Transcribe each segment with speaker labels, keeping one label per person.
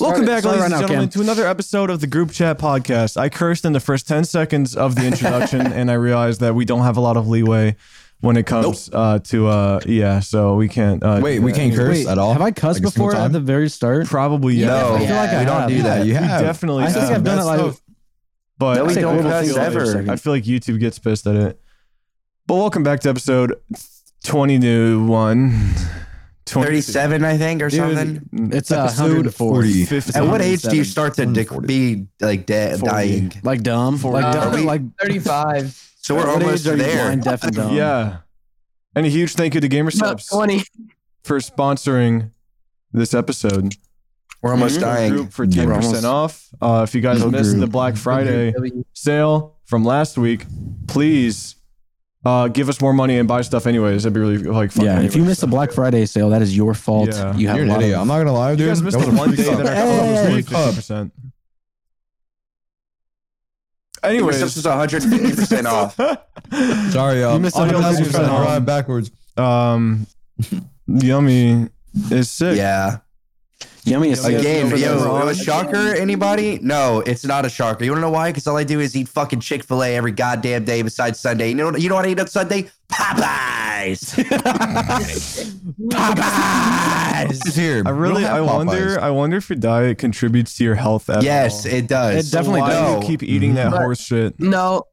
Speaker 1: Welcome back,
Speaker 2: Slow it
Speaker 1: ladies and
Speaker 2: right now,
Speaker 1: gentlemen, to
Speaker 2: Cam.
Speaker 1: another episode of the Group Chat Podcast. I cursed in the first 10 seconds of the introduction, and I realized that we don't have a lot of leeway when it comes uh, to, uh, yeah, so we can't. Uh,
Speaker 3: Wait, we can't curse
Speaker 2: Wait,
Speaker 3: at all.
Speaker 2: have I cussed
Speaker 3: Like a single
Speaker 2: before at
Speaker 3: time?
Speaker 2: the very start?
Speaker 1: Probably, yeah.
Speaker 3: No,
Speaker 2: I feel like I
Speaker 3: we don't
Speaker 2: have.
Speaker 3: do that. You
Speaker 1: We
Speaker 3: have.
Speaker 1: definitely
Speaker 2: I think
Speaker 1: have.
Speaker 2: I've done it
Speaker 1: That's
Speaker 2: like-
Speaker 1: tough. But
Speaker 4: No, we
Speaker 1: I
Speaker 2: don't
Speaker 1: feel
Speaker 2: cuss
Speaker 1: like-
Speaker 4: ever.
Speaker 1: I feel like YouTube gets pissed at it. But welcome back to episode 20 to 1.
Speaker 4: 37, I think, or something.
Speaker 2: It's uh,
Speaker 1: e- episode
Speaker 2: 104.
Speaker 3: 40.
Speaker 4: At
Speaker 1: 15.
Speaker 4: what age do
Speaker 2: 107,
Speaker 4: you start to dic- be like de-
Speaker 1: 40.
Speaker 4: dying?
Speaker 2: Like dumb. Like
Speaker 4: Are
Speaker 2: dumb.
Speaker 4: we-
Speaker 2: like
Speaker 5: 35.
Speaker 4: So we're
Speaker 2: at what
Speaker 4: almost
Speaker 2: age are you
Speaker 4: there.
Speaker 2: Blind, deaf, and dumb.
Speaker 1: Yeah. And a huge thank you to
Speaker 5: About
Speaker 1: GamerSubs
Speaker 5: 20.
Speaker 1: for sponsoring this episode.
Speaker 4: We're almost
Speaker 1: Use code
Speaker 4: dying.
Speaker 1: Group for ten percent off. Uh, if you guys
Speaker 2: No
Speaker 1: missed
Speaker 2: group.
Speaker 1: the Black Friday sale from last week, please uh, give us more money and buy stuff. Anyways, that'd be really like fun.
Speaker 2: Yeah, if you
Speaker 1: anyways.
Speaker 2: missed the Black Friday sale, that is your fault.
Speaker 1: Yeah.
Speaker 2: You have
Speaker 3: You're
Speaker 2: a
Speaker 3: an
Speaker 2: lot
Speaker 3: idiot.
Speaker 2: of-
Speaker 3: I'm not gonna lie,
Speaker 1: you
Speaker 3: dude.
Speaker 1: guys missed the one day that our club was
Speaker 3: Hey,
Speaker 1: only fifty
Speaker 3: club.
Speaker 1: percent.
Speaker 4: Anyways, this
Speaker 1: Anyways,
Speaker 4: is 150% off.
Speaker 3: Sorry, y'all.
Speaker 2: You missed
Speaker 3: All
Speaker 2: out on
Speaker 3: y'all
Speaker 2: the
Speaker 3: listeners
Speaker 2: good
Speaker 3: are
Speaker 2: stuff.
Speaker 3: Ride backwards.
Speaker 1: um, Yummy is sick.
Speaker 4: Yeah.
Speaker 2: Yummy is
Speaker 1: Again,
Speaker 4: Again,
Speaker 1: over there
Speaker 4: yo,
Speaker 1: wrong.
Speaker 4: a shocker, anybody? No, it's not a shocker. You want to know why? Because all I do is eat fucking Chick fil A every goddamn day besides Sunday. You know, you know what I eat on Sunday? Popeyes.
Speaker 3: This is here.
Speaker 1: I really,
Speaker 3: We don't
Speaker 1: I
Speaker 3: have
Speaker 1: wonder,
Speaker 3: Popeyes.
Speaker 1: I wonder if your diet contributes to your health. At
Speaker 4: yes,
Speaker 1: all.
Speaker 4: it does.
Speaker 2: It definitely
Speaker 1: Why do
Speaker 4: does.
Speaker 1: you keep eating that horse shit?
Speaker 5: No.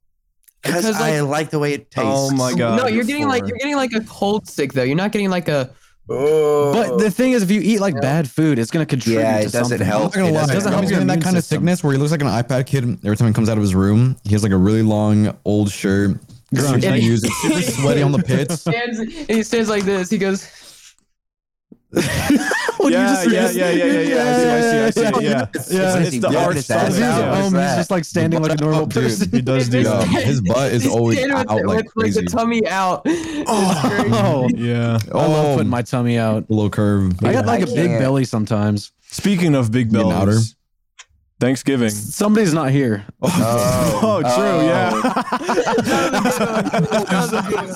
Speaker 4: Because
Speaker 5: Because, like-
Speaker 4: I like the way it tastes.
Speaker 1: Oh my god!
Speaker 5: no, you're getting like
Speaker 1: four.
Speaker 5: you're getting like a cold sick though. You're not getting like a
Speaker 2: But the thing is, if you eat like bad food, it's gonna contribute.
Speaker 4: Yeah,
Speaker 2: to
Speaker 4: it doesn't
Speaker 2: something.
Speaker 4: help.
Speaker 3: I'm not gonna
Speaker 4: It
Speaker 3: lie.
Speaker 4: doesn't
Speaker 3: Doesn't
Speaker 2: help
Speaker 3: help
Speaker 2: your
Speaker 3: getting that
Speaker 2: immune
Speaker 3: kind of
Speaker 2: system.
Speaker 3: sickness where he looks like an iPad kid every time he comes out of his room. He has like a really long old shirt.
Speaker 2: Grunge.
Speaker 3: Super used. It's super sweaty on the pits.
Speaker 5: Stands, and he stands like this. He goes,
Speaker 1: yeah, yeah, yeah, yeah, yeah, yeah. I see, I see, I see. Yeah,
Speaker 2: It's-
Speaker 1: yeah. It's,
Speaker 2: it's- Oh
Speaker 1: the
Speaker 4: yeah,
Speaker 1: arch
Speaker 4: it's
Speaker 1: side.
Speaker 4: that
Speaker 2: If he was at
Speaker 4: What
Speaker 1: Yeah.
Speaker 4: is
Speaker 2: home, he's
Speaker 4: that?
Speaker 2: just like standing like a normal
Speaker 3: Dude,
Speaker 2: person.
Speaker 1: He does do
Speaker 5: It's
Speaker 3: Yo,
Speaker 1: that.
Speaker 5: just-
Speaker 3: his butt is
Speaker 5: He's
Speaker 3: always
Speaker 5: standing
Speaker 3: out
Speaker 5: with,
Speaker 3: like
Speaker 5: with, like the
Speaker 3: crazy.
Speaker 5: tummy out. Oh.
Speaker 2: Oh,
Speaker 1: Yeah.
Speaker 2: I love
Speaker 3: Oh.
Speaker 2: putting my tummy out.
Speaker 3: A little curve.
Speaker 2: I got like a
Speaker 4: I
Speaker 2: big
Speaker 4: can't.
Speaker 2: belly sometimes.
Speaker 1: Speaking of big
Speaker 3: Getting outer.
Speaker 1: bells, Thanksgiving.
Speaker 2: Somebody's not here.
Speaker 1: Oh, true.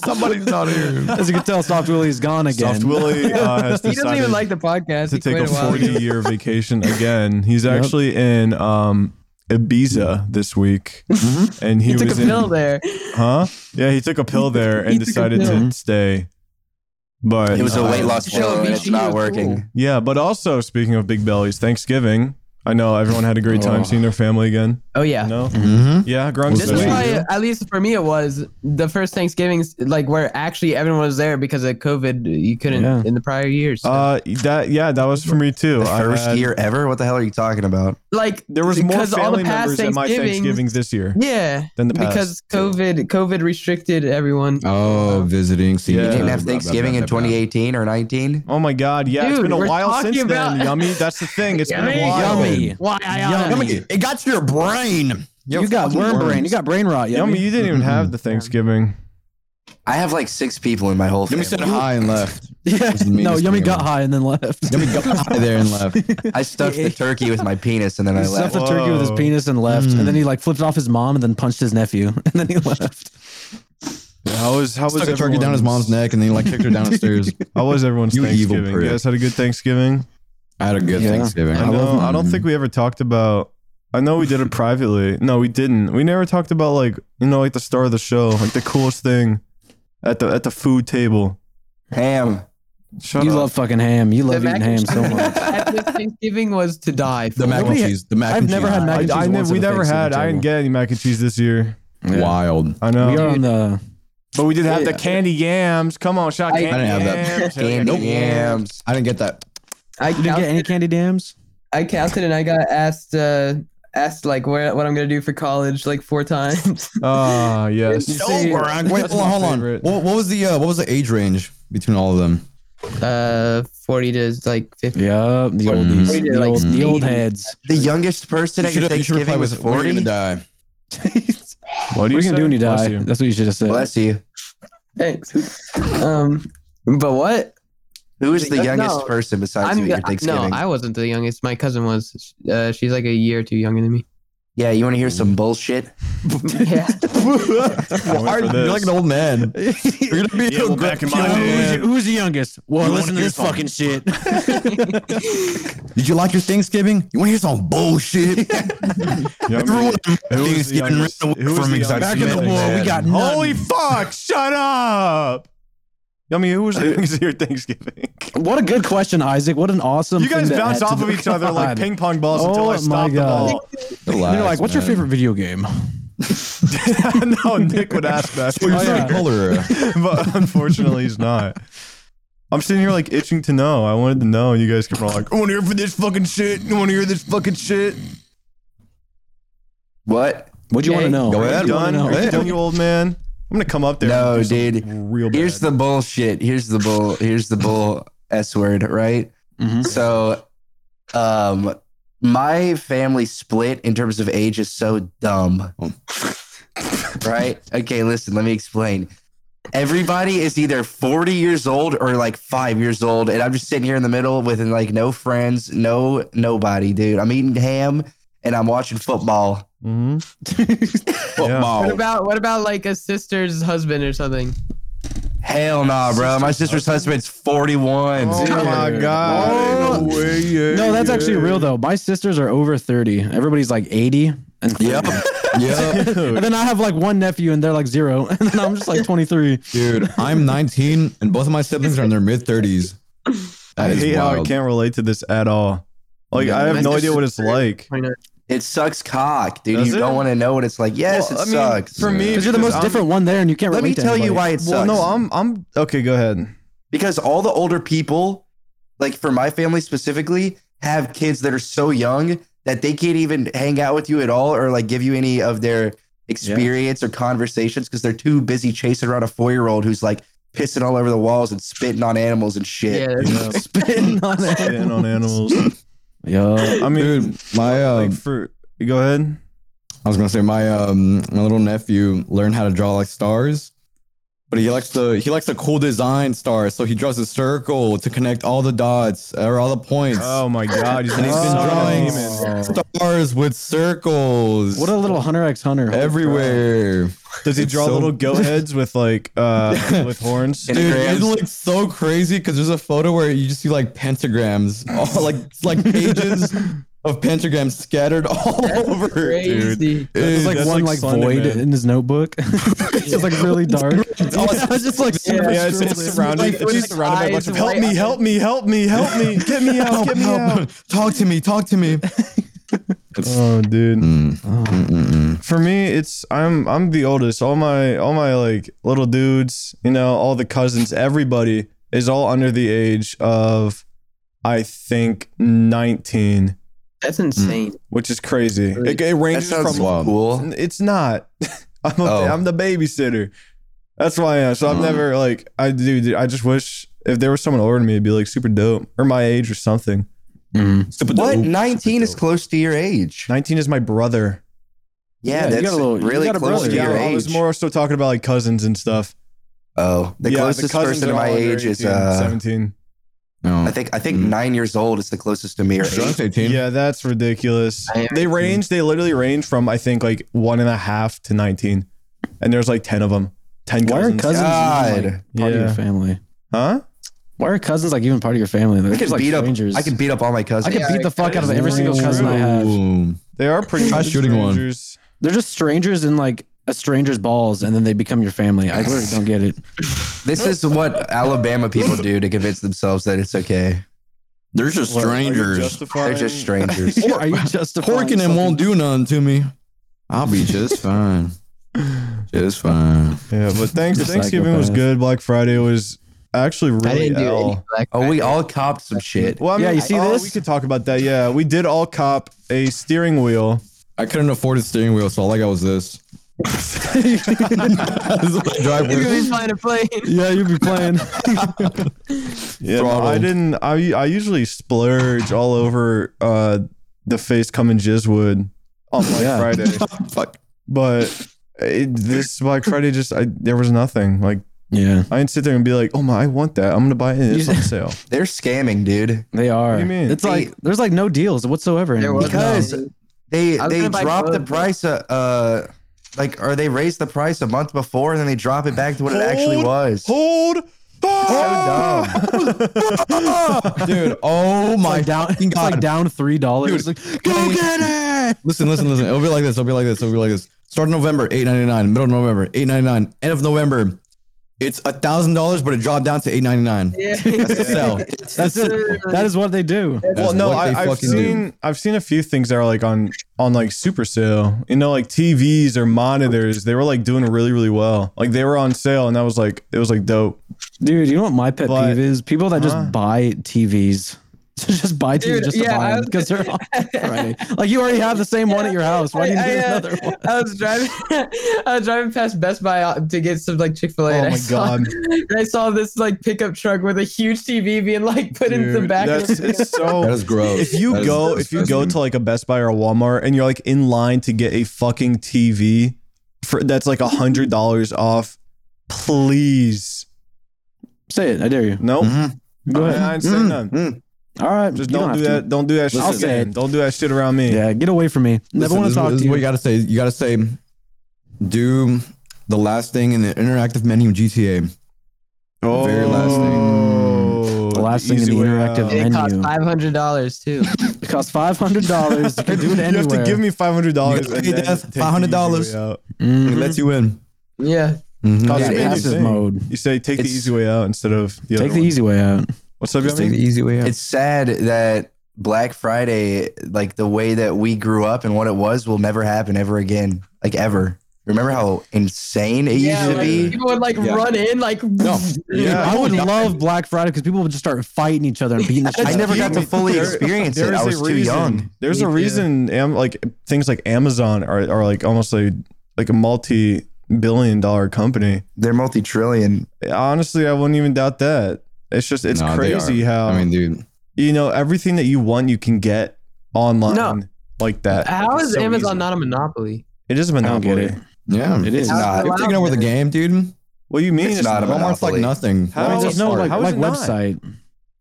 Speaker 3: Somebody's not here.
Speaker 2: As you can tell, Soft Willie's gone
Speaker 1: Yeah.
Speaker 2: again.
Speaker 1: Soft Willie uh, has
Speaker 5: he doesn't even
Speaker 1: decided
Speaker 5: like the podcast.
Speaker 1: to
Speaker 5: He
Speaker 1: take a
Speaker 5: quit while ago.
Speaker 1: 40 year vacation again. He's
Speaker 2: Yep.
Speaker 1: actually in um, Ibiza this week,
Speaker 2: Mm-hmm.
Speaker 1: and he,
Speaker 5: He took a
Speaker 1: was
Speaker 5: pill
Speaker 1: in,
Speaker 5: there.
Speaker 1: Huh? Yeah, he took a pill there
Speaker 5: he
Speaker 1: and
Speaker 5: took a
Speaker 1: decided to
Speaker 5: pill.
Speaker 1: stay. But uh,
Speaker 4: It was a weight loss
Speaker 5: Show
Speaker 4: pill, and
Speaker 5: me
Speaker 4: it's
Speaker 5: you
Speaker 4: not
Speaker 5: cool.
Speaker 4: working.
Speaker 1: Yeah, but also speaking of big bellies, Thanksgiving. I know everyone had a great time
Speaker 2: Oh.
Speaker 1: seeing their family again.
Speaker 5: Oh yeah.
Speaker 1: No,
Speaker 3: Mm-hmm.
Speaker 1: yeah, Grung
Speaker 3: This
Speaker 5: This is
Speaker 3: Sweet.
Speaker 5: why,
Speaker 1: said.
Speaker 5: at least for me, it was the first Thanksgiving, like where actually everyone was there because of COVID. You couldn't
Speaker 2: Yeah.
Speaker 5: in the prior years.
Speaker 1: Uh, that yeah, that was for me too.
Speaker 4: The
Speaker 1: I
Speaker 4: first
Speaker 1: had-
Speaker 4: year ever? What the hell are you talking about?
Speaker 5: like
Speaker 1: there was more
Speaker 5: because all the
Speaker 1: family
Speaker 5: past
Speaker 1: members at my Thanksgiving
Speaker 5: Thanksgivings-
Speaker 1: this year
Speaker 5: Yeah,
Speaker 1: than the past.
Speaker 5: because COVID, COVID restricted everyone.
Speaker 3: Oh, visiting. See,
Speaker 1: Yeah.
Speaker 4: You didn't
Speaker 1: Blah,
Speaker 4: have Thanksgiving in 2018 or 19?
Speaker 1: oh my god, yeah, it's
Speaker 5: Dude,
Speaker 1: been a
Speaker 5: we're
Speaker 1: while
Speaker 5: talking
Speaker 1: since then.
Speaker 5: about-
Speaker 1: Yummy, that's the thing. It's been a
Speaker 5: Yummy,
Speaker 1: while.
Speaker 2: Yummy.
Speaker 5: Why?
Speaker 2: Yummy.
Speaker 3: It got to your brain.
Speaker 2: You got worm brain. You got brain rot.
Speaker 1: Yummy,
Speaker 2: Yummy.
Speaker 1: you didn't even
Speaker 3: Mm-hmm.
Speaker 1: have the Thanksgiving.
Speaker 4: I have like six people in my whole
Speaker 3: Yummy
Speaker 4: family.
Speaker 3: said hi and left.
Speaker 2: Yeah.
Speaker 3: This is
Speaker 2: No,
Speaker 3: the meanest
Speaker 2: Yummy
Speaker 3: thing
Speaker 2: got
Speaker 3: ever.
Speaker 2: high and then left.
Speaker 3: Yummy got hi there and left.
Speaker 4: I stuffed the turkey with my penis and then I
Speaker 2: He stuffed
Speaker 4: left.
Speaker 2: a turkey with his
Speaker 1: Whoa.
Speaker 2: penis and left,
Speaker 3: Mm.
Speaker 2: and then he like flipped off his mom and then punched his nephew, and then he left.
Speaker 1: How was how was
Speaker 3: Stuck a turkey down
Speaker 1: everyone's-
Speaker 3: his mom's neck and then he like kicked her down the stairs.
Speaker 1: How was everyone's
Speaker 3: You evil
Speaker 1: Thanksgiving? You
Speaker 3: prick.
Speaker 1: guys had a good Thanksgiving.
Speaker 3: I had a good
Speaker 2: Yeah.
Speaker 3: Thanksgiving.
Speaker 1: I know. I don't think we ever talked about. I know we did it privately. No, we didn't. We never talked about like you know like the star of the show, like the coolest thing at the at the food table.
Speaker 4: Ham.
Speaker 1: Shut
Speaker 2: you
Speaker 1: up.
Speaker 2: love fucking ham. You love
Speaker 5: The
Speaker 2: eating
Speaker 5: mac
Speaker 2: ham
Speaker 5: and
Speaker 2: so
Speaker 5: cheese
Speaker 2: much.
Speaker 5: at this Thanksgiving was to die.
Speaker 3: the mac and
Speaker 2: Nobody-
Speaker 3: cheese. The mac
Speaker 2: I've
Speaker 3: and
Speaker 2: never
Speaker 3: cheese.
Speaker 2: had mac and
Speaker 1: I, I
Speaker 2: cheese
Speaker 1: ne-
Speaker 2: once at
Speaker 1: we
Speaker 2: the
Speaker 1: never had. I didn't
Speaker 2: Thanksgiving
Speaker 1: get any mac and cheese this year.
Speaker 2: table.
Speaker 3: Wild.
Speaker 1: I
Speaker 2: We
Speaker 1: know,
Speaker 2: are on the.
Speaker 1: but we did have the
Speaker 2: Yeah.
Speaker 1: candy yams. Come on, shot
Speaker 5: I-
Speaker 1: candy
Speaker 5: I
Speaker 3: didn't have that.
Speaker 1: yams. Hell yeah,
Speaker 4: Candy
Speaker 1: candy yams.
Speaker 4: yams.
Speaker 3: I didn't get that.
Speaker 5: I
Speaker 2: You didn't
Speaker 5: counted,
Speaker 2: get any candy dams.
Speaker 5: I counted, and I got asked, uh, asked like where what I'm gonna do for college like four times.
Speaker 1: Ah, yes.
Speaker 5: It's-
Speaker 3: Wait,
Speaker 5: see-
Speaker 1: That's
Speaker 3: hold
Speaker 1: my
Speaker 3: on. Hold on.
Speaker 1: favorite.
Speaker 3: What, what was the uh, what was the age range between all of them?
Speaker 5: uh, forty to like fifty.
Speaker 2: Yup, the
Speaker 3: Mm.
Speaker 2: oldies,
Speaker 5: We did,
Speaker 2: the
Speaker 5: like,
Speaker 2: old, the old
Speaker 5: speed.
Speaker 2: heads.
Speaker 4: The youngest person at
Speaker 3: You
Speaker 4: your
Speaker 3: should- you should reply
Speaker 4: Thanksgiving was
Speaker 3: with "We're gonna
Speaker 4: 40.
Speaker 3: die."
Speaker 1: What
Speaker 2: What
Speaker 1: do
Speaker 2: are you gonna do when you
Speaker 1: Bless
Speaker 2: die? That's what you should have said.
Speaker 4: Bless you.
Speaker 5: Thanks. Um, but what?
Speaker 4: Who is the
Speaker 5: No,
Speaker 4: youngest person besides you at your
Speaker 5: no,
Speaker 4: Thanksgiving?
Speaker 5: I wasn't the youngest. My cousin was. Uh, she's like a year or two younger than me.
Speaker 4: Yeah, you want to hear some bullshit?
Speaker 5: Yeah.
Speaker 3: Why-
Speaker 1: for
Speaker 3: you're like an old man. You're gonna be
Speaker 1: Yeah,
Speaker 3: a
Speaker 1: well,
Speaker 3: gr-
Speaker 1: back in my
Speaker 3: kid.
Speaker 1: day-
Speaker 2: who's, your- who's the youngest? Well,
Speaker 1: You
Speaker 2: listen
Speaker 1: wanna
Speaker 2: to
Speaker 1: hear
Speaker 2: this fucking shit.
Speaker 3: Did you like your Thanksgiving? You want to hear some bullshit?
Speaker 1: Yeah, I mean,
Speaker 3: Everyone
Speaker 1: who was the
Speaker 3: Thanksgiving ran
Speaker 1: youngest?
Speaker 3: away
Speaker 1: Who was
Speaker 3: from
Speaker 1: the
Speaker 3: exact-
Speaker 1: youngest?
Speaker 3: Back in the
Speaker 1: Yeah.
Speaker 3: war, we got none.
Speaker 1: Holy fuck! Shut up. I mean, who was the youngest at your Thanksgiving?
Speaker 2: What a good question, Isaac. What an awesome.
Speaker 1: You guys
Speaker 2: thing to
Speaker 1: bounce
Speaker 2: add to
Speaker 1: off
Speaker 2: the-
Speaker 1: of each other like
Speaker 2: God.
Speaker 1: ping pong balls until
Speaker 2: Oh
Speaker 1: I stop
Speaker 2: my
Speaker 1: the
Speaker 2: God.
Speaker 1: ball.
Speaker 2: They're like, "What's your favorite video game?"
Speaker 1: no, Nick would ask that,
Speaker 3: Oh,
Speaker 2: Oh, yeah.
Speaker 3: color.
Speaker 1: but unfortunately, he's not. I'm sitting here like itching to know. I wanted to know. You guys kept on like, I want to hear for this fucking shit. I want to hear this fucking shit.
Speaker 4: What?
Speaker 2: What do you want to
Speaker 5: Okay.
Speaker 2: know?
Speaker 3: Go ahead.
Speaker 1: Are you done?
Speaker 2: know.
Speaker 1: Are you done, you old man? I'm gonna come up there.
Speaker 4: No,
Speaker 1: and do
Speaker 4: dude.
Speaker 1: something Real bad.
Speaker 4: Here's the bullshit. Here's the bull. Here's the bull S word, right?
Speaker 2: Mhm.
Speaker 4: So, um, my family split in terms of age is so dumb. right? Okay, listen, let me explain. Everybody is either 40 years old or like five years old. And I'm just sitting here in the middle with like no friends, no nobody, dude. I'm eating ham and I'm watching football.
Speaker 1: Mhm.
Speaker 5: What
Speaker 1: Mm-hmm.
Speaker 4: Oh.
Speaker 3: Football.
Speaker 5: about what about like a sister's husband or something?
Speaker 4: Hell nah, bro. My sister's husband's 41.
Speaker 1: Oh
Speaker 4: dude.
Speaker 1: my
Speaker 3: Oh,
Speaker 1: god! No, way, yeah,
Speaker 2: No, that's actually
Speaker 1: yeah.
Speaker 2: real though. My sisters are over thirty. Everybody's like eighty, and
Speaker 3: Yep. Yep.
Speaker 2: and then I have like one nephew, and they're like zero, and then I'm just like twenty three.
Speaker 3: Dude, I'm 19 and both of my siblings are in their mid 30s. That
Speaker 1: I
Speaker 3: is
Speaker 1: hate how I
Speaker 3: wild.
Speaker 1: can't relate to this at all. Like, I have
Speaker 5: that's
Speaker 1: no
Speaker 5: just-
Speaker 1: idea what it's like.
Speaker 4: It sucks cock, dude.
Speaker 1: Does
Speaker 4: you
Speaker 1: it?
Speaker 4: don't want to know what it's like. Yes,
Speaker 1: Well,
Speaker 4: it sucks.
Speaker 1: for me,
Speaker 2: Because you're the most
Speaker 1: I'm-
Speaker 2: different one there, and you can't
Speaker 4: Let
Speaker 2: relate
Speaker 4: me
Speaker 2: to
Speaker 4: tell you
Speaker 2: anybody.
Speaker 4: why it
Speaker 1: Well,
Speaker 4: sucks.
Speaker 1: no, I'm, I'm okay. Go ahead.
Speaker 4: because all the older people, like for my family specifically, have kids that are so young that they can't even hang out with you at all or like give you any of their experience or conversations because they're too busy chasing around a four year old who's like pissing all over the walls and spitting on animals and shit.
Speaker 5: Yeah.
Speaker 1: Yeah.
Speaker 2: spitting on it.
Speaker 1: Spitting on animals.
Speaker 2: Yeah.
Speaker 1: I mean,
Speaker 3: Dude, my uh,
Speaker 1: like for go ahead.
Speaker 3: I was gonna say my um my little nephew learned how to draw like stars, but he likes the he likes the cool design stars. So he draws a circle to connect all the dots or all the points.
Speaker 1: Oh my god, he's
Speaker 3: and he's been
Speaker 1: such a
Speaker 3: drawing
Speaker 1: demon.
Speaker 3: stars with circles.
Speaker 2: What a little Hunter X Hunter.
Speaker 3: everywhere.
Speaker 1: Does he
Speaker 3: It's
Speaker 1: draw
Speaker 3: so-
Speaker 1: little goat heads with like uh with horns?
Speaker 4: And-
Speaker 3: Dude,
Speaker 4: Pentagrams.
Speaker 3: it looks so crazy because there's a photo where you just see like pentagrams, all like it's like pages of pentagrams scattered all over.
Speaker 5: Crazy.
Speaker 3: Dude.
Speaker 2: It's like
Speaker 1: That's
Speaker 2: one
Speaker 1: like
Speaker 2: like,
Speaker 1: Slender
Speaker 2: void
Speaker 1: Man.
Speaker 2: in his notebook. it's just like really dark.
Speaker 3: Oh, it's just like
Speaker 5: Yeah.
Speaker 1: yeah, it's, it's surrounded.
Speaker 5: Like,
Speaker 1: it's just
Speaker 5: like,
Speaker 1: surrounded by a
Speaker 5: eyes
Speaker 1: bunch of
Speaker 5: and
Speaker 1: help
Speaker 5: white
Speaker 1: me,
Speaker 5: eyes.
Speaker 1: help me, help me, help me, get me out, get me out.
Speaker 3: Talk to me. Talk to me. Mm,
Speaker 1: Oh, dude. for me it's i'm i'm the oldest all my all my like little dudes you know all the cousins everybody is all under the age of i think 19
Speaker 4: Mm.
Speaker 5: That's insane.
Speaker 1: which is crazy it, it
Speaker 4: That
Speaker 1: ranges
Speaker 4: sounds
Speaker 1: from
Speaker 3: wild.
Speaker 4: cool.
Speaker 1: it's not i'm a,
Speaker 4: Oh. Mm-hmm.
Speaker 1: am the babysitter that's why i am so i've
Speaker 3: Mm.
Speaker 1: never like i do dude, i just wish if there was someone older than me it'd be like super dope or my age or something
Speaker 2: Mm-hmm.
Speaker 4: What? 19 is close to your age.
Speaker 1: 19 is my brother
Speaker 4: Yeah,
Speaker 2: Yeah, you
Speaker 4: that's
Speaker 2: got a little- you
Speaker 4: really
Speaker 2: got a
Speaker 4: close
Speaker 2: brother.
Speaker 4: to
Speaker 1: yeah
Speaker 4: your
Speaker 1: i
Speaker 4: age.
Speaker 1: was more so talking about like cousins and stuff
Speaker 4: oh, the
Speaker 1: Yeah,
Speaker 4: closest
Speaker 1: cousins
Speaker 4: person
Speaker 1: are
Speaker 4: to my
Speaker 1: all under
Speaker 4: age is
Speaker 1: 18,
Speaker 4: uh,
Speaker 1: 17.
Speaker 4: I think I think
Speaker 3: Mm.
Speaker 4: nine years old is the closest to me. Or eight.
Speaker 1: Yeah, that's ridiculous.
Speaker 5: I am
Speaker 1: They range. They literally range from I think like one and a half to nineteen, and there's like ten of them. Ten
Speaker 2: Why are
Speaker 1: cousins.
Speaker 2: cousins
Speaker 4: God.
Speaker 2: even, like, part of
Speaker 1: Yeah.
Speaker 2: your family?
Speaker 1: Huh?
Speaker 2: Why are cousins like even part of your family? They're
Speaker 4: I
Speaker 2: just
Speaker 4: can
Speaker 2: like
Speaker 4: beat
Speaker 2: strangers.
Speaker 4: up. I can beat up all my
Speaker 2: I
Speaker 4: cousins.
Speaker 2: could
Speaker 5: Yeah,
Speaker 2: beat the
Speaker 5: like,
Speaker 2: fuck out of
Speaker 5: cousins.
Speaker 2: every single
Speaker 1: Ooh.
Speaker 2: cousin I have.
Speaker 1: They are pretty.
Speaker 3: Try
Speaker 1: much
Speaker 3: shooting one.
Speaker 1: strangers.
Speaker 2: They're just strangers in like a stranger's balls, and then they become your family. I really don't get it.
Speaker 4: This is what Alabama people do to convince themselves that it's okay.
Speaker 3: They're just
Speaker 1: What, are you
Speaker 3: strangers.
Speaker 1: justifying-
Speaker 4: They're just strangers.
Speaker 2: Are you justifying?
Speaker 3: Porking
Speaker 2: something?
Speaker 3: him won't do nothing to me. I'll be just fine. Just fine.
Speaker 1: Yeah, but thanks.
Speaker 2: You're
Speaker 1: Thanksgiving was
Speaker 2: psychopath.
Speaker 1: good. Black Friday was actually really.
Speaker 5: I didn't do
Speaker 1: L.
Speaker 5: any black.
Speaker 4: Oh, we all copped some shit.
Speaker 1: Well, I mean,
Speaker 2: Yeah, you see
Speaker 1: oh,
Speaker 2: this?
Speaker 1: We could talk about that. Yeah, we did all cop a steering wheel.
Speaker 3: I couldn't afford a steering wheel, so all I got was this. this is what I drive
Speaker 5: You're gonna
Speaker 3: with.
Speaker 5: be flying a plane.
Speaker 2: Yeah, you'd be playing.
Speaker 1: Yeah, no,
Speaker 3: Throttle.
Speaker 1: I didn't. I I usually splurge all over uh the face coming jizzwood on Black
Speaker 2: Yeah.
Speaker 1: Friday,
Speaker 3: Fuck.
Speaker 1: but it, this Black Friday just I there was nothing. Like
Speaker 2: yeah,
Speaker 1: I didn't sit there and be like, oh my, I want that. I'm gonna buy it. It's
Speaker 2: You-
Speaker 1: on sale.
Speaker 4: They're scamming, dude.
Speaker 2: they are.
Speaker 1: What do you mean?
Speaker 2: It's like there's like no deals whatsoever.
Speaker 5: There
Speaker 2: anymore.
Speaker 5: was
Speaker 4: Because They
Speaker 5: I was
Speaker 4: they
Speaker 5: gonna buy
Speaker 4: dropped the
Speaker 5: clothes, but-
Speaker 4: price. Uh, uh, like or they raised the price a month before and then they drop it back to what it actually
Speaker 1: Hold-
Speaker 4: was.
Speaker 1: Hold.
Speaker 5: um,
Speaker 3: dude. Oh
Speaker 2: It's
Speaker 3: my
Speaker 2: like down, it's like down three dollars. Like, go get it.
Speaker 3: Listen, listen, listen. It'll be like this. It'll be like this. It'll be like this. Start of November, eight ninety nine. Middle of November, eight ninety nine. End of November, it's a thousand dollars, but it dropped down to eight ninety nine. That's the sell. That's it.
Speaker 2: That is what they do.
Speaker 1: well,
Speaker 3: That's
Speaker 1: no,
Speaker 3: what
Speaker 1: I,
Speaker 3: they
Speaker 1: I've
Speaker 3: fucking do.
Speaker 1: seen I've seen a few things that are like on on like super sale. You know, like TVs or monitors. They were like doing really really well. Like they were on sale, and that was like it was like dope.
Speaker 2: Dude, you know what my pet
Speaker 1: But-
Speaker 2: peeve is? People that
Speaker 1: Huh?
Speaker 2: just buy TVs. just buy TVs
Speaker 5: Dude,
Speaker 2: just to
Speaker 5: yeah,
Speaker 2: buy
Speaker 5: I
Speaker 2: them
Speaker 5: was-
Speaker 2: because they're on Friday. Like you already have the same one at your house. Why do you need
Speaker 5: I, I, uh,
Speaker 2: another one?
Speaker 5: I was driving. I was driving past Best Buy uh, to get some like Chick Fil A.
Speaker 1: Oh
Speaker 5: I
Speaker 1: my
Speaker 5: saw,
Speaker 1: god,
Speaker 5: and I saw this like pickup truck with a huge TV being like put into the
Speaker 1: dude,
Speaker 5: back. Of
Speaker 1: that's
Speaker 5: the
Speaker 1: it's
Speaker 3: That
Speaker 1: so.
Speaker 3: is gross.
Speaker 1: If you
Speaker 3: That is
Speaker 1: go, if you go
Speaker 3: disgusting.
Speaker 1: to like a Best Buy or a Walmart, and you're like in line to get a fucking TV, for that's like a hundred dollars off. Please,
Speaker 2: Say it. I dare you.
Speaker 1: nope.
Speaker 3: Mhm.
Speaker 2: Go ahead.
Speaker 1: I ain't
Speaker 5: Mm-hmm.
Speaker 1: saying none.
Speaker 3: Mm.
Speaker 2: All right.
Speaker 1: Just
Speaker 2: you
Speaker 1: don't, do
Speaker 2: have
Speaker 1: that. Don't do that shit.
Speaker 2: I'll say
Speaker 1: again. Don't do that shit around me.
Speaker 2: to. Yeah, get away from me. Never
Speaker 3: Listen,
Speaker 2: want
Speaker 3: this
Speaker 2: to
Speaker 3: is
Speaker 2: talk
Speaker 3: what-
Speaker 2: to
Speaker 3: this is
Speaker 2: you.
Speaker 3: What you gotta say? You gotta say, do the last thing in the interactive menu of GTA.
Speaker 1: Oh,
Speaker 3: Very last thing.
Speaker 2: The last thing in
Speaker 1: easy
Speaker 2: the
Speaker 1: way
Speaker 2: interactive
Speaker 1: out.
Speaker 2: menu.
Speaker 5: it cost five hundred dollars too.
Speaker 2: It costs five hundred dollars. You can do it
Speaker 1: You
Speaker 2: anywhere.
Speaker 1: have to give me five hundred dollars.
Speaker 3: You gotta pay death, $500. It
Speaker 2: Mhm.
Speaker 1: Mm-hmm.
Speaker 3: lets you in.
Speaker 5: Yeah,
Speaker 3: Mhm.
Speaker 4: Mm-hmm.
Speaker 1: Cost
Speaker 2: Yeah,
Speaker 1: me
Speaker 2: passive
Speaker 1: anything.
Speaker 2: mode.
Speaker 1: You say take the
Speaker 4: It's-
Speaker 1: easy way out instead of the other
Speaker 2: Take the
Speaker 1: one.
Speaker 2: easy way out.
Speaker 1: What's up,
Speaker 3: Just take the
Speaker 1: Yummy?
Speaker 3: easy way out.
Speaker 4: It's sad that Black Friday, like the way that we grew up and what it was, will never happen ever again. Like ever. Remember how insane it
Speaker 5: yeah.
Speaker 4: used to
Speaker 5: Like,
Speaker 4: be?
Speaker 5: people would like
Speaker 3: Yeah.
Speaker 5: run in like. No.
Speaker 1: Yeah.
Speaker 2: I would love Black Friday because people would just start fighting each other and beating the shit.
Speaker 4: I
Speaker 2: out of
Speaker 4: never got to fully
Speaker 1: There-
Speaker 4: experience it. I was too young.
Speaker 1: There's
Speaker 5: Me
Speaker 1: a
Speaker 5: too.
Speaker 1: reason. Am, like things like Amazon are, are like almost like like a multi billion dollar company.
Speaker 4: They're multi trillion.
Speaker 1: Honestly, I wouldn't even doubt that. It's just it's
Speaker 3: No, they
Speaker 1: crazy
Speaker 3: are.
Speaker 1: how
Speaker 3: I mean, dude.
Speaker 1: you know everything that you want you can get online
Speaker 5: No.
Speaker 1: like that.
Speaker 5: How
Speaker 1: It's
Speaker 5: is
Speaker 1: so
Speaker 5: Amazon
Speaker 1: easy.
Speaker 5: not a monopoly?
Speaker 1: It is a
Speaker 2: I don't get
Speaker 1: monopoly.
Speaker 2: it.
Speaker 3: Yeah,
Speaker 2: It is.
Speaker 3: It's not. You're taking over the game, dude.
Speaker 1: What do you mean?
Speaker 4: It's not a
Speaker 3: Walmart's like
Speaker 4: Monopoly.
Speaker 3: nothing.
Speaker 1: How
Speaker 2: Well,
Speaker 1: is
Speaker 2: no,
Speaker 1: it smart?
Speaker 2: like,
Speaker 1: How is
Speaker 2: like
Speaker 1: it not?
Speaker 2: website.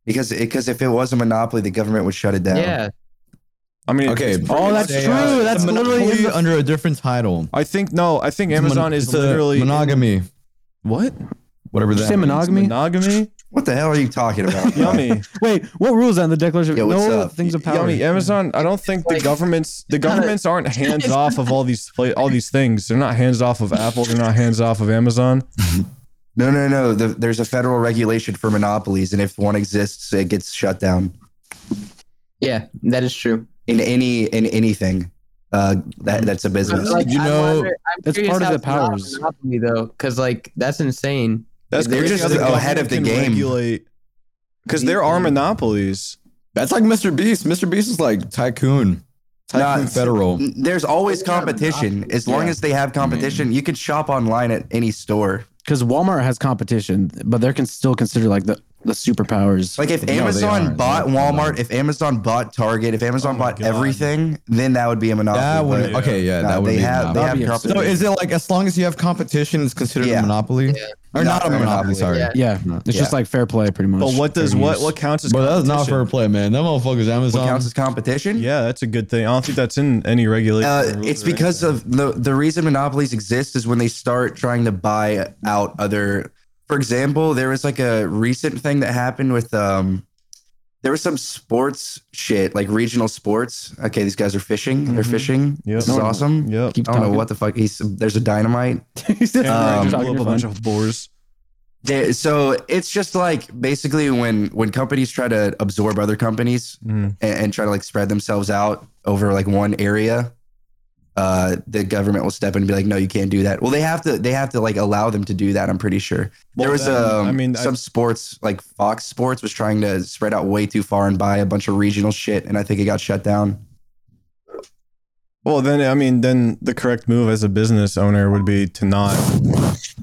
Speaker 4: Because because if it was a monopoly, the government would shut it down.
Speaker 5: Yeah,
Speaker 1: I mean,
Speaker 3: Okay.
Speaker 1: it's-
Speaker 2: Oh, that's
Speaker 3: They,
Speaker 2: true.
Speaker 3: uh, it's
Speaker 2: that's
Speaker 3: a
Speaker 2: literally in
Speaker 3: monopoly
Speaker 2: the-
Speaker 3: under a different title.
Speaker 1: I think no. I think
Speaker 3: It's a mon-
Speaker 1: Amazon is
Speaker 3: it's a
Speaker 1: literally
Speaker 3: monogamy.
Speaker 1: What
Speaker 3: Whatever
Speaker 2: Did you
Speaker 3: that.
Speaker 2: say
Speaker 3: means.
Speaker 2: monogamy?
Speaker 1: monogamy?
Speaker 4: What the hell are you talking about?
Speaker 1: Yummy,
Speaker 2: Wait, what rules that in the Declaration? of
Speaker 4: Yeah, what's
Speaker 2: no
Speaker 4: up?
Speaker 2: things of power.
Speaker 1: yummy. Amazon. I don't think the
Speaker 5: like-
Speaker 1: governments the governments aren't hands off of all these pla- all these things. They're not hands off of Apple. They're not hands off of Amazon.
Speaker 4: No, no, no. The, there's a federal regulation for monopolies, and if one exists, it gets shut down
Speaker 5: yeah, that is true.
Speaker 4: in any in anything uh, that that's a business.
Speaker 5: Like,
Speaker 3: You
Speaker 5: I
Speaker 3: know,
Speaker 5: wonder- I'm
Speaker 2: that's
Speaker 5: curious
Speaker 2: part of
Speaker 5: how
Speaker 2: the
Speaker 5: it's not a
Speaker 2: powers.
Speaker 5: Monopoly though, because like that's insane.
Speaker 1: That's
Speaker 4: They're
Speaker 1: crazy
Speaker 4: just
Speaker 1: how the
Speaker 4: ahead of
Speaker 1: government
Speaker 4: the
Speaker 1: can
Speaker 4: game.
Speaker 1: Regulate because there are monopolies.
Speaker 3: That's like Mr. Beast. Mr. Beast is like tycoon. Tycoon
Speaker 4: Nah,
Speaker 3: federal.
Speaker 4: There's always competition. As long
Speaker 5: Yeah.
Speaker 4: as they have competition, you can shop online at any store.
Speaker 2: Because Walmart has competition, but they're can still considered like the, the superpowers.
Speaker 4: Like if
Speaker 3: they
Speaker 4: Amazon
Speaker 3: aren't.
Speaker 4: bought
Speaker 3: They're not.
Speaker 4: Walmart, if Amazon bought Target, if Amazon
Speaker 1: Oh my
Speaker 4: bought
Speaker 1: God.
Speaker 4: everything, then that would be a monopoly.
Speaker 3: That would
Speaker 4: but
Speaker 3: okay, yeah,
Speaker 4: nah,
Speaker 3: that would
Speaker 4: they
Speaker 3: be
Speaker 4: have they
Speaker 3: monopoly.
Speaker 2: That'd
Speaker 4: have
Speaker 2: be absurd.
Speaker 3: So
Speaker 4: competition.
Speaker 3: is it like as long as you have competition, it's considered
Speaker 4: Yeah.
Speaker 3: a monopoly? Or not, a monopoly, sorry.
Speaker 5: Yeah.
Speaker 2: yeah, it's just
Speaker 4: Yeah.
Speaker 2: like fair play, pretty much.
Speaker 1: But what does
Speaker 2: Fair
Speaker 1: what
Speaker 2: use.
Speaker 1: what counts as?
Speaker 3: But that's not fair
Speaker 1: competition?
Speaker 3: play, man. That motherfucker's
Speaker 4: What
Speaker 3: Amazon.
Speaker 4: counts as competition?
Speaker 1: Yeah, that's a good thing. I don't think that's in any regulation.
Speaker 4: Uh,
Speaker 1: or rules
Speaker 4: it's
Speaker 1: or
Speaker 4: because
Speaker 1: anything.
Speaker 4: of the the reason monopolies exist is when they start trying to buy out other. For example, there was like a recent thing that happened with um, there was some sports shit like regional sports. Okay, these guys are fishing. They're
Speaker 1: Mhm.
Speaker 4: fishing.
Speaker 1: Yep.
Speaker 4: This is awesome.
Speaker 1: Yep.
Speaker 2: Keep
Speaker 4: I don't know
Speaker 2: talking.
Speaker 4: what the fuck. He's there's a dynamite.
Speaker 2: He's just-
Speaker 4: Um,
Speaker 1: Blow
Speaker 2: you're talking,
Speaker 1: up
Speaker 2: you're
Speaker 1: a
Speaker 2: fine.
Speaker 1: bunch of boars.
Speaker 4: There- so it's just like basically when when companies try to absorb other companies,
Speaker 3: Hmm.
Speaker 1: Mm.
Speaker 4: and, and try to like spread themselves out over like one area, uh, the government will step in and be like, "No, you can't do that." Well, they have to. They have to like allow them to do that. I'm pretty sure there
Speaker 1: Well,
Speaker 4: was
Speaker 1: then,
Speaker 4: um,
Speaker 1: I mean, I-
Speaker 4: some sports like Fox Sports was trying to spread out way too far and buy a bunch of regional shit, and I think it got shut down.
Speaker 1: Well, then I mean, then the correct move as a business owner would be to not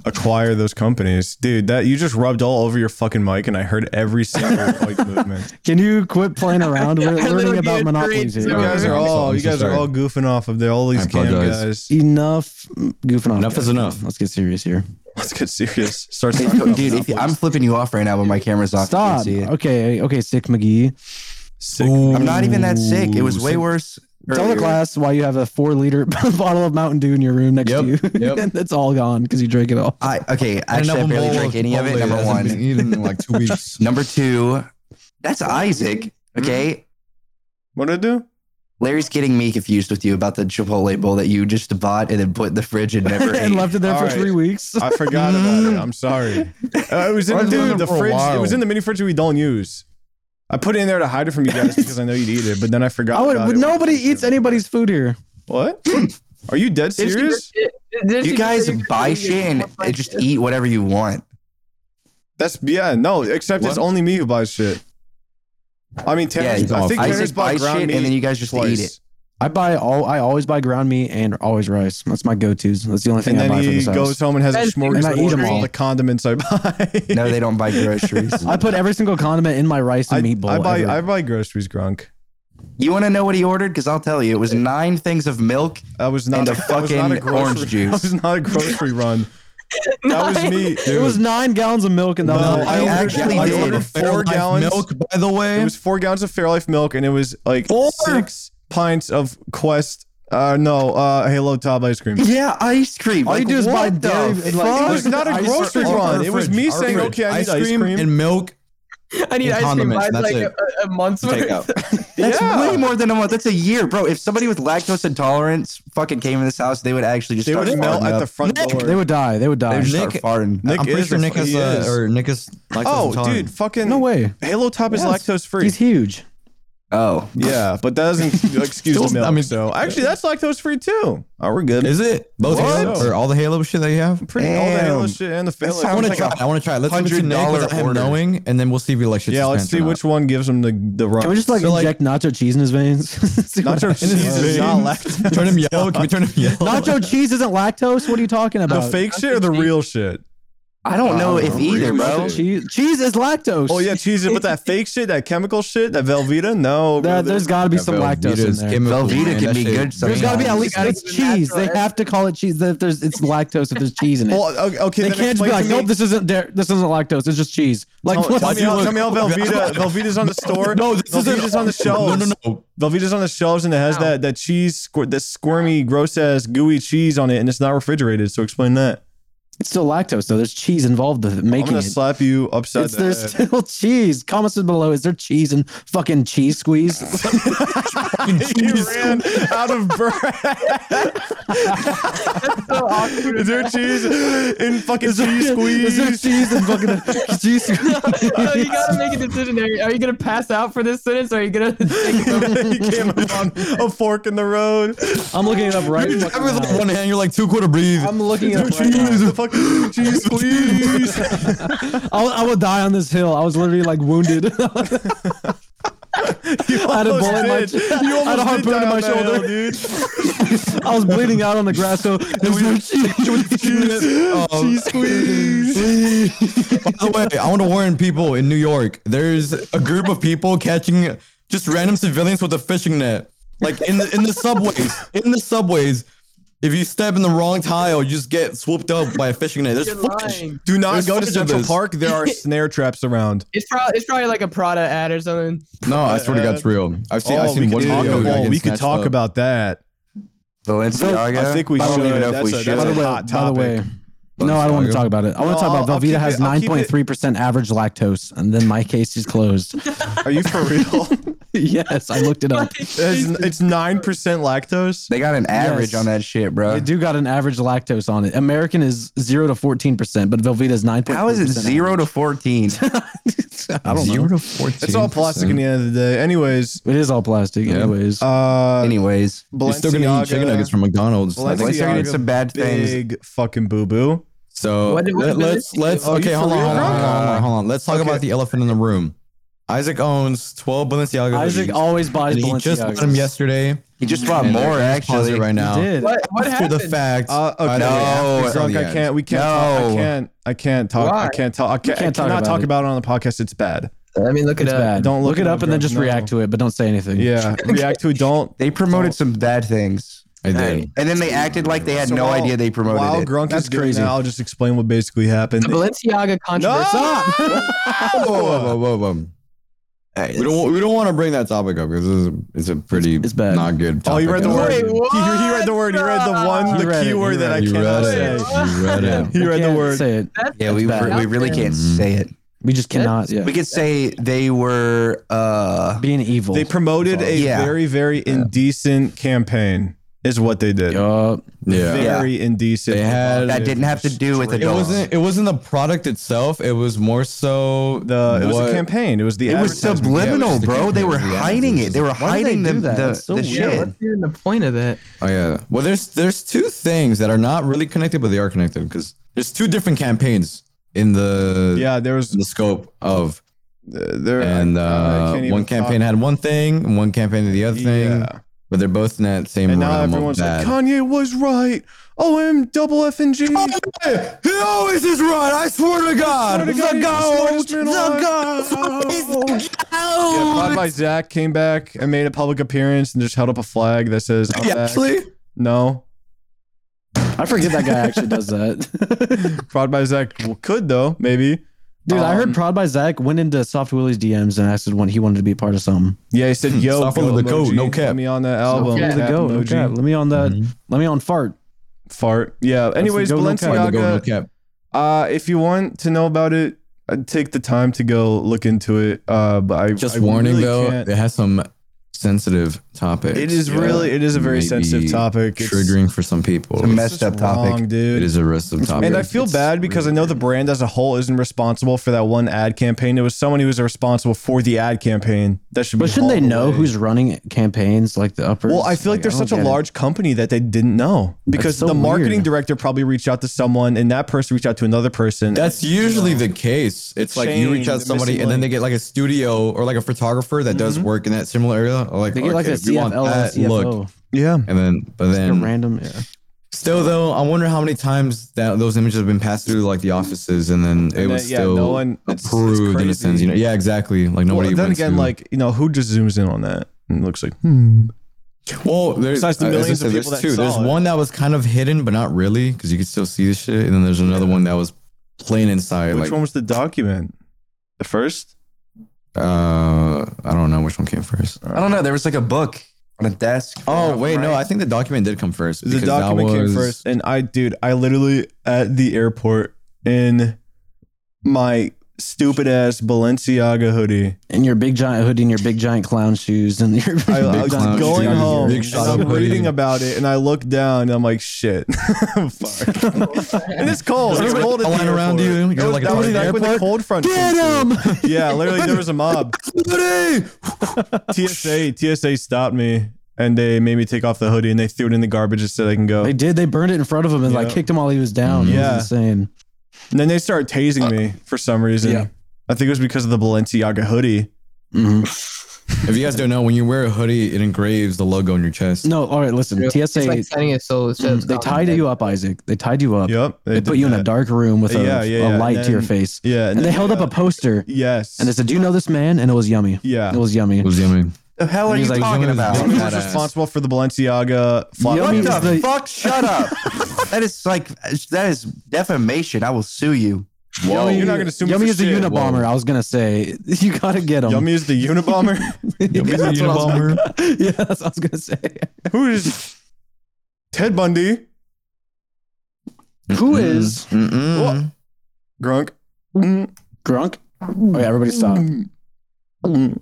Speaker 1: acquire those companies, dude. That you just rubbed all over your fucking mic, and I heard every single mic movement.
Speaker 2: Can you quit playing around? We're
Speaker 5: I
Speaker 2: learning
Speaker 5: literally
Speaker 2: about
Speaker 5: agree.
Speaker 2: monopolies
Speaker 1: You
Speaker 2: here.
Speaker 5: Yeah.
Speaker 1: guys are
Speaker 3: I'm so-
Speaker 1: all
Speaker 3: I'm
Speaker 1: you
Speaker 3: so
Speaker 1: guys are
Speaker 3: sorry.
Speaker 1: all goofing off of the, all these
Speaker 3: I
Speaker 1: cam
Speaker 3: apologize.
Speaker 1: guys.
Speaker 2: E- Enough goofing off.
Speaker 3: Enough is
Speaker 2: guys.
Speaker 3: enough.
Speaker 2: Let's get serious here.
Speaker 1: Let's get serious. Start talking about
Speaker 4: Dude, if you, I'm flipping you off right now, but my camera's off. You can't
Speaker 2: Stop.
Speaker 4: see it.
Speaker 2: Okay, okay, sick McGee.
Speaker 1: sick.
Speaker 4: I'm not even that sick. It was way worse
Speaker 2: Tell the
Speaker 4: earlier.
Speaker 2: class why you have a four liter bottle of Mountain Dew in your room next
Speaker 3: Yep,
Speaker 2: to you.
Speaker 3: yep.
Speaker 2: and it's all gone because you drank it all.
Speaker 4: I okay. Actually, I
Speaker 3: Pineapple
Speaker 4: barely
Speaker 3: bowl
Speaker 4: drink any of it.
Speaker 3: Chipotle
Speaker 4: Number
Speaker 3: hasn't
Speaker 4: one.
Speaker 3: been eaten in like two weeks.
Speaker 4: Number two, that's Isaac. Okay.
Speaker 1: What I do?
Speaker 4: Larry's getting me confused with you about the Chipotle bowl that you just bought and then put in the fridge and never ate.
Speaker 2: and left it there
Speaker 1: All
Speaker 2: for
Speaker 1: right.
Speaker 2: three weeks.
Speaker 1: I forgot about it. I'm sorry. Uh, it was in the,
Speaker 3: Why was it in
Speaker 1: dude,
Speaker 3: there
Speaker 1: the
Speaker 3: for a
Speaker 1: fridge. It
Speaker 3: while?
Speaker 1: was in the mini fridge that we don't use. I put it in there to hide it from you guys because I know you'd eat it, but then I forgot.
Speaker 2: I would,
Speaker 1: about
Speaker 2: but
Speaker 1: it.
Speaker 2: nobody eats anybody's food here.
Speaker 1: What? Are you dead
Speaker 5: Did you-
Speaker 1: serious?
Speaker 5: did- did
Speaker 4: You
Speaker 5: you-
Speaker 4: guys
Speaker 5: did you-
Speaker 4: buy shit and and just eat whatever you want.
Speaker 1: That's yeah. No, except it's only me who buys shit. I mean, Terrence.
Speaker 3: Yeah,
Speaker 1: I think Terrence
Speaker 4: Isaac
Speaker 1: bought
Speaker 4: buys
Speaker 1: ground
Speaker 4: shit
Speaker 1: meat
Speaker 4: and then you guys just
Speaker 1: twice.
Speaker 4: eat it.
Speaker 2: I buy all. I always buy ground meat and always rice. That's my go-to's. That's the only thing
Speaker 1: And
Speaker 2: I buy
Speaker 1: then
Speaker 2: for
Speaker 1: he
Speaker 2: this house.
Speaker 1: goes home and has a
Speaker 5: And I
Speaker 2: eat 'em
Speaker 1: smorgasbord of all
Speaker 2: all.
Speaker 1: the condiments I buy.
Speaker 4: No, they don't buy groceries.
Speaker 2: I put every single condiment in my rice
Speaker 1: I,
Speaker 2: and meatball.
Speaker 1: I buy I buy groceries, Grunk.
Speaker 4: you want to know what he ordered? Because I'll tell you, it was nine things of milk.
Speaker 1: That was not
Speaker 4: And
Speaker 1: a,
Speaker 4: the
Speaker 1: that was not a
Speaker 4: fucking
Speaker 1: grocery,
Speaker 4: orange juice.
Speaker 1: That was not a grocery run. That was me.
Speaker 2: it was nine gallons of milk and that
Speaker 1: No,
Speaker 2: was
Speaker 1: I
Speaker 2: it.
Speaker 4: actually
Speaker 3: I
Speaker 4: did.
Speaker 3: ordered
Speaker 1: Four
Speaker 3: Fairlife
Speaker 1: gallons.
Speaker 3: milk, by the way.
Speaker 1: It was four gallons of Fairlife milk, and it was like six pints of Quest. Uh, no, uh, Halo Top ice cream.
Speaker 4: Yeah, ice cream.
Speaker 2: All you do is buy
Speaker 4: what the
Speaker 2: dairy, like-
Speaker 4: fuck?
Speaker 1: It was not a
Speaker 2: Ice
Speaker 1: grocery
Speaker 2: cream.
Speaker 1: run. It was me
Speaker 3: Our
Speaker 1: saying,
Speaker 3: fridge.
Speaker 1: "Okay, I need ice cream."
Speaker 3: and milk.
Speaker 5: I need
Speaker 3: and
Speaker 5: ice cream.
Speaker 3: condiments,
Speaker 5: Buy
Speaker 3: and that's
Speaker 5: like a, a month's
Speaker 3: Take
Speaker 5: worth.
Speaker 3: out.
Speaker 4: That's
Speaker 1: Yeah.
Speaker 4: way more than a month. That's a year, bro. If somebody with lactose intolerance fucking came in this house, they would actually just
Speaker 1: they
Speaker 4: start
Speaker 1: would melt
Speaker 4: farting
Speaker 1: at
Speaker 4: up.
Speaker 1: the front door.
Speaker 2: They would die. They would
Speaker 4: They
Speaker 2: die.
Speaker 4: would start
Speaker 3: Nick-
Speaker 4: farting.
Speaker 1: Nick
Speaker 3: I'm pretty
Speaker 1: is
Speaker 3: sure
Speaker 1: a-
Speaker 3: Nick has
Speaker 1: he
Speaker 3: uh,
Speaker 1: is.
Speaker 3: or Nick is like
Speaker 1: oh, dude, fucking
Speaker 2: No way.
Speaker 1: Halo Top is
Speaker 2: Yes.
Speaker 1: lactose free.
Speaker 2: He's huge.
Speaker 4: Oh,
Speaker 1: Yeah, but that doesn't excuse
Speaker 3: Still-
Speaker 1: the milk.
Speaker 3: I mean-
Speaker 1: so actually, that's lactose free too. Oh, we're good.
Speaker 3: Is it both
Speaker 1: What?
Speaker 3: Halo or all the Halo shit that you have?
Speaker 1: Pretty all the Halo
Speaker 4: Damn.
Speaker 1: shit and the
Speaker 4: That
Speaker 1: Fairlife.
Speaker 4: sounds
Speaker 3: I want to
Speaker 4: like
Speaker 3: try.
Speaker 4: a
Speaker 3: I want to try. Let's see Nick
Speaker 4: $100
Speaker 3: without him
Speaker 4: order.
Speaker 3: knowing, and then we'll see if he likes shit.
Speaker 1: Yeah, let's see which one gives him the the run.
Speaker 2: Can we just like
Speaker 3: So, like-
Speaker 2: inject nacho cheese in his veins? See what
Speaker 1: nacho
Speaker 2: happens.
Speaker 1: cheese is not lactose?
Speaker 3: Turn him yellow. Can we turn him yellow?
Speaker 2: Nacho cheese isn't lactose. What are you talking
Speaker 1: the
Speaker 2: about?
Speaker 1: fake shit or the real shit?
Speaker 4: I don't know if either, bro.
Speaker 2: Cheese, cheese is lactose.
Speaker 1: Oh yeah, cheese. But that fake shit, that chemical shit, that Velveeta. No,
Speaker 2: There,
Speaker 1: bro,
Speaker 2: the's got to be some lactose in there.
Speaker 4: Velveeta can be good
Speaker 2: There's got to be at
Speaker 4: sometimes.
Speaker 2: least
Speaker 5: Gotta
Speaker 2: it's
Speaker 5: give it
Speaker 2: cheese.
Speaker 5: natural
Speaker 2: They have to call it cheese. If there's, it's lactose if there's cheese in it.
Speaker 1: Well, okay, okay.
Speaker 2: they
Speaker 1: then
Speaker 2: can't just be
Speaker 1: explain
Speaker 2: like,
Speaker 1: to me-
Speaker 2: nope, this isn't dairy- this isn't lactose. It's just cheese. Like,
Speaker 1: Tell,
Speaker 2: what
Speaker 1: tell,
Speaker 2: the
Speaker 1: me how,
Speaker 2: fuck?
Speaker 1: tell me how Velveeta, Velveeta's on the store.
Speaker 3: No, this
Speaker 1: Velveeta's
Speaker 3: isn't
Speaker 1: on the
Speaker 3: No,
Speaker 1: shelves.
Speaker 3: no, no.
Speaker 1: Velveeta's on the shelves and it has that that cheese, squir- that squirmy, gross ass, gooey cheese on it, and it's not refrigerated. So explain that.
Speaker 2: It's still lactose though. There's cheese involved with
Speaker 1: I'm
Speaker 2: making
Speaker 1: gonna
Speaker 2: it.
Speaker 1: slap you upside
Speaker 2: It's
Speaker 1: the
Speaker 2: there's
Speaker 1: head.
Speaker 2: still cheese. Comments below. Is there cheese and fucking cheese squeeze?
Speaker 1: He ran out of breath.
Speaker 5: So awkward.
Speaker 1: Is there cheese in fucking cheese
Speaker 2: Is there
Speaker 1: squeeze?
Speaker 2: cheese and fucking cheese squeeze?
Speaker 5: No, Oh,
Speaker 1: Oh,
Speaker 5: you gotta make a decision. Are you, are you gonna pass out for this sentence? Or are you gonna? Take it?
Speaker 1: he came up on a fork in the road.
Speaker 2: I'm looking it up right
Speaker 3: Every
Speaker 2: fucking
Speaker 3: like
Speaker 2: now.
Speaker 3: one hand, you're like two quarter breathe.
Speaker 2: I'm looking it up right now.
Speaker 1: Cheese, the fucking cheese squeeze.
Speaker 2: I, will- I will die on this hill. I was literally like wounded.
Speaker 1: You
Speaker 2: I had a
Speaker 1: almost
Speaker 2: bullet in my
Speaker 1: did.
Speaker 2: ch- I
Speaker 1: You
Speaker 2: had a
Speaker 1: almost
Speaker 2: harpoon
Speaker 1: did die
Speaker 2: in my
Speaker 1: on that hill,
Speaker 2: shoulder.
Speaker 1: dude.
Speaker 2: I was bleeding out on the grass. So is there cheese? Oh,
Speaker 1: Cheese squeeze.
Speaker 3: Oh. By the way, I want to warn people in New York. There's a group of people catching just random civilians with a fishing net, like in the in the subways. In the subways, if you step in the wrong tile, you just get swooped up by a fishing net. There's
Speaker 5: You're
Speaker 3: fish.
Speaker 5: lying.
Speaker 1: Do not
Speaker 3: There's
Speaker 1: go to
Speaker 3: footage of
Speaker 1: Central
Speaker 3: this.
Speaker 1: Park. There are snare traps around.
Speaker 5: It's probably it's probably like a Prada ad or something.
Speaker 3: No, I swear to God, it's real. I've seen. I've
Speaker 1: Oh, we
Speaker 3: seen one
Speaker 1: could talk,
Speaker 3: video. of a guy
Speaker 1: about,
Speaker 3: getting
Speaker 1: we could
Speaker 3: snatched
Speaker 1: talk
Speaker 3: up.
Speaker 1: about that.
Speaker 4: Balenciaga.
Speaker 1: I think we
Speaker 4: I don't
Speaker 1: should.
Speaker 4: even know if
Speaker 1: That's
Speaker 4: we
Speaker 1: a-
Speaker 4: should.
Speaker 1: that's
Speaker 2: By
Speaker 1: a
Speaker 2: the way,
Speaker 1: hot
Speaker 2: by the way, no, I don't want to talk about it. I want
Speaker 1: No,
Speaker 2: to talk about
Speaker 1: I'll- I'll keep
Speaker 2: Velveeta has
Speaker 1: it- I'll keep it-
Speaker 2: 9.3% average lactose, and then my case is closed.
Speaker 1: Are you for real?
Speaker 2: yes, I looked it up.
Speaker 1: it's nine percent lactose.
Speaker 4: They got an average
Speaker 2: Yes.
Speaker 4: on that shit, bro.
Speaker 2: They do got an average lactose on it. American is zero to fourteen percent, but Velveeta is nine.
Speaker 4: How is it zero to fourteen?
Speaker 2: I don't
Speaker 3: Zero
Speaker 2: know.
Speaker 3: to fourteen.
Speaker 1: It's all plastic in the end of the day. Anyways,
Speaker 2: It is all plastic,
Speaker 3: Yeah.
Speaker 2: anyways.
Speaker 1: uh,
Speaker 4: Anyways,
Speaker 1: Balenciaga,
Speaker 3: You're still gonna eat chicken nuggets from McDonald's.
Speaker 1: Balenciaga
Speaker 4: Balenciaga did some bad things.
Speaker 1: big fucking boo boo.
Speaker 3: So
Speaker 5: What did- what
Speaker 3: let,
Speaker 5: did
Speaker 3: let's
Speaker 5: Balenciaga
Speaker 3: let's
Speaker 5: do?
Speaker 1: Are
Speaker 3: okay.
Speaker 1: you
Speaker 3: Hold
Speaker 1: for
Speaker 3: on,
Speaker 1: real,
Speaker 3: hold on,
Speaker 1: bro?
Speaker 3: hold on, hold on, hold on. Let's talk
Speaker 1: Okay.
Speaker 3: about the elephant in the room. Isaac owns twelve Balenciaga.
Speaker 2: Isaac
Speaker 3: hoodies,
Speaker 2: always buys
Speaker 3: and he just bought them
Speaker 2: Balenciaga.
Speaker 3: yesterday.
Speaker 4: He just bought
Speaker 3: And
Speaker 4: more
Speaker 3: they're in his closet
Speaker 4: actually.
Speaker 3: right now.
Speaker 2: He did.
Speaker 5: What what
Speaker 3: After
Speaker 5: happened?
Speaker 3: the fact,
Speaker 1: Uh, okay,
Speaker 3: by the way,
Speaker 1: no,
Speaker 3: after
Speaker 1: drunk, I
Speaker 3: the ad.
Speaker 1: can't. We can't. Talk, I
Speaker 4: No.
Speaker 1: can't. I can't talk. I
Speaker 5: Why?
Speaker 1: can't talk. I can't.
Speaker 2: can't
Speaker 1: I
Speaker 2: talk
Speaker 1: cannot
Speaker 2: about
Speaker 1: talk
Speaker 2: it.
Speaker 1: about it on the podcast. It's bad.
Speaker 5: I mean, look at
Speaker 2: It's
Speaker 5: that.
Speaker 2: bad.
Speaker 1: Don't look
Speaker 2: look
Speaker 1: it
Speaker 2: it
Speaker 1: up,
Speaker 2: up and then
Speaker 1: bro.
Speaker 2: just
Speaker 1: No.
Speaker 2: react to it, but don't say anything.
Speaker 1: Yeah. React to it. Don't.
Speaker 4: They promoted some bad things,
Speaker 3: I did.
Speaker 4: and then they acted like they had
Speaker 1: So
Speaker 4: no
Speaker 1: while-
Speaker 4: idea they promoted
Speaker 1: While
Speaker 4: it.
Speaker 1: Grunk
Speaker 2: That's
Speaker 1: is doing
Speaker 2: crazy.
Speaker 1: that, I'll just explain what basically happened.
Speaker 5: The Balenciaga
Speaker 1: No!
Speaker 5: controversy.
Speaker 3: Whoa, whoa, whoa, whoa.
Speaker 4: right,
Speaker 3: We don't we don't want to bring that topic up because it's a, it's a pretty
Speaker 2: It's bad.
Speaker 3: not good. Topic
Speaker 1: Oh, you read the
Speaker 3: at all.
Speaker 1: word.
Speaker 6: Wait,
Speaker 1: he, he read the word. He read the one,
Speaker 2: He
Speaker 1: the
Speaker 2: read it, he
Speaker 1: keyword that I
Speaker 3: You
Speaker 1: cannot
Speaker 3: read it.
Speaker 1: say.
Speaker 3: You read it.
Speaker 1: He
Speaker 2: We
Speaker 1: read the
Speaker 2: can't
Speaker 1: word.
Speaker 2: Say it.
Speaker 5: That's
Speaker 4: yeah, we,
Speaker 2: That's bad.
Speaker 4: we really can't
Speaker 3: Mm.
Speaker 4: say it.
Speaker 2: We just cannot. Yeah.
Speaker 4: Mm-hmm. We could say they were. uh
Speaker 2: Being evil.
Speaker 1: They promoted a
Speaker 4: Yeah.
Speaker 1: very, very indecent campaign, is what they did.
Speaker 2: Yup.
Speaker 3: Oh, Yeah.
Speaker 1: Very indecent.
Speaker 3: They had-
Speaker 4: That didn't have to do with
Speaker 3: It
Speaker 4: adults.
Speaker 3: wasn't. It wasn't the product itself. It was more so
Speaker 1: The it was
Speaker 3: what-
Speaker 1: a campaign. It was the
Speaker 4: It was
Speaker 1: advertisement.
Speaker 4: subliminal,
Speaker 3: Yeah, it was the
Speaker 4: bro. They were
Speaker 3: campaign, yeah.
Speaker 4: hiding it. They were
Speaker 2: Why did they
Speaker 4: hiding the
Speaker 2: do that?
Speaker 4: the,
Speaker 2: That's so
Speaker 4: the
Speaker 2: weird.
Speaker 5: Yeah,
Speaker 4: shit.
Speaker 5: what's even the point of that?
Speaker 3: Oh yeah. Well, there's there's two things that are not really connected, but they are connected because there's two different campaigns in the
Speaker 1: Yeah, there was uh,
Speaker 3: in the scope of
Speaker 1: there
Speaker 3: and
Speaker 1: I
Speaker 3: uh,
Speaker 1: can't even
Speaker 3: one campaign
Speaker 1: talk.
Speaker 3: had one thing, and one campaign had the other thing,
Speaker 1: Yeah.
Speaker 3: but they're both in that same
Speaker 1: And now
Speaker 3: realm
Speaker 1: everyone's
Speaker 3: of bad.
Speaker 1: like, Kanye was right. OM double F and G.
Speaker 3: he always is right. I swear to God.
Speaker 1: swear to God, he's the smartest man alive. Yeah, Pod by Zach came back and made a public appearance and just held up a flag that says, I'm back.
Speaker 3: actually,
Speaker 1: No.
Speaker 2: I forget that guy actually does that.
Speaker 1: Prod by Zach w- could though, maybe.
Speaker 2: Dude, I
Speaker 1: Um,
Speaker 2: heard Prod by Zach went into Soft Willie's DMs and asked when he wanted to be a part of something.
Speaker 1: Yeah, he said, "Yo,
Speaker 3: Hmm. Stop
Speaker 1: Goat
Speaker 3: with the goat,
Speaker 1: emoji,
Speaker 3: no
Speaker 1: Let
Speaker 3: cap."
Speaker 1: me on that album.
Speaker 5: cap.
Speaker 2: Let me
Speaker 1: Cap
Speaker 2: go.
Speaker 1: emoji.
Speaker 2: Okay, let me on
Speaker 1: Mm-hmm.
Speaker 3: Mm-hmm.
Speaker 2: that. Let me on fart.
Speaker 1: Fart. Yeah. Anyways,
Speaker 2: goat, no cap.
Speaker 3: Sorry, the goat, no
Speaker 1: Balenciaga.
Speaker 3: cap.
Speaker 1: Uh, if you want to know about it, I'd take the time to go look into it. Uh, but I
Speaker 3: Just
Speaker 1: I
Speaker 3: warning
Speaker 1: really
Speaker 3: though,
Speaker 1: can't-
Speaker 3: it has some sensitive topics.
Speaker 1: It is
Speaker 3: that
Speaker 1: really, it is a very
Speaker 3: may be
Speaker 1: sensitive topic. It's-
Speaker 3: triggering for some people.
Speaker 4: It's a mess-
Speaker 1: it's
Speaker 4: Messed up topic.
Speaker 1: wrong, dude.
Speaker 3: It is a risk of topic.
Speaker 1: And I feel
Speaker 3: It's
Speaker 1: bad because
Speaker 3: really
Speaker 1: I know the brand as a whole isn't responsible for that one ad campaign. It was someone who was responsible for the ad campaign that should be.
Speaker 2: But shouldn't they
Speaker 1: hauled
Speaker 2: know
Speaker 1: away.
Speaker 2: who's running campaigns like the uppers?
Speaker 1: Well, I feel like they're
Speaker 2: I
Speaker 1: such a
Speaker 2: don't get it.
Speaker 1: large company that they didn't know because
Speaker 2: so
Speaker 1: the marketing
Speaker 2: weird.
Speaker 1: director probably reached out to someone, and that person reached out to another person.
Speaker 3: That's usually the case. It's like you reach
Speaker 1: chain,
Speaker 3: out
Speaker 1: the
Speaker 3: to somebody and then
Speaker 1: missing Mm-hmm.
Speaker 3: they get like a studio or like a photographer that does work in that similar area. Or like
Speaker 2: They get like a
Speaker 3: okay, we want
Speaker 2: CFL,
Speaker 3: that
Speaker 2: CFO.
Speaker 1: yeah.
Speaker 3: And then, but
Speaker 2: A
Speaker 3: then
Speaker 2: random. Yeah.
Speaker 3: still though, I wonder how many times that those images have been passed through like the offices and then it
Speaker 1: And
Speaker 3: was
Speaker 1: then, yeah,
Speaker 3: still
Speaker 1: no one- it's- it's
Speaker 3: approved in a sense.
Speaker 1: crazy.
Speaker 3: You know, yeah, exactly. Like nobody.
Speaker 1: Well, then
Speaker 3: went
Speaker 1: again,
Speaker 3: to-
Speaker 1: like you know, who just zooms in on that and looks like, hmm.
Speaker 3: well, there's
Speaker 1: besides the
Speaker 3: as I
Speaker 1: millions of
Speaker 3: said,
Speaker 1: people
Speaker 3: There's
Speaker 1: that
Speaker 3: two. There's
Speaker 1: saw it.
Speaker 3: one that was kind of hidden, but not really, because you could still see the shit. And then there's another one that was plain inside.
Speaker 1: Which
Speaker 3: like,
Speaker 1: one was the document? The first?
Speaker 3: uh, I don't know which one came first.
Speaker 4: I don't know. There was like a book on a desk.
Speaker 3: Oh wait, no,
Speaker 4: Right?
Speaker 3: I think the document did come first.
Speaker 1: The
Speaker 3: because that
Speaker 1: document came
Speaker 3: was-
Speaker 1: first, and I, dude, I literally at the airport in my stupid ass Balenciaga hoodie.
Speaker 2: And your big giant hoodie and your big giant clown shoes and your
Speaker 1: I, I
Speaker 3: Big
Speaker 1: was
Speaker 3: clown
Speaker 1: going
Speaker 3: shoes,
Speaker 1: home,
Speaker 3: big
Speaker 1: and
Speaker 3: shot
Speaker 1: I'm
Speaker 3: up hoodie.
Speaker 1: reading about it, and I look down, and I'm like, shit, fuck. and it's cold. It's
Speaker 3: Everybody
Speaker 1: cold at the
Speaker 3: line
Speaker 1: airport.
Speaker 3: around you, you're
Speaker 1: It was- that
Speaker 3: like, "It's
Speaker 1: was
Speaker 3: already
Speaker 1: like when the
Speaker 3: airport?
Speaker 1: cold front.
Speaker 2: Get
Speaker 1: came
Speaker 2: 'em!
Speaker 1: through. Yeah, literally, there was a mob.
Speaker 3: Hoodie!
Speaker 1: TSA TSA stopped me and they made me take off the hoodie and they threw it in the garbage just so they can go.
Speaker 2: They did. They burned it in front of him and like
Speaker 1: Yeah.
Speaker 2: kicked him while he was down. Yeah.
Speaker 1: Yeah.
Speaker 2: It was insane.
Speaker 1: And then they started tasing me for some reason.
Speaker 2: Uh, Yeah.
Speaker 1: I think it was because of the Balenciaga hoodie.
Speaker 2: Mhm.
Speaker 3: If you guys don't know, when you wear a hoodie, it engraves the logo on your chest.
Speaker 2: No, all right, listen. TSA,
Speaker 5: It's like signing a soul. It's
Speaker 2: mm,
Speaker 5: just
Speaker 2: they tied you up, Isaac. They tied you up.
Speaker 1: Yep.
Speaker 2: Uh, They,
Speaker 1: did
Speaker 2: put you in a
Speaker 1: that.
Speaker 2: dark room with a,
Speaker 1: Yeah, yeah,
Speaker 2: a
Speaker 1: yeah,
Speaker 2: light
Speaker 1: and
Speaker 2: to your
Speaker 1: then-
Speaker 2: face.
Speaker 1: Yeah.
Speaker 2: And they held up a poster
Speaker 1: Yes.
Speaker 2: and they said, Do you know this man? And it was yummy.
Speaker 1: yeah.
Speaker 2: It was yummy.
Speaker 3: It was yummy.
Speaker 4: The hell are
Speaker 3: He's
Speaker 4: you
Speaker 3: like,
Speaker 4: talking
Speaker 3: zooming in
Speaker 4: about?
Speaker 3: his
Speaker 1: Someone
Speaker 3: big
Speaker 1: who
Speaker 4: What
Speaker 1: was
Speaker 3: Badass.
Speaker 1: responsible for the Balenciaga flop.
Speaker 2: Yummy is
Speaker 4: the
Speaker 2: the-
Speaker 4: fuck? Shut up. that is like that is defamation. I will sue you.
Speaker 3: Whoa.
Speaker 1: Yummy- You're not gonna sue me
Speaker 2: Yummy
Speaker 1: for
Speaker 2: is the
Speaker 1: shit.
Speaker 2: Unabomber. I was gonna say you gotta get him.
Speaker 1: Yummy is the Unabomber.
Speaker 3: Yummy's the
Speaker 2: that's what I was
Speaker 3: Unabomber.
Speaker 2: gonna- yeah, that's what I was gonna say.
Speaker 1: Who is Ted Bundy?
Speaker 2: Who is
Speaker 3: Mm-mm.
Speaker 1: What? Grunk. Mm,
Speaker 2: Grunk? Oh yeah, everybody stop.
Speaker 1: mm, mm.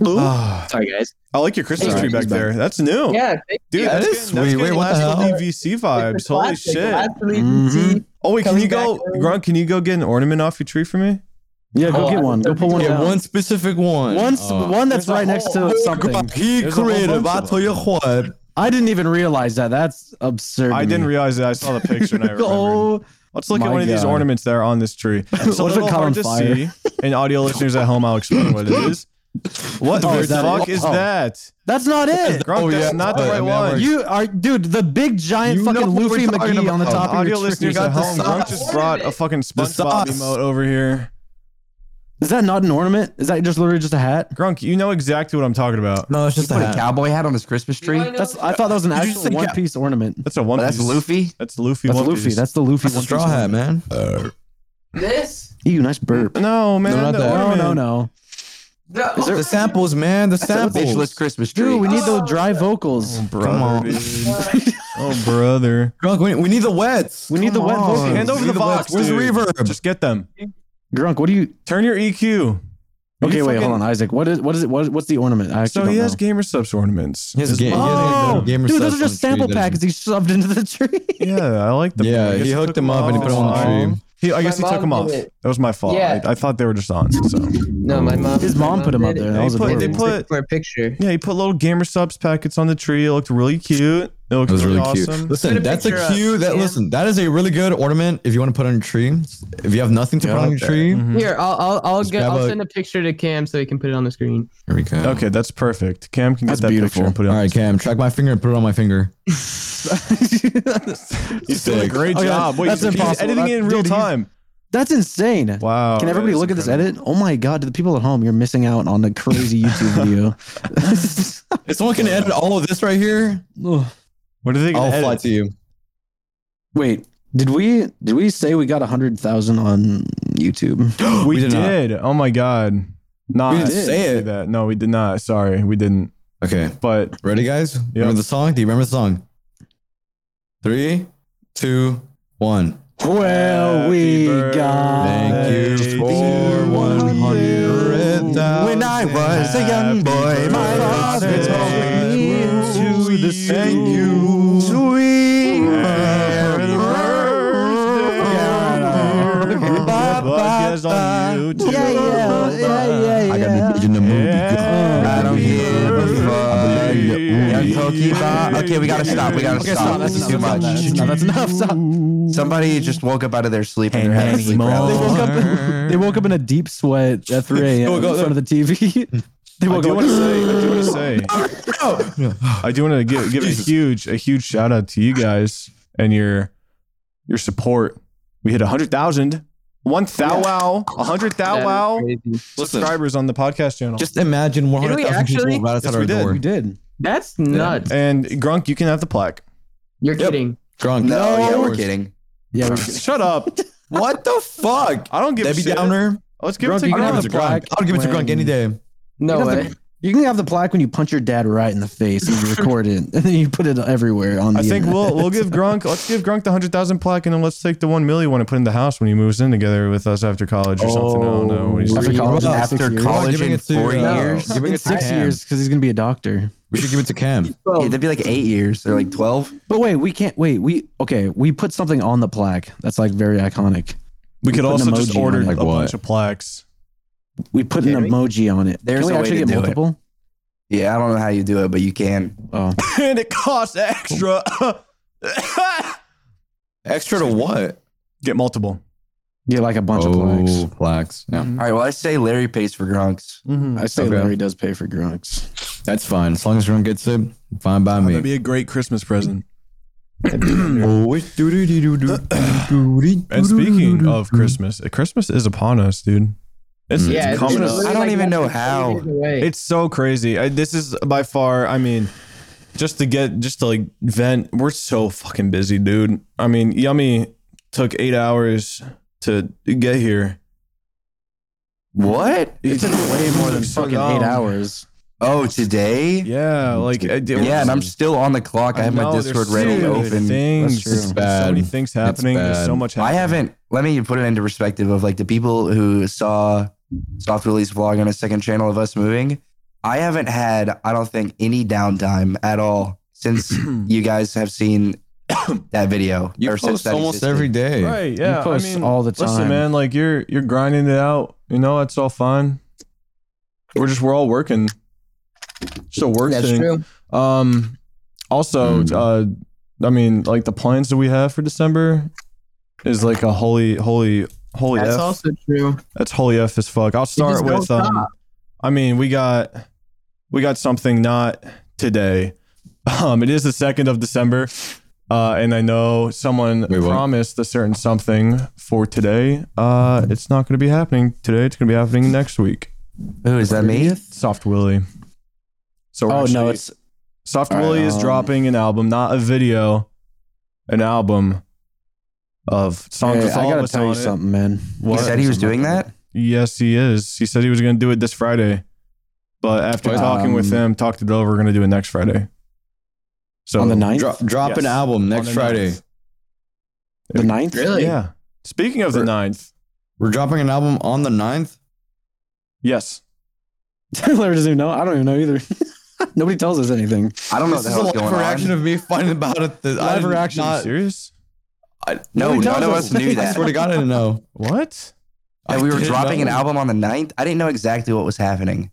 Speaker 1: Ah,
Speaker 5: Sorry, guys.
Speaker 1: I like your Christmas
Speaker 2: Sorry,
Speaker 1: tree back
Speaker 2: he's back.
Speaker 1: there. That's new.
Speaker 5: Yeah, thank
Speaker 1: Dude,
Speaker 5: you.
Speaker 3: That
Speaker 1: that's
Speaker 3: is
Speaker 1: getting, that's
Speaker 3: sweet. Wait,
Speaker 1: getting
Speaker 3: what the
Speaker 1: Last
Speaker 3: hell?
Speaker 1: Little DVC vibes.
Speaker 5: It's
Speaker 1: Holy
Speaker 5: classic,
Speaker 1: shit.
Speaker 5: classic
Speaker 2: Mhm.
Speaker 5: DVC.
Speaker 1: Oh wait, can
Speaker 5: Coming
Speaker 1: you go,
Speaker 5: back, uh,
Speaker 1: Grunt? Can you go get an ornament off your tree for me?
Speaker 2: Yeah, go
Speaker 5: Oh,
Speaker 2: get
Speaker 5: I
Speaker 2: one. Go
Speaker 5: thought
Speaker 2: pull one
Speaker 3: Yeah,
Speaker 2: down.
Speaker 3: one specific one.
Speaker 2: One s-
Speaker 3: Oh.
Speaker 2: one that's
Speaker 1: There's a
Speaker 2: right next to something.
Speaker 3: He
Speaker 1: There's a whole
Speaker 3: creative.
Speaker 1: bunch
Speaker 3: I
Speaker 1: of
Speaker 3: tell you what.
Speaker 2: I didn't even realize that. That's absurd. to
Speaker 1: I didn't
Speaker 2: me.
Speaker 1: realize that. I saw the picture and I remembered.
Speaker 2: Oh,
Speaker 1: Let's look at
Speaker 2: my
Speaker 1: one of these
Speaker 2: God.
Speaker 1: ornaments that are on this tree. It's a
Speaker 2: What if it
Speaker 1: little
Speaker 2: caught
Speaker 1: hard
Speaker 2: on
Speaker 1: to
Speaker 2: fire?
Speaker 1: see, and audio listeners at home, I'll explain what it is. What
Speaker 2: Oh,
Speaker 1: the
Speaker 2: is that
Speaker 1: fuck
Speaker 2: it?
Speaker 1: is
Speaker 2: Oh.
Speaker 1: that?
Speaker 2: that's not it.
Speaker 1: Grunt,
Speaker 3: Oh,
Speaker 1: that's
Speaker 3: yeah,
Speaker 1: not the
Speaker 3: but, I
Speaker 1: right
Speaker 3: mean, I
Speaker 1: one.
Speaker 3: worked-
Speaker 2: You are, dude, the big giant
Speaker 3: You know
Speaker 2: fucking
Speaker 3: what
Speaker 2: Luffy
Speaker 3: we're talking
Speaker 2: McGee on the
Speaker 3: about.
Speaker 2: top of
Speaker 1: audio
Speaker 2: your tree.
Speaker 1: listeners at home,
Speaker 3: sauce.
Speaker 1: Grunt just brought a fucking SpongeBob
Speaker 3: sauce.
Speaker 1: emote over here.
Speaker 2: Is that not an ornament? Is that just literally just a hat?
Speaker 1: Grunk, you know exactly what I'm talking about.
Speaker 3: No, it's just
Speaker 4: Put a cowboy hat on his Christmas tree.
Speaker 6: Why not?
Speaker 2: That's I thought that was an
Speaker 3: Did you
Speaker 2: actual
Speaker 3: say
Speaker 2: one
Speaker 3: cat-
Speaker 2: piece ornament.
Speaker 1: That's a one.
Speaker 4: Well, that's
Speaker 1: Piece.
Speaker 4: Luffy.
Speaker 1: That's Luffy.
Speaker 2: That's
Speaker 1: one
Speaker 2: Luffy.
Speaker 1: Piece.
Speaker 2: That's the Luffy
Speaker 3: a
Speaker 2: one
Speaker 3: straw
Speaker 2: piece
Speaker 3: hat,
Speaker 2: ornament.
Speaker 3: man.
Speaker 5: This?
Speaker 2: Ew, nice burp.
Speaker 1: no man.
Speaker 3: not
Speaker 1: the
Speaker 3: that. Oh,
Speaker 2: No,
Speaker 1: ornament.
Speaker 2: no, no.
Speaker 5: No.
Speaker 3: The samples, man. The
Speaker 4: That's a bitchless
Speaker 3: samples.
Speaker 4: Christmas tree.
Speaker 2: Dude, we need those dry vocals.
Speaker 1: Oh, brother,
Speaker 3: Come on.
Speaker 1: dude. oh, brother.
Speaker 3: Drunk. We, we need the wets.
Speaker 2: We need the
Speaker 1: Come
Speaker 2: wet
Speaker 1: on.
Speaker 2: vocals.
Speaker 1: Hand over the box.
Speaker 3: Where's the
Speaker 1: dude.
Speaker 3: reverb?
Speaker 1: Just get them.
Speaker 2: Drunk, what do you?
Speaker 1: Turn your EQ.
Speaker 2: Okay, wait,
Speaker 1: fucking-
Speaker 2: hold on, Isaac. What is what is it? What, what's the ornament? I actually
Speaker 1: So
Speaker 2: don't
Speaker 1: he has
Speaker 2: know.
Speaker 1: gamer subs ornaments.
Speaker 3: He has
Speaker 1: His
Speaker 3: ga- he has
Speaker 1: mom-
Speaker 3: Oh, gamer
Speaker 2: dude,
Speaker 3: stuff
Speaker 2: those are
Speaker 3: on the
Speaker 2: just sample
Speaker 3: tree, doesn't
Speaker 2: packets he shoved into the tree.
Speaker 1: Yeah, I like them.
Speaker 3: Yeah, he hooked them up and he put them on the tree.
Speaker 1: He, I
Speaker 5: My
Speaker 1: guess he took
Speaker 5: mom
Speaker 1: them off.
Speaker 5: did it.
Speaker 1: That was my fault.
Speaker 5: Yeah.
Speaker 1: I, I thought they were just on. So
Speaker 5: No, my mom.
Speaker 2: His
Speaker 5: my
Speaker 2: mom put him up
Speaker 5: did
Speaker 2: there.
Speaker 5: it.
Speaker 2: That
Speaker 1: They
Speaker 2: was
Speaker 1: put- they
Speaker 2: adorable.
Speaker 1: put-
Speaker 5: for a picture.
Speaker 1: yeah, he put little gamer subs packets on the tree. It looked really cute. It looked
Speaker 3: That was
Speaker 1: really,
Speaker 3: really
Speaker 1: awesome.
Speaker 3: cute. Listen,
Speaker 5: Put a
Speaker 3: that's a
Speaker 5: picture up,
Speaker 3: cute. That
Speaker 5: Sam.
Speaker 3: listen, that is a really good ornament if you want to put on your tree. If you have nothing to
Speaker 2: Yeah,
Speaker 3: put on
Speaker 2: out
Speaker 3: your
Speaker 2: there.
Speaker 3: tree,
Speaker 1: Mhm.
Speaker 5: Here, I'll I'll, I'll,
Speaker 3: Just
Speaker 5: get,
Speaker 3: grab
Speaker 5: I'll
Speaker 3: a-
Speaker 5: send a picture to Cam so he can put it on the screen.
Speaker 3: here we go.
Speaker 1: Okay, that's perfect. Cam can get
Speaker 2: That's
Speaker 1: that picture
Speaker 2: beautiful.
Speaker 1: and put it
Speaker 3: All
Speaker 1: on.
Speaker 3: right, Cam, track my finger and put it on my finger.
Speaker 1: He's doing a
Speaker 3: Sick.
Speaker 1: great
Speaker 2: Oh, yeah,
Speaker 1: job. Wait,
Speaker 2: that's
Speaker 1: he's
Speaker 2: impossible.
Speaker 1: editing
Speaker 2: That-
Speaker 1: it in real
Speaker 2: dude, he's-
Speaker 1: time.
Speaker 2: That's insane.
Speaker 1: Wow.
Speaker 2: Can
Speaker 1: that
Speaker 2: everybody
Speaker 1: is
Speaker 2: look at this
Speaker 1: incredible.
Speaker 2: edit? Oh my god, to the people at home, you're missing out on a crazy YouTube video.
Speaker 3: If someone can edit all of this right here,
Speaker 2: Ugh.
Speaker 1: What do they
Speaker 3: I'll
Speaker 1: gonna
Speaker 3: fly
Speaker 1: edit?
Speaker 3: to you.
Speaker 2: Wait, did we did we say we got hundred thousand on YouTube?
Speaker 1: We,
Speaker 3: We did not.
Speaker 1: did. Oh my god. Not
Speaker 3: didn't say it.
Speaker 1: That. No, we did not. Sorry, we didn't.
Speaker 3: Okay,
Speaker 1: But
Speaker 3: ready, guys? Remember the song? Do you remember the song? Three, two, one.
Speaker 2: Well, we
Speaker 1: Happy
Speaker 2: got.
Speaker 3: Thank
Speaker 1: birthday
Speaker 3: you
Speaker 1: to
Speaker 3: for
Speaker 1: you.
Speaker 3: one hundred thousand.
Speaker 4: When I was a
Speaker 1: Happy
Speaker 4: young boy, my
Speaker 1: birthday
Speaker 4: father told me
Speaker 1: to
Speaker 4: to
Speaker 1: you.
Speaker 4: sing you sweet
Speaker 1: Happy birthday. Podcast on YouTube.
Speaker 2: Yeah, yeah, yeah, yeah,
Speaker 3: I
Speaker 2: yeah.
Speaker 3: got the beat in the movie.
Speaker 1: Yeah.
Speaker 4: I don't give a fuck. Young Tokiba. Okay, we gotta stop. We gotta
Speaker 2: Okay,
Speaker 4: stop.
Speaker 2: stop.
Speaker 4: This
Speaker 2: That's
Speaker 4: is
Speaker 2: enough.
Speaker 4: too
Speaker 2: That's
Speaker 4: much.
Speaker 2: enough. That's enough. Stop.
Speaker 4: Somebody just woke up out of their sleep and they're having sleep
Speaker 2: They
Speaker 4: paralysis.
Speaker 2: woke up. They woke up in a deep sweat at 3 a.m. in front of the TV. they
Speaker 1: I
Speaker 2: woke
Speaker 1: do
Speaker 2: up.
Speaker 1: want to say, I do want to say, I do want to give, give a huge, a huge shout out to you guys and your, your support. We hit a hundred thousand, one thou wow, a hundred thou wow subscribers on the podcast channel.
Speaker 3: Just imagine one
Speaker 5: we
Speaker 3: hundred thousand
Speaker 5: actually?
Speaker 3: people right outside
Speaker 1: Yes, we
Speaker 3: our
Speaker 1: did.
Speaker 3: door.
Speaker 2: We did.
Speaker 5: That's nuts.
Speaker 1: and Grunk, you can have the plaque.
Speaker 5: You're
Speaker 3: Yep.
Speaker 5: kidding.
Speaker 3: Drunk.
Speaker 4: No, yeah, we're kidding.
Speaker 2: Yeah. We
Speaker 1: Shut up!
Speaker 3: What the fuck?
Speaker 1: I don't give
Speaker 3: Debbie
Speaker 1: a shit.
Speaker 3: Downer.
Speaker 1: Let's give
Speaker 2: Grunk,
Speaker 1: it to
Speaker 2: you
Speaker 3: I
Speaker 2: can
Speaker 1: Grunk.
Speaker 3: don't
Speaker 2: have the
Speaker 3: give it to Grunk.
Speaker 2: plaque
Speaker 3: I'll give it to Grunk
Speaker 2: when-
Speaker 3: any day.
Speaker 5: No
Speaker 2: You got the-
Speaker 5: way.
Speaker 2: You can have the plaque when you punch your dad right in the face and you record it, and then you put it everywhere on. The
Speaker 1: I think
Speaker 2: internet.
Speaker 1: we'll we'll give Grunk. Let's give Grunk the hundred thousand plaque, and then let's take the one million one and put it in the house when he moves in together with us after college or something. I don't know. What he's
Speaker 2: After
Speaker 1: doing.
Speaker 2: college, in
Speaker 3: After
Speaker 2: six
Speaker 4: After
Speaker 2: years.
Speaker 3: college
Speaker 4: college
Speaker 3: giving
Speaker 4: in
Speaker 3: it to,
Speaker 4: four
Speaker 3: uh,
Speaker 4: years.
Speaker 3: Giving
Speaker 2: in
Speaker 3: it to
Speaker 2: six
Speaker 3: Cam.
Speaker 2: years because he's gonna be a doctor.
Speaker 3: We should give it to Cam.
Speaker 4: Yeah, that'd be like eight years or like 12.
Speaker 2: But wait, we can't wait. We okay. We put something on the plaque that's like very iconic.
Speaker 1: We could
Speaker 2: Put an
Speaker 1: also just
Speaker 2: emoji on
Speaker 1: order
Speaker 2: it.
Speaker 1: a
Speaker 3: Like
Speaker 1: bunch
Speaker 3: what?
Speaker 1: of plaques.
Speaker 2: We put an
Speaker 4: Can we?
Speaker 2: emoji on it.
Speaker 4: There's
Speaker 2: can we
Speaker 4: a way
Speaker 2: actually get
Speaker 4: to do it.
Speaker 2: multiple?
Speaker 4: Yeah, I don't know how you do it, but you can.
Speaker 2: Oh,
Speaker 1: and it costs extra.
Speaker 3: Extra to what?
Speaker 1: Get multiple.
Speaker 2: yeah, like a bunch of plaques.
Speaker 3: Oh, plaques. Yeah,
Speaker 4: All right, well, I say Larry pays for Grunks.
Speaker 1: Mm-hmm.
Speaker 2: I say
Speaker 3: Okay.
Speaker 2: Larry does pay for grunks.
Speaker 3: that's fine. As long as everyone gets it, fine by
Speaker 1: That'd
Speaker 3: me. Oh,
Speaker 1: be a great Christmas present.
Speaker 3: Always do-do-do-do-do-do-do-do-do.
Speaker 1: And speaking of Christmas, uh, Christmas is upon us, dude. It's,
Speaker 3: Mm.
Speaker 1: it's
Speaker 5: it's
Speaker 1: coming
Speaker 5: literally
Speaker 1: up.
Speaker 4: I don't
Speaker 5: like
Speaker 4: even know
Speaker 5: less than
Speaker 4: how.
Speaker 5: three days away.
Speaker 1: It's so crazy. I, this is by far, I mean, just to get, just to like vent, we're so fucking busy, dude. I mean, Yummy took eight hours to get here.
Speaker 4: What?
Speaker 1: It took way more than
Speaker 2: Fucking eight hours.
Speaker 4: Oh, today? Yeah,
Speaker 1: Yeah, like I did-
Speaker 4: and I'm still on the clock. I, have my
Speaker 1: know, there's
Speaker 4: Discord
Speaker 1: so
Speaker 4: ready
Speaker 1: many
Speaker 4: open.
Speaker 1: Things,
Speaker 2: That's true. It's
Speaker 1: So
Speaker 3: bad.
Speaker 1: many things happening. There's
Speaker 3: bad.
Speaker 1: so much.
Speaker 4: I
Speaker 1: Happening.
Speaker 4: haven't. Let me put it into perspective of like the people who saw Soft Willie's vlog on his second channel of us moving. I haven't had, I don't think, any downtime at all since you guys have seen that video.
Speaker 3: You
Speaker 4: or since
Speaker 3: post
Speaker 4: that
Speaker 3: almost
Speaker 4: existed.
Speaker 3: every day.
Speaker 1: Right? Yeah.
Speaker 2: you post
Speaker 1: I mean,
Speaker 2: all the
Speaker 1: Listen,
Speaker 2: time.
Speaker 1: man, like you're you're grinding it out. You know, that's all fine. We're just we're all working. Just a work
Speaker 5: That's
Speaker 1: thing.
Speaker 5: true.
Speaker 1: Um. Also, uh, I mean, like the plans that we have for December is like a holy, holy, holy.
Speaker 5: That's
Speaker 1: F.
Speaker 5: also true.
Speaker 1: That's holy f as fuck. I'll start
Speaker 5: just don't
Speaker 1: with um. I mean, we got we got something not today. Um, it is the second of December, uh, and I know someone
Speaker 3: Wait, what?
Speaker 1: promised a certain something for today. Uh, it's not going to be happening today. It's going to be happening next week.
Speaker 4: Who is that? Me?
Speaker 1: Soft Willie. So we're
Speaker 2: Oh no,
Speaker 1: actually-
Speaker 2: it's
Speaker 1: Soft
Speaker 2: All right,
Speaker 1: Willie is
Speaker 2: um,
Speaker 1: dropping an album, not a video, an album of songs
Speaker 2: Hey,
Speaker 1: with all
Speaker 2: I
Speaker 1: of
Speaker 2: gotta
Speaker 1: us
Speaker 2: tell you
Speaker 1: on it.
Speaker 2: something, man.
Speaker 1: What?
Speaker 4: He said he was doing that?
Speaker 1: Yes, he is. He said he was going to do it this Friday. But after
Speaker 3: But,
Speaker 1: talking with
Speaker 2: um,
Speaker 1: them, talked it over. We're gonna do it next Friday. So
Speaker 2: on the ninth.
Speaker 3: Drop, drop
Speaker 1: Yes.
Speaker 3: an album next
Speaker 1: the
Speaker 3: Friday.
Speaker 1: ninth.
Speaker 2: the ninth.
Speaker 5: Really?
Speaker 1: Yeah. Speaking of the
Speaker 3: Or-
Speaker 1: ninth,
Speaker 3: We're dropping an album on the 9th.
Speaker 1: yes,
Speaker 2: Taylor doesn't even know. I don't even know either. Nobody tells us anything.
Speaker 4: I don't know what
Speaker 3: This
Speaker 4: the
Speaker 3: is a
Speaker 4: hell's
Speaker 3: live
Speaker 4: going
Speaker 3: reaction
Speaker 4: on.
Speaker 3: of me finding about it. That I
Speaker 2: Live
Speaker 3: did
Speaker 2: reaction.
Speaker 3: not-
Speaker 1: serious?
Speaker 3: I,
Speaker 4: No,
Speaker 2: Nobody
Speaker 4: none
Speaker 2: tells
Speaker 4: of
Speaker 2: us.
Speaker 4: us knew
Speaker 3: I
Speaker 4: that.
Speaker 3: swear to God, I didn't know.
Speaker 1: What?
Speaker 4: That we
Speaker 3: I
Speaker 4: were
Speaker 3: didn't
Speaker 4: dropping an
Speaker 3: know.
Speaker 4: album on the 9th. I didn't know exactly what was happening.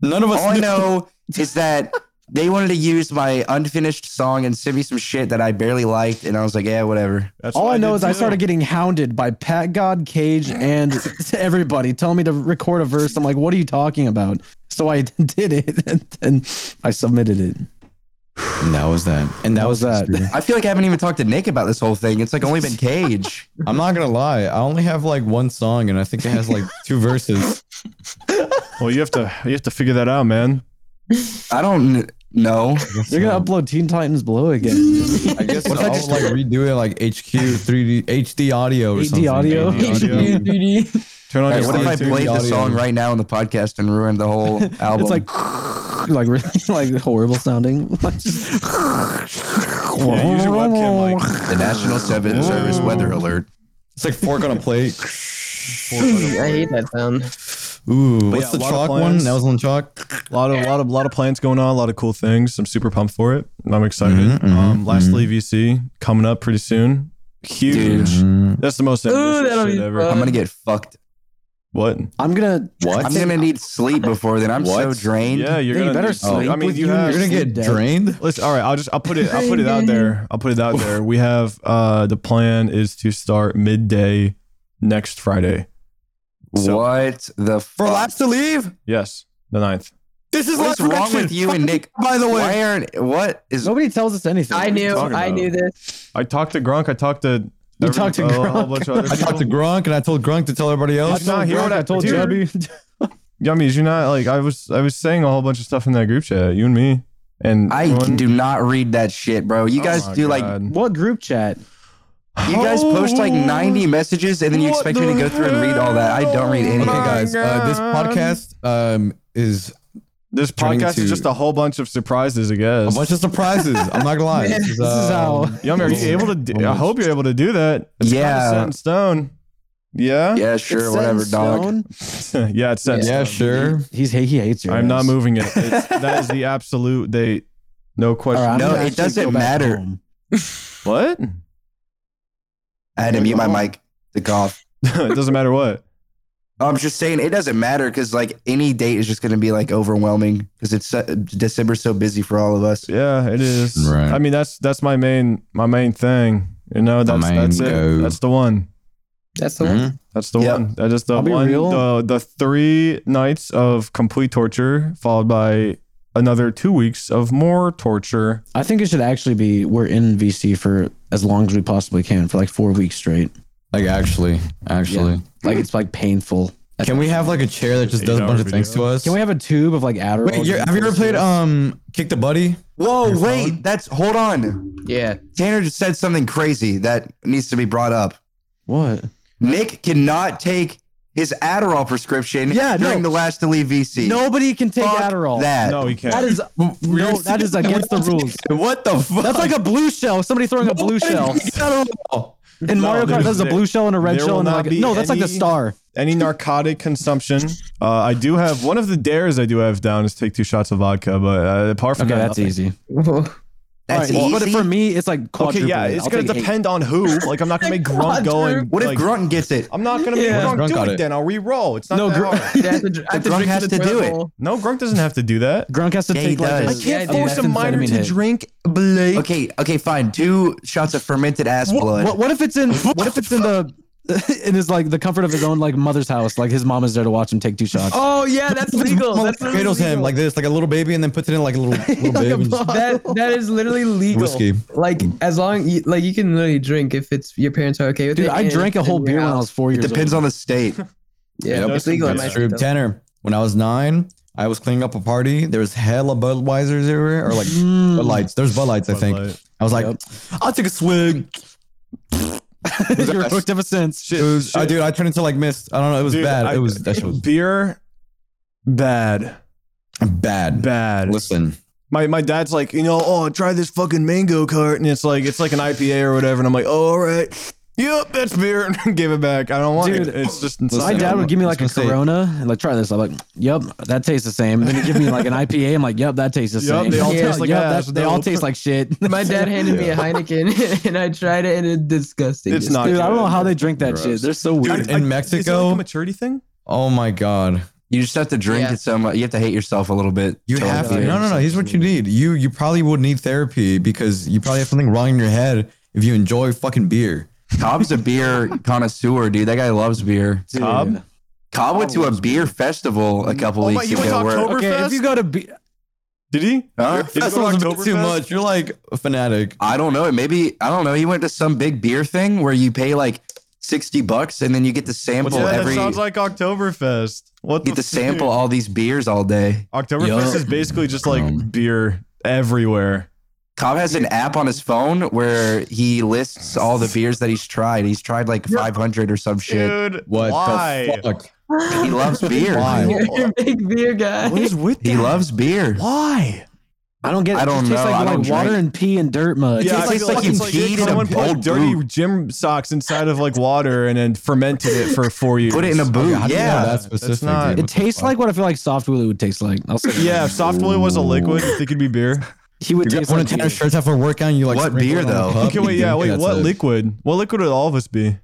Speaker 3: None of us
Speaker 4: All I
Speaker 3: knew.
Speaker 4: know is that they wanted to use my unfinished song and send me some shit that I barely liked, and I was like, yeah, whatever.
Speaker 1: That's
Speaker 2: All
Speaker 1: what
Speaker 2: I know
Speaker 1: did
Speaker 2: is I
Speaker 1: too.
Speaker 2: started getting hounded by Pat God, Cage, and everybody telling me to record a verse. I'm like, what are you talking about? So I did it and then I submitted it.
Speaker 3: And that was that. And that was uh, that.
Speaker 4: I feel like I haven't even talked to Nick about this whole thing. It's like only been Cage.
Speaker 3: I'm not gonna lie. I only have like one song, and I think it has like two verses.
Speaker 1: Well, you have to you have to figure that out, man.
Speaker 4: I don't kn- know.
Speaker 2: They're going to upload Teen Titans Blow again.
Speaker 3: I guess
Speaker 4: What if I
Speaker 3: I'll
Speaker 4: just-
Speaker 3: like redo it like HQ 3D HD audio or
Speaker 2: AD
Speaker 3: something.
Speaker 2: audio?
Speaker 1: Audio. Turn on
Speaker 3: Hey,
Speaker 1: your
Speaker 4: what if I
Speaker 1: Bluetooth.
Speaker 4: played the
Speaker 3: audio.
Speaker 4: song right now on the podcast and ruined the whole album?
Speaker 2: It's like, like, really, like horrible sounding.
Speaker 1: Yeah, use your webcam like
Speaker 4: the National Seven Service Weather Alert.
Speaker 3: It's like fork on a plate.
Speaker 5: I hate that sound.
Speaker 3: Ooh,
Speaker 1: yeah,
Speaker 3: what's
Speaker 1: a
Speaker 3: the
Speaker 1: lot of
Speaker 3: chalk one?
Speaker 1: plans.
Speaker 3: That was on chalk.
Speaker 1: a lot of lot of lot of plans going on, a lot of cool things. I'm super pumped for it. I'm excited.
Speaker 2: Mm-hmm,
Speaker 1: um, lastly, VC coming up pretty soon. Huge. That's the most ambitious
Speaker 5: that'll
Speaker 1: shit
Speaker 5: be
Speaker 1: ever.
Speaker 5: fun.
Speaker 4: I'm gonna get fucked.
Speaker 1: What?
Speaker 2: I'm going to.
Speaker 3: What?
Speaker 4: I'm gonna need sleep before then. I'm so
Speaker 3: What?
Speaker 4: drained.
Speaker 1: Yeah, you're
Speaker 2: Hey,
Speaker 1: gonna
Speaker 2: better
Speaker 1: need- oh,
Speaker 2: sleep
Speaker 1: I mean,
Speaker 2: with
Speaker 1: you
Speaker 2: you and
Speaker 1: have.
Speaker 3: You're gonna get
Speaker 2: Dead.
Speaker 3: drained.
Speaker 1: Listen, all right. I'll just I'll put it I'll put it out there. I'll put it out there. We have uh the plan is to start midday next Friday. So-
Speaker 4: What the
Speaker 3: For
Speaker 4: fuck?
Speaker 3: laps to leave.
Speaker 1: Yes, the 9th.
Speaker 3: This is
Speaker 4: What's
Speaker 3: last
Speaker 4: wrong
Speaker 3: prediction.
Speaker 4: with you and Nick?
Speaker 3: By the way,
Speaker 4: Why aren't what is
Speaker 2: Nobody tells us anything.
Speaker 5: I knew.
Speaker 1: talking
Speaker 5: I
Speaker 1: about?
Speaker 5: knew this.
Speaker 1: I talked to Gronk. I talked to.
Speaker 2: You talked to
Speaker 1: a whole
Speaker 2: Gronk.
Speaker 1: bunch of other
Speaker 3: I talked to
Speaker 1: people.
Speaker 3: Grunk and I told Grunk to tell everybody
Speaker 1: I
Speaker 3: else.
Speaker 1: told not hear what
Speaker 2: Grunk,
Speaker 1: I-
Speaker 2: I told
Speaker 1: dude.
Speaker 2: Jebby.
Speaker 1: Yummies, you're not like I was. I was saying a whole bunch of stuff in that group chat. You and me, and
Speaker 4: I
Speaker 1: everyone-
Speaker 4: do not read that shit, bro. You
Speaker 1: Oh
Speaker 4: guys
Speaker 1: my
Speaker 4: do like
Speaker 1: God.
Speaker 2: What group chat?
Speaker 4: you guys post like 90 messages and then you
Speaker 1: Oh. What
Speaker 4: expect me to
Speaker 1: the
Speaker 4: go through and read all that. I don't read
Speaker 1: hell?
Speaker 4: any
Speaker 3: Okay,
Speaker 4: of
Speaker 1: My
Speaker 4: that.
Speaker 3: guys, uh, this
Speaker 1: God.
Speaker 3: podcast um, is
Speaker 1: This
Speaker 3: Turning
Speaker 1: podcast is
Speaker 3: to-
Speaker 1: just a whole bunch of surprises, I guess.
Speaker 3: a bunch of surprises. I'm not gonna lie. This is,
Speaker 2: This is
Speaker 3: um,
Speaker 2: how-
Speaker 1: Yummy, are you able to? Do, I hope you're able to do that. It's kinda
Speaker 4: Yeah.
Speaker 1: set in stone. Yeah,
Speaker 4: Yeah,
Speaker 2: It's
Speaker 4: sure,
Speaker 2: set in
Speaker 4: whatever, dog.
Speaker 2: stone.
Speaker 1: yeah, it's set. in
Speaker 3: Yeah,
Speaker 1: stone.
Speaker 3: sure.
Speaker 2: He's he hates you.
Speaker 1: I'm not moving it. It's, that is the absolute date. No question.
Speaker 4: No, it doesn't matter.
Speaker 1: What?
Speaker 4: I had to mute my mic to cough.
Speaker 1: it doesn't matter what.
Speaker 4: I'm just saying it doesn't matter because like any date is just gonna be like overwhelming because it's so, December's so busy for all of us.
Speaker 1: Yeah, it is.
Speaker 3: Right.
Speaker 1: I mean, that's that's my main my main thing. You know, that's
Speaker 3: main
Speaker 1: that's it.
Speaker 3: go.
Speaker 1: That's the one.
Speaker 5: That's the one.
Speaker 1: That's the
Speaker 4: Yep.
Speaker 1: one. That is the
Speaker 2: I'll be
Speaker 1: one.
Speaker 2: real.
Speaker 1: The the three nights of complete torture, followed by another two weeks of more torture.
Speaker 2: I think it should actually be we're in VC for as long as we possibly can for like four weeks straight.
Speaker 3: Like actually, actually,
Speaker 2: Like it's like painful.
Speaker 3: can we have like a chair that just does a
Speaker 1: Eight-hour
Speaker 3: bunch of things to
Speaker 1: video.
Speaker 3: us?
Speaker 2: Can we have a tube of like Adderall?
Speaker 3: Wait, you're, have you ever played um Kick the Buddy?
Speaker 4: Whoa, wait, that's hold on.
Speaker 5: Yeah.
Speaker 4: Tanner just said something crazy that needs to be brought up.
Speaker 2: what?
Speaker 4: Nick cannot take his Adderall prescription
Speaker 2: Yeah, no.
Speaker 4: during the last to leave VC.
Speaker 2: Nobody can take
Speaker 4: Fuck
Speaker 2: Adderall.
Speaker 4: That.
Speaker 1: No, you can't.
Speaker 2: That is no, that is against the rules.
Speaker 3: What the fuck?
Speaker 2: That's like a blue shell. Somebody throwing a blue shell. In
Speaker 1: No,
Speaker 2: Mario Kart,
Speaker 1: there's-
Speaker 2: there's a blue shell and a red
Speaker 1: there
Speaker 2: shell,
Speaker 1: will
Speaker 2: and then,
Speaker 1: not
Speaker 2: like
Speaker 1: be
Speaker 2: no, that's like the
Speaker 1: any-
Speaker 2: star.
Speaker 1: Any narcotic consumption. Uh, I do have one of the dares I do have down is take two shots of vodka, but uh, apart from
Speaker 2: Okay,
Speaker 1: that,
Speaker 2: that's
Speaker 1: nothing.
Speaker 2: easy.
Speaker 4: That's
Speaker 2: All right, well,
Speaker 4: easy.
Speaker 2: But for me, it's like quadruple.
Speaker 1: Okay, yeah,
Speaker 2: it.
Speaker 1: it's
Speaker 2: I'll
Speaker 1: gonna
Speaker 2: take eight.
Speaker 1: depend on who. Like, I'm not gonna make Grunt go and
Speaker 4: what if
Speaker 1: like,
Speaker 4: Grunt gets it?
Speaker 1: I'm not gonna make
Speaker 5: Yeah.
Speaker 1: Grunt
Speaker 3: Grunt
Speaker 1: do
Speaker 3: got
Speaker 1: it,
Speaker 3: it.
Speaker 1: Then I'll re-roll. It's not
Speaker 2: No,
Speaker 1: that
Speaker 2: Gr-
Speaker 1: hard.
Speaker 5: I have to, dr- I have to
Speaker 4: drunk
Speaker 5: drink
Speaker 4: has
Speaker 5: the
Speaker 4: to do
Speaker 5: toilet
Speaker 4: it.
Speaker 5: bowl.
Speaker 1: No, Grunk doesn't have to do that.
Speaker 2: Grunk has to
Speaker 4: Yeah, he
Speaker 2: take like
Speaker 4: does.
Speaker 2: a-
Speaker 4: I
Speaker 1: I can't
Speaker 5: Yeah, dude,
Speaker 1: force a
Speaker 2: that's
Speaker 1: minor
Speaker 2: amphetamine
Speaker 1: to
Speaker 2: hit.
Speaker 1: drink Blake.
Speaker 4: Okay, okay, fine. Two shots of fermented ass
Speaker 2: Wha-
Speaker 4: blood.
Speaker 2: What, what if it's in? What if it's in the? In his like the comfort of his own like mother's house, like his mom is there to watch him take two shots.
Speaker 5: Oh yeah, that's legal. That's literally
Speaker 3: cradles him
Speaker 5: legal.
Speaker 3: like this, like a little baby, and then puts it in like a little little baby.
Speaker 5: that. That is literally legal.
Speaker 3: Whiskey.
Speaker 5: Like as long you, like you can literally drink if it's your parents are okay with
Speaker 2: Dude,
Speaker 5: it.
Speaker 2: I
Speaker 5: and
Speaker 2: drank a
Speaker 5: it's
Speaker 2: whole
Speaker 5: in your
Speaker 2: beer when I
Speaker 5: house.
Speaker 2: was four
Speaker 4: it
Speaker 2: years
Speaker 4: depends
Speaker 2: old.
Speaker 4: on the state.
Speaker 5: Yeah,
Speaker 3: Yep.
Speaker 5: it's legal. in my
Speaker 1: That's
Speaker 3: That's
Speaker 5: state,
Speaker 3: true.
Speaker 5: though.
Speaker 3: Tanner, when I was nine, I was cleaning up a party. There was hella Budweisers everywhere, or like Bud Lights. There's Bud Lights, I
Speaker 1: Bud
Speaker 3: think.
Speaker 1: Light.
Speaker 3: I was like, I'll take a swig.
Speaker 2: you were hooked ever since.
Speaker 3: It was, uh, dude, I turned into like mist. I don't know. It was
Speaker 1: Dude,
Speaker 3: bad.
Speaker 1: I-
Speaker 3: it was that shit was
Speaker 1: beer Bad.
Speaker 3: Bad.
Speaker 1: Bad.
Speaker 3: Listen,
Speaker 1: My my dad's like, you know, oh, try this fucking mango cart, and it's like it's like an IPA or whatever, and I'm like, oh, all right, yep, that's beer, and give it back. I don't want
Speaker 2: Dude,
Speaker 1: it. It's just
Speaker 2: My
Speaker 1: insane.
Speaker 3: Listen,
Speaker 2: dad would give me
Speaker 3: I
Speaker 2: like a
Speaker 3: was gonna say-
Speaker 2: Corona, and like try this. I'm like, yep, that tastes the same. Then he'd give me like an IPA. I'm like, yep, that tastes the
Speaker 1: Yup,
Speaker 2: same.
Speaker 1: they all
Speaker 2: Yeah,
Speaker 1: taste like
Speaker 2: yup,
Speaker 1: ass,
Speaker 2: that- they all
Speaker 1: dope.
Speaker 2: taste like shit.
Speaker 5: My dad handed me a Heineken and I tried it and it's disgusting.
Speaker 1: It's not
Speaker 2: Dude, I don't know how they drink that
Speaker 3: Gross.
Speaker 2: shit. They're so weird.
Speaker 3: in Mexico-
Speaker 1: a maturity thing.
Speaker 3: oh my god,
Speaker 4: You just have to drink
Speaker 5: Yeah.
Speaker 4: it so much. You have to hate yourself a little bit.
Speaker 3: you
Speaker 4: to like
Speaker 3: have to.
Speaker 4: it.
Speaker 3: No, no, no. Here's what you need. You you probably would need therapy because you probably have something wrong in your head if you enjoy fucking beer.
Speaker 4: Cobb's a beer connoisseur, dude. That guy loves beer.
Speaker 1: Cobb?
Speaker 4: Cobb went to a beer festival a couple
Speaker 1: Oh my-
Speaker 4: weeks
Speaker 1: he went to
Speaker 4: ago. Where,
Speaker 1: October-
Speaker 2: Okay, if you go to be-
Speaker 1: Did he?
Speaker 4: Huh?
Speaker 1: Did he go to
Speaker 3: sounds a bit
Speaker 1: Oktoberfest?
Speaker 3: too much. You're like a fanatic.
Speaker 4: I don't know. Maybe I don't know. He went to some big beer thing where you pay like sixty bucks and then you get to sample
Speaker 1: Yeah,
Speaker 4: every
Speaker 1: that sounds like Oktoberfest. What
Speaker 4: get
Speaker 1: the
Speaker 4: to sample
Speaker 1: fuck?
Speaker 4: all these beers all day.
Speaker 1: Oktoberfest
Speaker 3: Yeah.
Speaker 1: is basically just like beer everywhere.
Speaker 4: Cobb has an app on his phone where he lists all the beers that he's tried. He's tried like five hundred or some shit.
Speaker 1: Dude,
Speaker 3: What
Speaker 1: why?
Speaker 3: the fuck?
Speaker 4: He loves beer.
Speaker 3: Why?
Speaker 5: You're a big beer guy.
Speaker 1: What is with
Speaker 4: He
Speaker 1: that?
Speaker 4: loves beer.
Speaker 1: Why?
Speaker 2: I don't get.
Speaker 4: I
Speaker 2: it just
Speaker 4: don't
Speaker 2: tastes
Speaker 4: know.
Speaker 2: Like,
Speaker 4: I
Speaker 2: like
Speaker 4: don't
Speaker 2: water
Speaker 4: drink.
Speaker 2: and pee and dirt mud.
Speaker 4: Yeah. tastes
Speaker 1: I
Speaker 4: like
Speaker 1: feel
Speaker 4: like you
Speaker 1: it's
Speaker 4: peed in a
Speaker 1: someone put
Speaker 4: bold
Speaker 1: dirty
Speaker 4: boot.
Speaker 1: gym socks inside of like water and then fermented it for four years.
Speaker 4: Put it in a boot.
Speaker 3: Okay, how do you know
Speaker 4: yeah.
Speaker 3: that
Speaker 1: That's
Speaker 3: specific,
Speaker 1: not-
Speaker 3: dude?
Speaker 2: It tastes like what I feel like soft woolly would taste like. I'll say that.
Speaker 1: Yeah, if soft oil was a liquid, you think it'd be beer?
Speaker 2: he would
Speaker 3: You
Speaker 2: taste
Speaker 3: got one
Speaker 2: like
Speaker 3: of Tanner's
Speaker 2: beer.
Speaker 3: shirts after work on you like
Speaker 4: What
Speaker 3: sprinkle
Speaker 4: beer,
Speaker 3: it on the
Speaker 4: though?
Speaker 3: cup,
Speaker 1: Okay,
Speaker 3: you
Speaker 1: wait, yeah,
Speaker 3: drink it,
Speaker 1: wait.
Speaker 3: that's
Speaker 1: What
Speaker 3: it.
Speaker 1: liquid? What liquid would all of us be?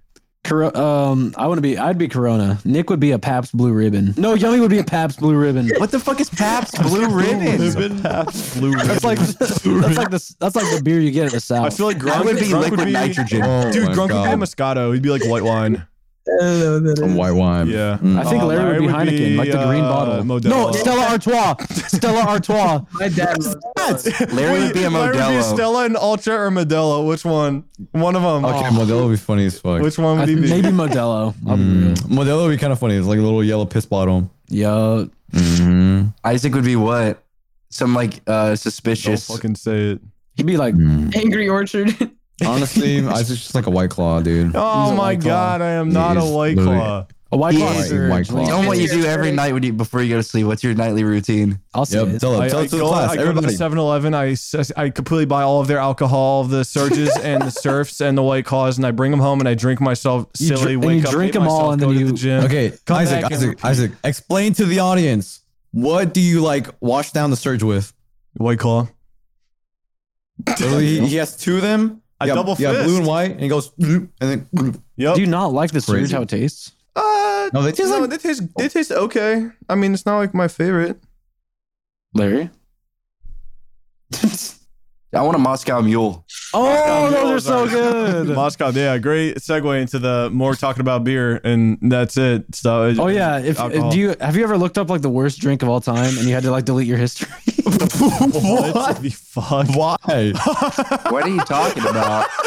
Speaker 2: Cor- um, I want to be. I'd be Corona. Nick would be a Pabst Blue Ribbon. No, Yummy would be a Pabst Blue Ribbon.
Speaker 4: What the fuck is Pabst Blue Ribbon?
Speaker 1: Pabst Blue
Speaker 2: That's like that's like the that's like the beer you get at the South.
Speaker 1: I feel like
Speaker 4: That
Speaker 1: drunk
Speaker 4: would be
Speaker 1: drunk
Speaker 4: liquid nitrogen.
Speaker 3: Oh
Speaker 1: Dude,
Speaker 3: my
Speaker 1: drunk would be a
Speaker 3: God.
Speaker 1: Moscato. He'd be like white wine.
Speaker 5: I don't know what that
Speaker 3: A
Speaker 5: is.
Speaker 3: white wine. Mm.
Speaker 1: Yeah.
Speaker 2: I think
Speaker 1: Uh,
Speaker 2: Larry, would be Heineken, like the green
Speaker 1: uh,
Speaker 2: bottle.
Speaker 1: Modelo.
Speaker 2: No, Stella Artois. Stella Artois.
Speaker 5: My dad loves
Speaker 4: Larry would be a
Speaker 1: Larry would be
Speaker 4: Modelo.
Speaker 1: Stella and Ultra or Modelo. Which one? One of them.
Speaker 3: Okay, Modelo would be funny as fuck.
Speaker 1: Which one
Speaker 2: I
Speaker 1: would he
Speaker 2: think
Speaker 1: be?
Speaker 2: maybe Modelo. I'll be real.
Speaker 3: Mm. Modelo would be kind of funny. It's like a little yellow piss bottle.
Speaker 2: Yo,
Speaker 1: Mm-hmm.
Speaker 3: Mm.
Speaker 4: Isaac would be what? Some like uh
Speaker 1: Don't
Speaker 4: suspicious.
Speaker 1: fucking say it.
Speaker 2: he'd be like,
Speaker 5: Angry Orchard.
Speaker 3: Honestly, I just just like a white claw, dude.
Speaker 1: Oh
Speaker 2: a
Speaker 1: my
Speaker 2: White Claw.
Speaker 1: god, I am not a
Speaker 3: He's
Speaker 1: white
Speaker 3: literally-
Speaker 1: claw.
Speaker 2: a white
Speaker 4: He
Speaker 2: claw.
Speaker 4: is
Speaker 2: is your
Speaker 3: White
Speaker 2: drink.
Speaker 3: Claw.
Speaker 4: Tell me what you do every
Speaker 5: Right.
Speaker 4: night when you before you go to sleep. What's your nightly routine?
Speaker 2: I'll say
Speaker 3: Yep,
Speaker 2: it.
Speaker 3: tell
Speaker 1: I,
Speaker 3: it. Tell
Speaker 1: I
Speaker 3: it to the
Speaker 1: go,
Speaker 3: class.
Speaker 1: I go to the
Speaker 3: Everybody.
Speaker 1: 7-Eleven. I, s- I completely buy all of their alcohol, the surges and the surfs and the white claws, and I bring them home and I drink myself
Speaker 2: You dr-
Speaker 1: silly.
Speaker 2: and
Speaker 1: wake
Speaker 2: you
Speaker 1: up,
Speaker 2: drink
Speaker 1: hate
Speaker 2: 'em all,
Speaker 1: myself,
Speaker 2: and
Speaker 1: go
Speaker 2: then
Speaker 1: to the
Speaker 2: you-
Speaker 1: gym.
Speaker 3: Okay,
Speaker 1: Come
Speaker 3: Isaac,
Speaker 1: back and
Speaker 3: Isaac,
Speaker 1: repeat.
Speaker 3: Isaac, explain to the audience what do you like wash down the surge with?
Speaker 1: White claw.
Speaker 3: Literally, he, he has two of them.
Speaker 1: A
Speaker 3: yeah,
Speaker 1: double
Speaker 3: yeah,
Speaker 1: fist.
Speaker 3: blue and white, and he goes and then.
Speaker 1: Yep.
Speaker 2: Do you not like the surge?
Speaker 3: Crazy.
Speaker 2: How it tastes?
Speaker 1: uh,
Speaker 3: No, they taste
Speaker 1: no,
Speaker 3: like-
Speaker 1: they taste they taste okay. I mean, it's not like my favorite.
Speaker 2: Larry.
Speaker 4: I want a Moscow Mule.
Speaker 2: Oh, those are so
Speaker 1: Moscow-
Speaker 2: good.
Speaker 1: Moscow, yeah, great segue into the more talking about beer, and that's it. So, uh,
Speaker 2: Oh yeah. If
Speaker 1: Alcohol.
Speaker 2: do you have you ever looked up like the worst drink of all time and you had to like delete your history?
Speaker 3: Oh,
Speaker 1: what, the fuck?
Speaker 3: Why?
Speaker 4: What are you talking about?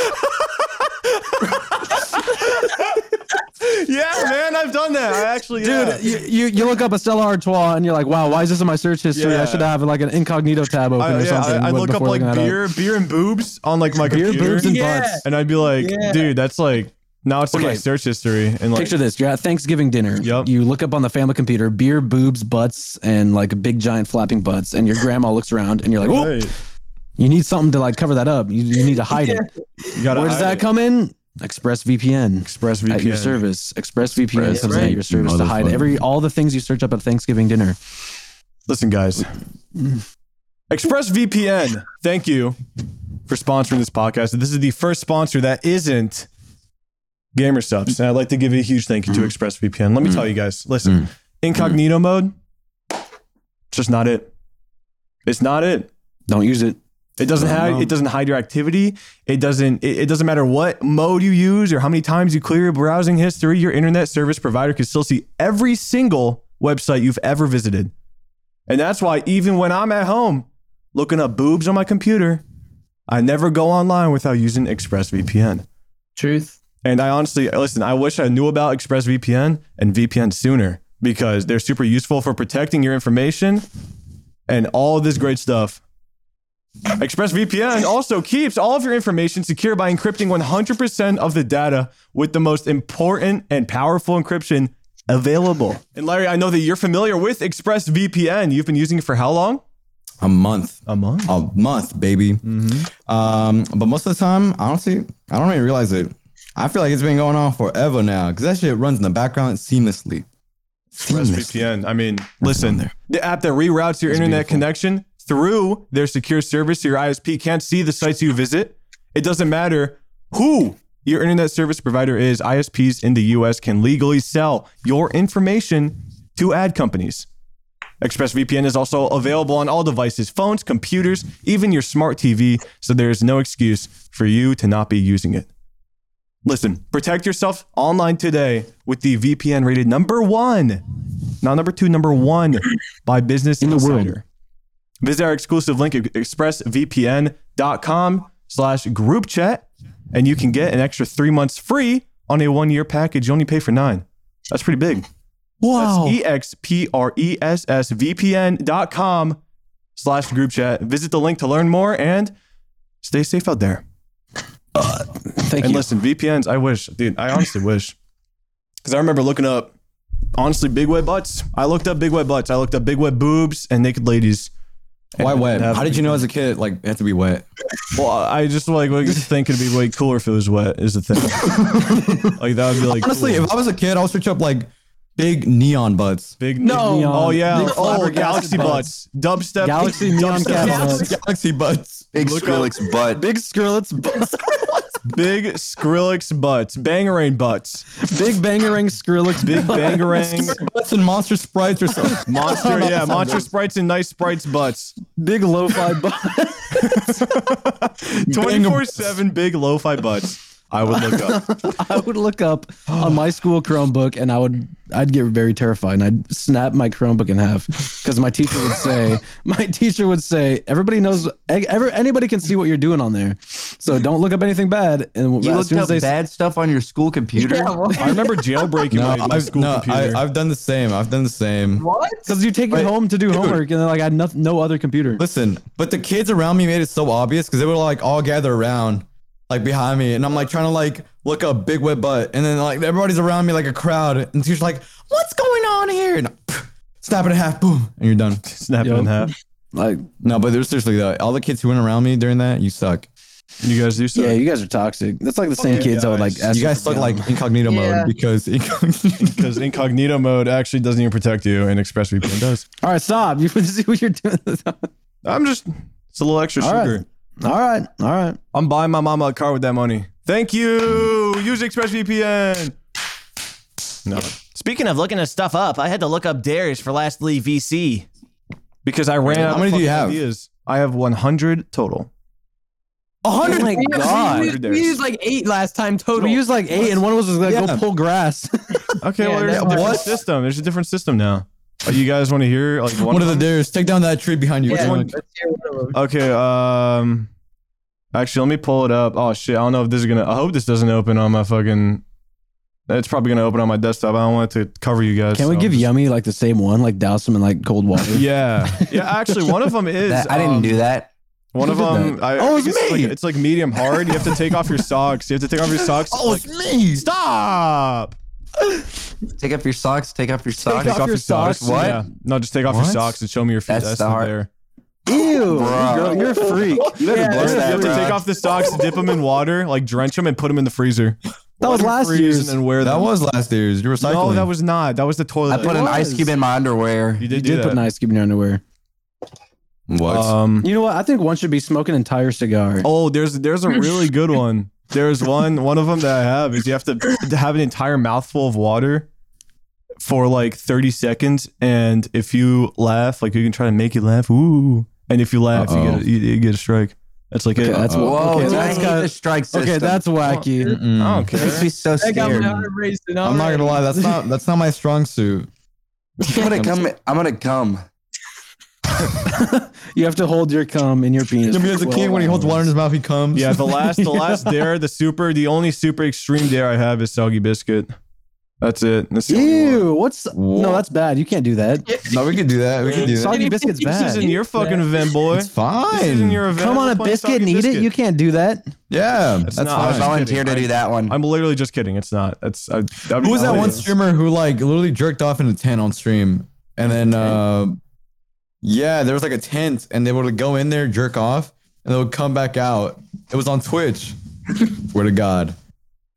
Speaker 1: yeah, man, I've done that. I actually, yeah.
Speaker 2: Dude, you, you you look up a Stella Artois and you're like, wow, why is this in my search history?
Speaker 1: Yeah.
Speaker 2: I should have like an incognito tab open
Speaker 1: I,
Speaker 2: or
Speaker 1: yeah,
Speaker 2: something.
Speaker 1: I, I
Speaker 2: when-
Speaker 1: look up
Speaker 2: before
Speaker 1: like
Speaker 2: looking that up.
Speaker 1: beer, beer and boobs on like my
Speaker 2: beer,
Speaker 1: computer,
Speaker 2: boobs, and
Speaker 5: Yeah.
Speaker 2: butts.
Speaker 1: and I'd be like, dude, that's like now it's in my
Speaker 2: Okay.
Speaker 1: search history, and like,
Speaker 2: Picture this: you're at Thanksgiving dinner.
Speaker 1: Yup.
Speaker 2: You look up on the family computer, beer, boobs, butts, and like big giant flapping butts. And your grandma looks around, and you're like, "Oh,
Speaker 1: Right.
Speaker 2: you need something to like cover that up. You, you need to hide it.
Speaker 1: You gotta
Speaker 2: Where does
Speaker 1: hide
Speaker 2: that
Speaker 1: it.
Speaker 2: come in? ExpressVPN.
Speaker 1: ExpressVPN.
Speaker 2: At your service, ExpressVPN
Speaker 5: Express,
Speaker 2: comes in at
Speaker 5: right.
Speaker 2: your service to hide
Speaker 3: Motherfucker.
Speaker 2: every all the things you search up at Thanksgiving dinner.
Speaker 1: Listen, guys. ExpressVPN, thank you for sponsoring this podcast. This is the first sponsor that isn't GamerSubs. And I'd like to give a huge thank you to ExpressVPN. Let me tell you guys
Speaker 2: Mm.
Speaker 1: listen, incognito mode, it's just not it. It's not it.
Speaker 2: Don't use it.
Speaker 1: It doesn't hide. It doesn't hide your activity. It doesn't. It, it doesn't matter what mode you use or how many times you clear your browsing history. Your internet service provider can still see every single website you've ever visited, and that's why even when I'm at home looking up boobs on my computer, I never go online without using ExpressVPN.
Speaker 5: Truth.
Speaker 1: And I honestly listen. I wish I knew about ExpressVPN and VPN sooner because they're super useful for protecting your information and all this great stuff. ExpressVPN also keeps all of your information secure by encrypting 100% of the data with the most important and powerful encryption
Speaker 2: available.
Speaker 1: And Larry, I know that you're familiar with ExpressVPN. You've been using it for how long?
Speaker 3: A month.
Speaker 1: A month.
Speaker 3: A month, baby. Um, but most of the time, honestly, I don't even realize it. I feel like it's been going on forever now because that shit runs in the background seamlessly.
Speaker 1: ExpressVPN. I mean, listen, the app that reroutes your internet connection through their secure service to your ISP can't see the sites you visit. It doesn't matter who your internet service provider is. ISPs in the US can legally sell your information to ad companies. ExpressVPN is also available on all devices, phones, computers, even your smart TV, so there is no excuse for you to not be using it. Listen, protect yourself online today with the VPN rated number one, not number two, number one by Business in Insider. The world. Visit our exclusive link at expressvpn.com slash group chat, and you can get an extra three months free on a one-year package. You only pay for nine. That's pretty big. Wow. That's E expressvpn.com slash group chat. Visit the link to learn more and stay safe out there.
Speaker 2: Thank
Speaker 1: and
Speaker 2: you.
Speaker 1: listen, VPNs, I wish, dude, I honestly wish. Because I remember looking up, honestly, big web butts. I looked up big web butts. I looked up big web boobs and naked ladies.
Speaker 3: Why
Speaker 1: And
Speaker 3: wet?
Speaker 1: have-
Speaker 3: How did you know as a kid, like, it had to be wet?
Speaker 1: Well, I just like was thinking it'd be way cooler if it was wet. Is the thing. like that would be like
Speaker 3: Honestly,
Speaker 1: cool.
Speaker 3: if I was a kid, I would switch up like big neon butts.
Speaker 1: big
Speaker 5: No.
Speaker 1: Big, oh yeah.
Speaker 2: Big
Speaker 1: Oh,
Speaker 2: flabbergasted
Speaker 1: galaxy butts.
Speaker 2: butts.
Speaker 1: Dubstep.
Speaker 2: Galaxy neon
Speaker 1: dubstep
Speaker 2: cat
Speaker 1: butts.
Speaker 2: butts.
Speaker 3: Galaxy butts.
Speaker 4: Big
Speaker 1: Look
Speaker 4: Skrillex butt.
Speaker 2: Big Skrillex butts.
Speaker 1: Big Skrillex butts. Bangarang butts.
Speaker 2: Big Bangarang Skrillex.
Speaker 1: Big
Speaker 2: butts.
Speaker 1: bangarang.
Speaker 3: Butts and monster sprites or something.
Speaker 1: Monster, yeah, monster sprites and nice sprites butts.
Speaker 2: Big lo-fi butts.
Speaker 1: 24 7 big lo fi butts. I would look up.
Speaker 2: I would look up on my school Chromebook and I would I'd get very terrified and I'd snap my Chromebook in half because my teacher would say my teacher would say everybody knows ever anybody can see what you're doing on there so don't look up anything bad and
Speaker 4: You
Speaker 2: as
Speaker 4: looked
Speaker 2: soon as
Speaker 4: up
Speaker 2: they
Speaker 4: bad stuff on your school computer.
Speaker 5: Yeah, what?
Speaker 1: I remember jailbreaking
Speaker 3: No,
Speaker 1: my, my
Speaker 3: I've,
Speaker 1: school
Speaker 3: no
Speaker 1: computer.
Speaker 3: I, I've done the same. I've done the same.
Speaker 5: What?
Speaker 2: because you take it home to do homework and then like I had no, no other computer
Speaker 3: Listen, but the kids around me made it so obvious because they were like all gathered around, like behind me, and I'm like trying to like look up big wet butt, and then like everybody's around me like a crowd, and the teacher's like, "What's going on here?" And pff, snap it in half, boom, and you're done.
Speaker 1: Snap it in
Speaker 2: Yep.
Speaker 1: half.
Speaker 2: like
Speaker 3: No, but there's seriously though, all the kids who went around me during that, you suck.
Speaker 1: You guys do so?
Speaker 2: yeah you guys are toxic that's like the same
Speaker 1: Okay,
Speaker 2: kids I would like
Speaker 1: guys.
Speaker 2: ask
Speaker 3: You guys
Speaker 2: for
Speaker 3: suck like incognito
Speaker 5: Yeah.
Speaker 3: mode because incognito.
Speaker 1: Because incognito mode actually doesn't even protect you, and ExpressVPN does.
Speaker 2: all right stop you see what you're doing
Speaker 1: I'm just, it's a little extra
Speaker 2: All right.
Speaker 1: sugar.
Speaker 2: all right all right
Speaker 1: I'm buying my mama a car with that money. Thank you. Use ExpressVPN. No.
Speaker 6: Speaking of looking this stuff up, I had to look up Darius for Lastly VC.
Speaker 1: Because I ran out
Speaker 3: many
Speaker 1: of
Speaker 3: do
Speaker 1: fucking
Speaker 3: you have?
Speaker 1: ideas. I have 100 total.
Speaker 5: Oh my
Speaker 1: God.
Speaker 5: We, used- we used like eight last time total.
Speaker 2: we used like eight and one was just like
Speaker 3: Yeah.
Speaker 2: go pull grass
Speaker 1: Okay,
Speaker 5: Yeah,
Speaker 1: well, there's a
Speaker 5: that-
Speaker 1: different
Speaker 3: what?
Speaker 1: system. There's a different system now. Oh, you guys want to hear like one?
Speaker 3: One
Speaker 1: of
Speaker 3: of the dares, take down that tree behind you.
Speaker 5: Yeah,
Speaker 3: Dylan.
Speaker 5: let's hear one of them.
Speaker 1: the- okay, um, actually, let me pull it up. Oh shit, I don't know if this is gonna. I hope this doesn't open on my fucking. It's probably gonna open on my desktop. I don't want it to cover you guys.
Speaker 2: Can we
Speaker 1: so-
Speaker 2: give Yummy like the same one, like douse him in like cold water?
Speaker 1: Yeah, yeah. Actually, one of them is.
Speaker 4: That- I didn't
Speaker 1: um,
Speaker 4: do that.
Speaker 1: One of
Speaker 2: Who did
Speaker 1: them. I,
Speaker 3: Oh,
Speaker 1: I
Speaker 3: it's
Speaker 1: think it's
Speaker 3: me!
Speaker 1: Like, it's like medium hard. You have to take off your socks. You have to take off your socks. Uh,
Speaker 3: Oh, it's me.
Speaker 1: stop!
Speaker 4: Take off your socks. Take off your socks.
Speaker 2: off your socks.
Speaker 4: What?
Speaker 1: Yeah. No, just take off your
Speaker 3: What?
Speaker 1: socks and show me your feet.
Speaker 4: That's
Speaker 1: That's,
Speaker 4: the
Speaker 1: not
Speaker 4: hard-
Speaker 1: there.
Speaker 2: Ew, girl, you're a freak.
Speaker 4: You better blur
Speaker 1: you
Speaker 4: that,
Speaker 1: have to
Speaker 4: bro.
Speaker 1: take off the socks, dip them in water, like drench them, and put them in the freezer.
Speaker 2: That was last
Speaker 1: Freeze
Speaker 2: year's.
Speaker 1: and then wear
Speaker 3: That
Speaker 1: them.
Speaker 3: was last year's. You were recycling.
Speaker 1: no, that was not. That was the toilet.
Speaker 4: I put an ice cube in my underwear.
Speaker 1: You
Speaker 2: You
Speaker 1: did, do
Speaker 2: did put
Speaker 1: that.
Speaker 2: an ice cube in your underwear.
Speaker 3: what?
Speaker 1: Um.
Speaker 2: You know what? I think one should be smoking an entire cigar.
Speaker 1: Oh, there's there's a really good one. There's one one of them that I have is you have to, to have an entire mouthful of water for like 30 seconds, and if you laugh, like you can try to make you laugh. Ooh, and if you laugh, you get a, you, you get a strike. That's like
Speaker 2: okay,
Speaker 1: it.
Speaker 2: that's
Speaker 4: Whoa,
Speaker 2: okay,
Speaker 4: dude, I
Speaker 2: that's
Speaker 4: hate
Speaker 2: got-
Speaker 4: the strike system.
Speaker 2: okay, that's wacky.
Speaker 3: Mm-mm.
Speaker 1: I don't
Speaker 4: It makes
Speaker 1: care.
Speaker 4: me so
Speaker 5: That got
Speaker 4: scared.
Speaker 5: my heart racing
Speaker 3: I'm not gonna lie. That's not that's not my strong suit.
Speaker 4: I'm gonna come. I'm gonna come.
Speaker 2: You have to hold your cum in your penis.
Speaker 3: Remember as a kid when he holds water in his mouth, he comes.
Speaker 1: Yeah, the last the last dare, the super, the only super extreme dare I have is soggy biscuit. That's it. That's the only one.
Speaker 2: Ew, what's no? That's bad. You can't do that.
Speaker 3: No, we could do that. We could do that.
Speaker 2: Soggy biscuits
Speaker 5: This
Speaker 1: This
Speaker 2: bad.
Speaker 1: isn't your fucking event, boy.
Speaker 3: It's fine.
Speaker 1: This isn't your event.
Speaker 2: Come on a
Speaker 1: We're playing
Speaker 2: biscuit
Speaker 1: soggy
Speaker 2: and eat it.
Speaker 1: biscuit.
Speaker 2: You can't do that.
Speaker 3: Yeah.
Speaker 1: It's not-
Speaker 3: that's
Speaker 4: I
Speaker 1: I'm
Speaker 3: fine.
Speaker 1: just
Speaker 4: volunteered to
Speaker 1: kidding.
Speaker 4: do that one.
Speaker 1: I'm literally just kidding. It's not. That's I, I
Speaker 3: Who was that one streamer who like literally jerked off in a tent on stream? And then uh, yeah, there was like a tent and they would go in there, jerk off, and they would come back out. It was on Twitch. swear to God.